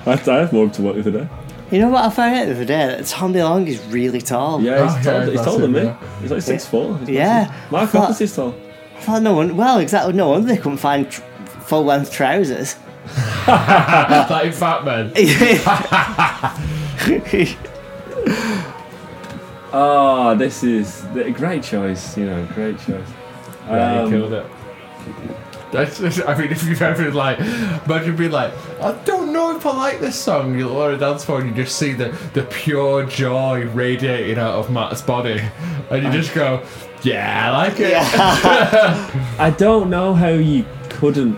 [SPEAKER 2] I, I have more to work with today.
[SPEAKER 3] You know what I found out the other day? That Tom DeLonge is really tall.
[SPEAKER 2] Yeah, he's,
[SPEAKER 1] Oh, yeah,
[SPEAKER 2] taller- he's
[SPEAKER 1] that's
[SPEAKER 2] taller
[SPEAKER 1] it,
[SPEAKER 2] than me.
[SPEAKER 1] yeah.
[SPEAKER 2] He's like six four.
[SPEAKER 3] Yeah.
[SPEAKER 2] Mark
[SPEAKER 3] But-
[SPEAKER 2] Hoppus is tall.
[SPEAKER 3] I thought no one, well, exactly, no wonder they couldn't find tr- full
[SPEAKER 2] [LAUGHS]
[SPEAKER 3] length trousers. [LAUGHS]
[SPEAKER 1] like Fat Man.
[SPEAKER 2] Ah, this is a great choice. You know, great choice.
[SPEAKER 1] Yeah,
[SPEAKER 2] Um,
[SPEAKER 1] he killed it. That's just, I mean, if you've ever like, imagine being like, I don't know if I like this song. You lower a dance floor and you just see the, the pure joy radiating out of Matt's body, and you just go, Yeah, I like it.
[SPEAKER 2] I don't know how you couldn't.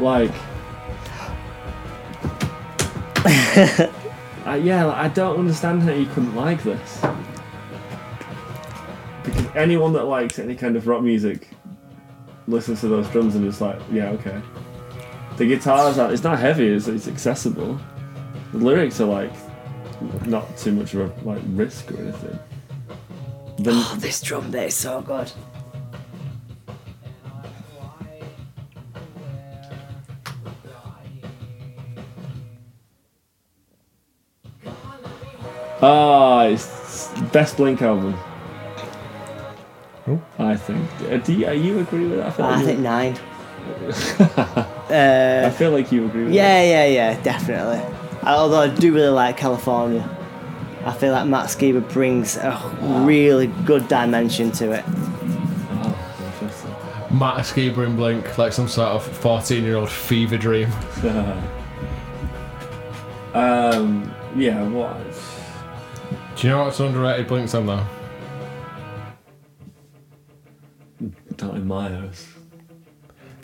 [SPEAKER 2] Like. I, yeah, like, I don't understand how you couldn't like this. Because anyone that likes any kind of rock music listens to those drums and is like, yeah, okay. The guitars are, it's not heavy, it's, it's accessible. The lyrics are like, not too much of a like risk or anything. The,
[SPEAKER 3] oh, this drum bit is so good.
[SPEAKER 2] Ah, it's best Blink album.
[SPEAKER 1] Oh.
[SPEAKER 2] I think. Uh, Do you, uh, you agree with that? I feel like,
[SPEAKER 3] I
[SPEAKER 2] you,
[SPEAKER 3] think
[SPEAKER 2] [LAUGHS]
[SPEAKER 3] nine. uh,
[SPEAKER 2] I feel like you agree with
[SPEAKER 3] Yeah, yeah, yeah, definitely. Although I do really like California. I feel like Matt Skiba brings a really good dimension to it.
[SPEAKER 2] that. Oh, interesting.
[SPEAKER 1] [LAUGHS]
[SPEAKER 2] [LAUGHS]
[SPEAKER 1] Matt Skiba in Blink, like some sort of fourteen-year-old fever dream.
[SPEAKER 2] um, yeah, what?
[SPEAKER 1] Do you know what's an underrated Blink song though?
[SPEAKER 2] Not in my house.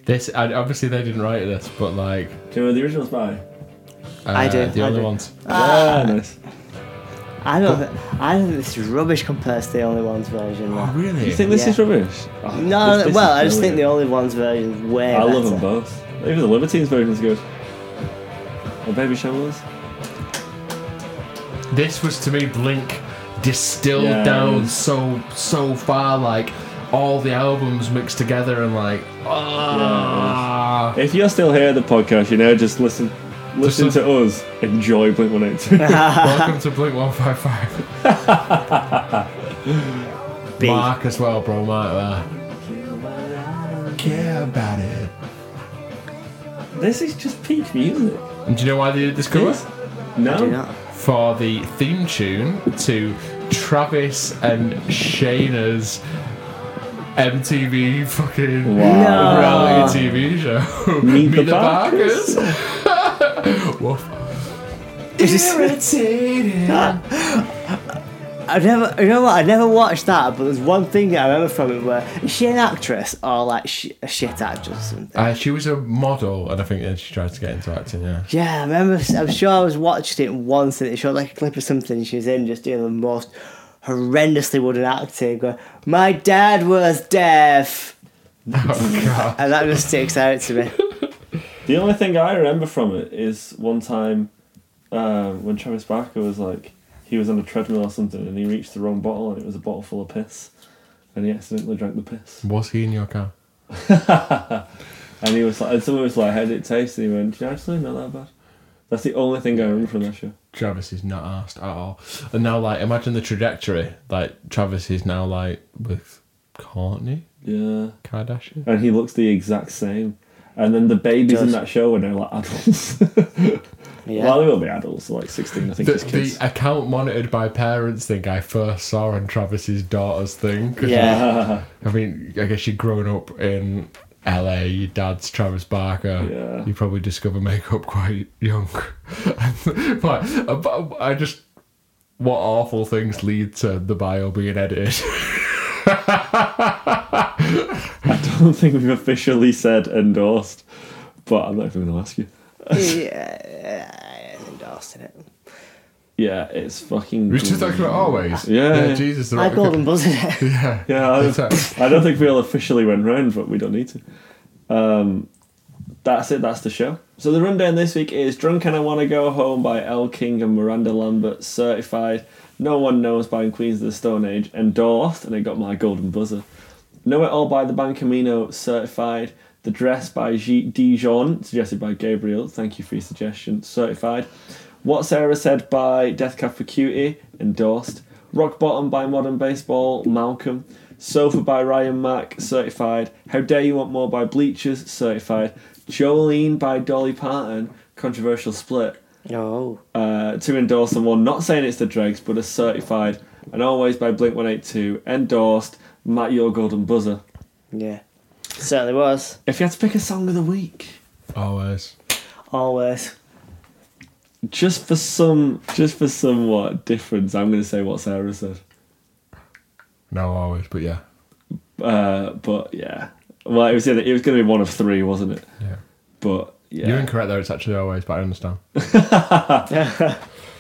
[SPEAKER 1] This, I, obviously they didn't write this, but like, uh,
[SPEAKER 2] Do you know the original's by?
[SPEAKER 3] I do,
[SPEAKER 1] The
[SPEAKER 3] I
[SPEAKER 1] only
[SPEAKER 3] do.
[SPEAKER 1] ones.
[SPEAKER 2] Ah, nice.
[SPEAKER 3] I don't. Think, I think this is rubbish compared to the Only Ones version.
[SPEAKER 1] Oh,
[SPEAKER 3] though.
[SPEAKER 1] really?
[SPEAKER 2] You think this
[SPEAKER 3] Yeah.
[SPEAKER 2] is rubbish? Oh,
[SPEAKER 3] No,
[SPEAKER 2] this- this
[SPEAKER 3] well,
[SPEAKER 2] is
[SPEAKER 3] I just think the
[SPEAKER 2] brilliant.
[SPEAKER 3] Only Ones version is way
[SPEAKER 2] I
[SPEAKER 3] better.
[SPEAKER 2] love them both. Even the Libertines version is good. Or Baby Shambles.
[SPEAKER 1] This was to me Blink distilled
[SPEAKER 2] Yeah.
[SPEAKER 1] down so so far, like all the albums mixed together, and like ah.
[SPEAKER 2] If you're still here at the podcast, you know, just listen, listen
[SPEAKER 1] listen.
[SPEAKER 2] to us enjoy Blink One Eight Two.
[SPEAKER 1] Welcome to Blink One Five Five.
[SPEAKER 2] [LAUGHS]
[SPEAKER 3] B.
[SPEAKER 1] Mark as well, bro. Mark there. Care about it.
[SPEAKER 2] This is just peak music.
[SPEAKER 1] And do you know why they did this cover?
[SPEAKER 2] Yes. No.
[SPEAKER 3] Do you not?
[SPEAKER 1] For the theme tune to Travis and Shayna's MTV fucking
[SPEAKER 2] Wow.
[SPEAKER 1] [LAUGHS] reality TV show.
[SPEAKER 2] Oh. Meet the Barkers.
[SPEAKER 1] Barkers. [LAUGHS] Woof. Irritated.
[SPEAKER 3] I've never, you know what? I never watched that, but there's one thing I remember from it where is she an actress or like sh- a shit actress or something?
[SPEAKER 1] Uh, she was a model, and I think then she tried to get into acting. Yeah.
[SPEAKER 3] Yeah, I remember. I'm sure I was watching it once, and it showed like a clip of something she was in, just doing the most horrendously wooden acting. Going, My dad was deaf,
[SPEAKER 1] Oh god.
[SPEAKER 3] and that just sticks out to
[SPEAKER 1] [LAUGHS]
[SPEAKER 3] me.
[SPEAKER 2] The only thing I remember from it is one time uh, when Travis Barker was like, he was on a treadmill or something and he reached the wrong bottle and it was a bottle full of piss. And he accidentally drank the piss.
[SPEAKER 1] Was he in your car?
[SPEAKER 2] And he was like, and someone was like, how did it taste? And he went, "Yeah, actually not that bad. That's the only thing I remember from that show.
[SPEAKER 1] Travis is not asked at all. And now, like, imagine the trajectory. Like, Travis is now like with Courtney
[SPEAKER 2] Yeah.
[SPEAKER 1] Kardashian.
[SPEAKER 2] And he looks the exact same. And then the babies in
[SPEAKER 3] Does.
[SPEAKER 2] that show are now [LAUGHS] like adults.
[SPEAKER 3] Yeah,
[SPEAKER 2] Well, they will be adults, like 16, I think
[SPEAKER 1] The,
[SPEAKER 2] it's kids. [LAUGHS]
[SPEAKER 1] the account monitored by parents thing I first saw on Travis's daughter's thing. 'Cause,
[SPEAKER 3] yeah.
[SPEAKER 1] I mean, I guess you'd grown up in LA, your dad's Travis Barker.
[SPEAKER 2] Yeah.
[SPEAKER 1] You probably discover makeup quite young. [LAUGHS] but, but I just. What awful things lead to the bio being edited? [LAUGHS]
[SPEAKER 2] I don't think we've officially said endorsed, but I'm not even going to ask you.
[SPEAKER 3] yeah, endorsing it.
[SPEAKER 2] Yeah, it's fucking.
[SPEAKER 1] We were just talking about always.
[SPEAKER 2] Yeah, yeah.
[SPEAKER 1] Jesus.
[SPEAKER 3] I golden buzzed
[SPEAKER 1] [LAUGHS]
[SPEAKER 3] it.
[SPEAKER 1] Yeah.
[SPEAKER 2] Yeah, I,
[SPEAKER 1] It's like-
[SPEAKER 2] I don't think we all officially went round, but we don't need to. Um, that's it. That's the show. So the rundown this week is "Drunk and I Want to Go Home" by L. King and Miranda Lambert, certified. No one knows by Queens of the Stone Age, endorsed, and it got my golden buzzer. Know It All by The Ban Camino, certified. The Dress by G- Dijon, suggested by Gabriel. Thank you for your suggestion, certified. What Sarah Said by Death Cab for Cutie, endorsed. Rock Bottom by Modern Baseball, Malcolm. Sofa by Ryan Mack, certified. How Dare You Want More by Bleachers, certified. Jolene by Dolly Parton, controversial split.
[SPEAKER 3] Oh,
[SPEAKER 2] Uh, to endorse and one, not saying it's the dregs, but a certified. And always by Blink 182, endorsed. Matt, your golden buzzer.
[SPEAKER 3] yeah, certainly was.
[SPEAKER 2] If you had to pick a song of the week,
[SPEAKER 1] Always.
[SPEAKER 3] Always.
[SPEAKER 2] just for some, just for somewhat difference, I'm going to say what Sarah said.
[SPEAKER 1] No, always, but yeah.
[SPEAKER 2] Uh, but yeah, well, it was either, it was going to be one of three, wasn't it?
[SPEAKER 1] Yeah.
[SPEAKER 2] But yeah,
[SPEAKER 1] You're incorrect there, it's actually always, but I understand.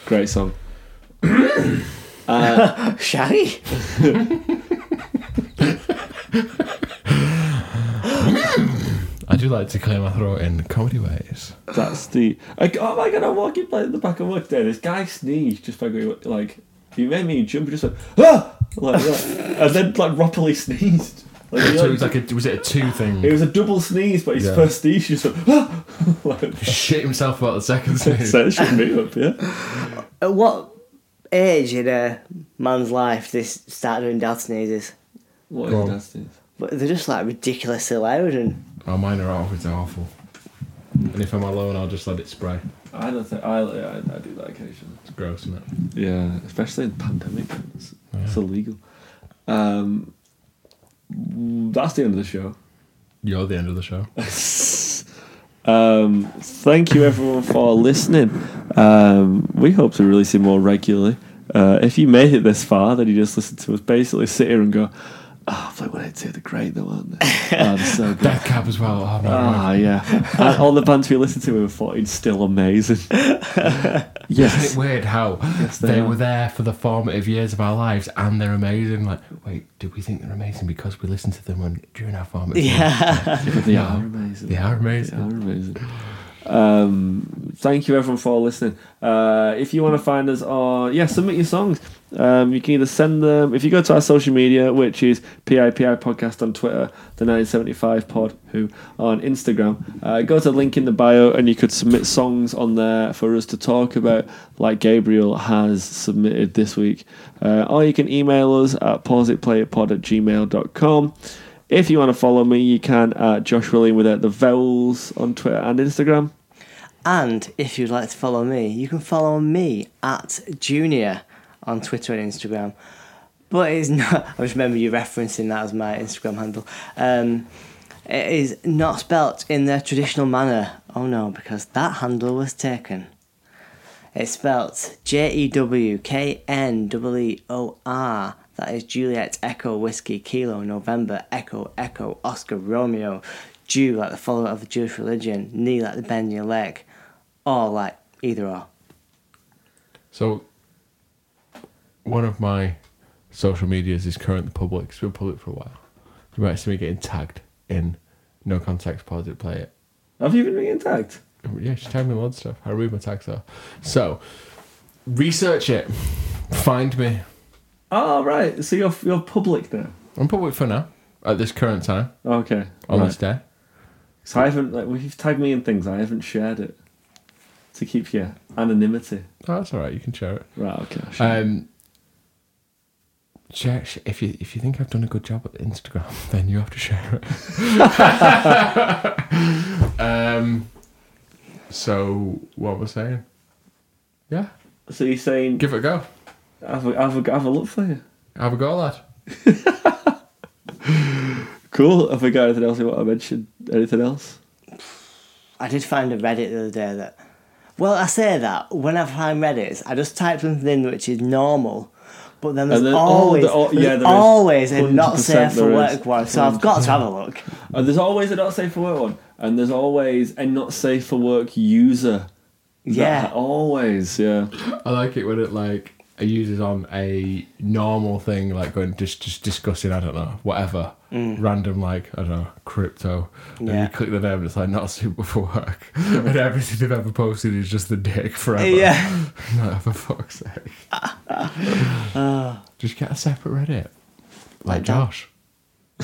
[SPEAKER 2] great song.
[SPEAKER 3] Shaggy.
[SPEAKER 1] I do like to clear my throat in comedy ways.
[SPEAKER 2] That's the. I, oh my god, I'm walking by the back of work there. This guy sneezed just by going, like, he made me jump and just went, ah! Like that. and then, like, properly sneezed. Like,
[SPEAKER 1] [LAUGHS]
[SPEAKER 2] he,
[SPEAKER 1] So it
[SPEAKER 2] like-
[SPEAKER 1] was like a, was it a two
[SPEAKER 2] it
[SPEAKER 1] thing?
[SPEAKER 2] was a double sneeze, but his
[SPEAKER 1] Yeah.
[SPEAKER 2] first sneeze, he just went, ah! [LAUGHS]
[SPEAKER 1] [LAUGHS]
[SPEAKER 2] like,
[SPEAKER 1] Shit himself about the
[SPEAKER 2] [LAUGHS]
[SPEAKER 1] second thing.
[SPEAKER 2] essentially made up, yeah.
[SPEAKER 3] At what age in a man's life they s- start doing dad sneezes?
[SPEAKER 2] What
[SPEAKER 1] Go
[SPEAKER 2] is
[SPEAKER 1] on.
[SPEAKER 2] that sneeze?
[SPEAKER 3] But they're just like ridiculously loud and
[SPEAKER 1] Oh, mine are always awful. And if I'm alone, I'll just let it spray.
[SPEAKER 2] I don't think, I, I, I do that occasionally.
[SPEAKER 1] It's gross, isn't it?
[SPEAKER 2] Yeah, especially in pandemic times. It's
[SPEAKER 1] Yeah.
[SPEAKER 2] illegal. Um, that's the end of the show.
[SPEAKER 1] You're the end of the show.
[SPEAKER 2] um, thank you everyone for listening. Um, we hope to release it more regularly. Uh, if you made it this far, then you just listen to us basically sit here and go, Oh, I've played 182. They're great, though,
[SPEAKER 1] [LAUGHS]
[SPEAKER 2] aren't they? oh, they're so good.
[SPEAKER 1] Death Cab as well. Oh, no,
[SPEAKER 2] Ah, yeah. And all the bands we listened to, we thought it's still amazing.
[SPEAKER 1] [LAUGHS] Isn't it
[SPEAKER 2] yes.
[SPEAKER 1] weird how
[SPEAKER 2] they
[SPEAKER 1] they,
[SPEAKER 2] are.
[SPEAKER 1] were there for the formative years of our lives and they're amazing? Like, wait, do we think they're amazing because we listened to them when, during our formative years?
[SPEAKER 3] Yeah.
[SPEAKER 2] They
[SPEAKER 1] No,
[SPEAKER 2] are amazing.
[SPEAKER 1] They are amazing.
[SPEAKER 2] They are amazing. Um, thank you everyone for listening. Uh, if you want to find us on, yeah, submit your songs. Um, you can either send them if you go to our social media, which is PIPI Podcast on Twitter, the 975 Pod Who on Instagram. Uh, go to the link in the bio and you could submit songs on there for us to talk about, like Gabriel has submitted this week. Uh, or you can email us at pauseitplayitpod at gmail.com. If you want to follow me, you can at Josh William without the vowels on Twitter and Instagram.
[SPEAKER 3] and if you'd like to follow me, you can follow me at Junior on Twitter and Instagram. But it's [LAUGHS] not. I just remember you referencing that as my Instagram handle. Um, it is not spelt in the traditional manner. Oh no, because that handle was taken. It's spelt J E W K N E E O R. That is Juliet Echo Whiskey Kilo November Echo Echo Oscar Romeo. Jew like the follower of the Jewish religion. Knee like the bend in your leg. Or like either or.
[SPEAKER 1] So, one of my social medias is currently public. It's been public for a while. You might see me getting tagged in No Context Positive Play It.
[SPEAKER 2] Have you been being tagged?
[SPEAKER 1] Yeah, she tagged me in loads of stuff. I read my tags though. So, research it. Find me.
[SPEAKER 2] Oh, right. So you're you're public now.
[SPEAKER 1] I'm public for now at this current time
[SPEAKER 2] Okay.
[SPEAKER 1] on
[SPEAKER 2] Right.
[SPEAKER 1] this day.
[SPEAKER 2] So I haven't like well, you've tagged me in things. I haven't shared it to keep your anonymity.
[SPEAKER 1] Oh, that's all right. You can share it.
[SPEAKER 2] Right. Okay. I'll share.
[SPEAKER 1] Um, share, sh- if you if you think I've done a good job at Instagram, [LAUGHS] then you have to share it. [LAUGHS] um, so what was I saying? Yeah,
[SPEAKER 2] so you're saying
[SPEAKER 1] give it a go.
[SPEAKER 2] have a, have a have a look for you.
[SPEAKER 1] Have a go, lad.
[SPEAKER 2] Cool. Have we got anything else you want to mention? Anything else?
[SPEAKER 3] I did find a Reddit the other day that. Well, I say that when I find Reddits, I just type something in which is normal, but then there's
[SPEAKER 2] And then- oh,
[SPEAKER 3] always,
[SPEAKER 2] the- oh,
[SPEAKER 3] there's
[SPEAKER 2] yeah, there is.
[SPEAKER 3] always a not
[SPEAKER 2] 100%
[SPEAKER 3] safe for
[SPEAKER 2] there is.
[SPEAKER 3] work one, so I've got to have a look.
[SPEAKER 2] And there's always a not safe for work one, and there's always a not safe for work user. That-
[SPEAKER 3] Yeah.
[SPEAKER 2] always. Yeah.
[SPEAKER 1] I like it when it like it uses on a normal thing like going just just discussing I don't know whatever random like I don't know crypto and
[SPEAKER 3] Mm. Yeah.
[SPEAKER 1] you click the name and it's like not suitable for
[SPEAKER 3] [LAUGHS]
[SPEAKER 1] work and everything they've ever posted is just the dick forever
[SPEAKER 3] Yeah.
[SPEAKER 1] [LAUGHS] no for fuck's
[SPEAKER 3] [LAUGHS]
[SPEAKER 1] sake just get a separate Reddit like
[SPEAKER 3] Ah.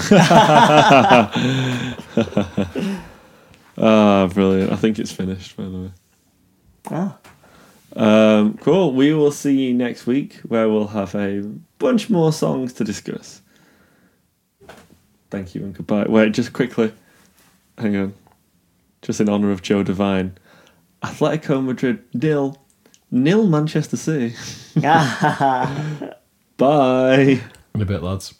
[SPEAKER 3] Like that.
[SPEAKER 1] Josh
[SPEAKER 2] Ah, brilliant. I think it's finished, by the way.
[SPEAKER 3] Oh.
[SPEAKER 2] Um, cool. We will see you next week where we'll have a bunch more songs to discuss. Thank you and goodbye. Wait, just quickly. Hang on. Just in honour of Joe Devine. Atletico Madrid nil. Nil Manchester City. [LAUGHS] Bye.
[SPEAKER 1] in a bit lads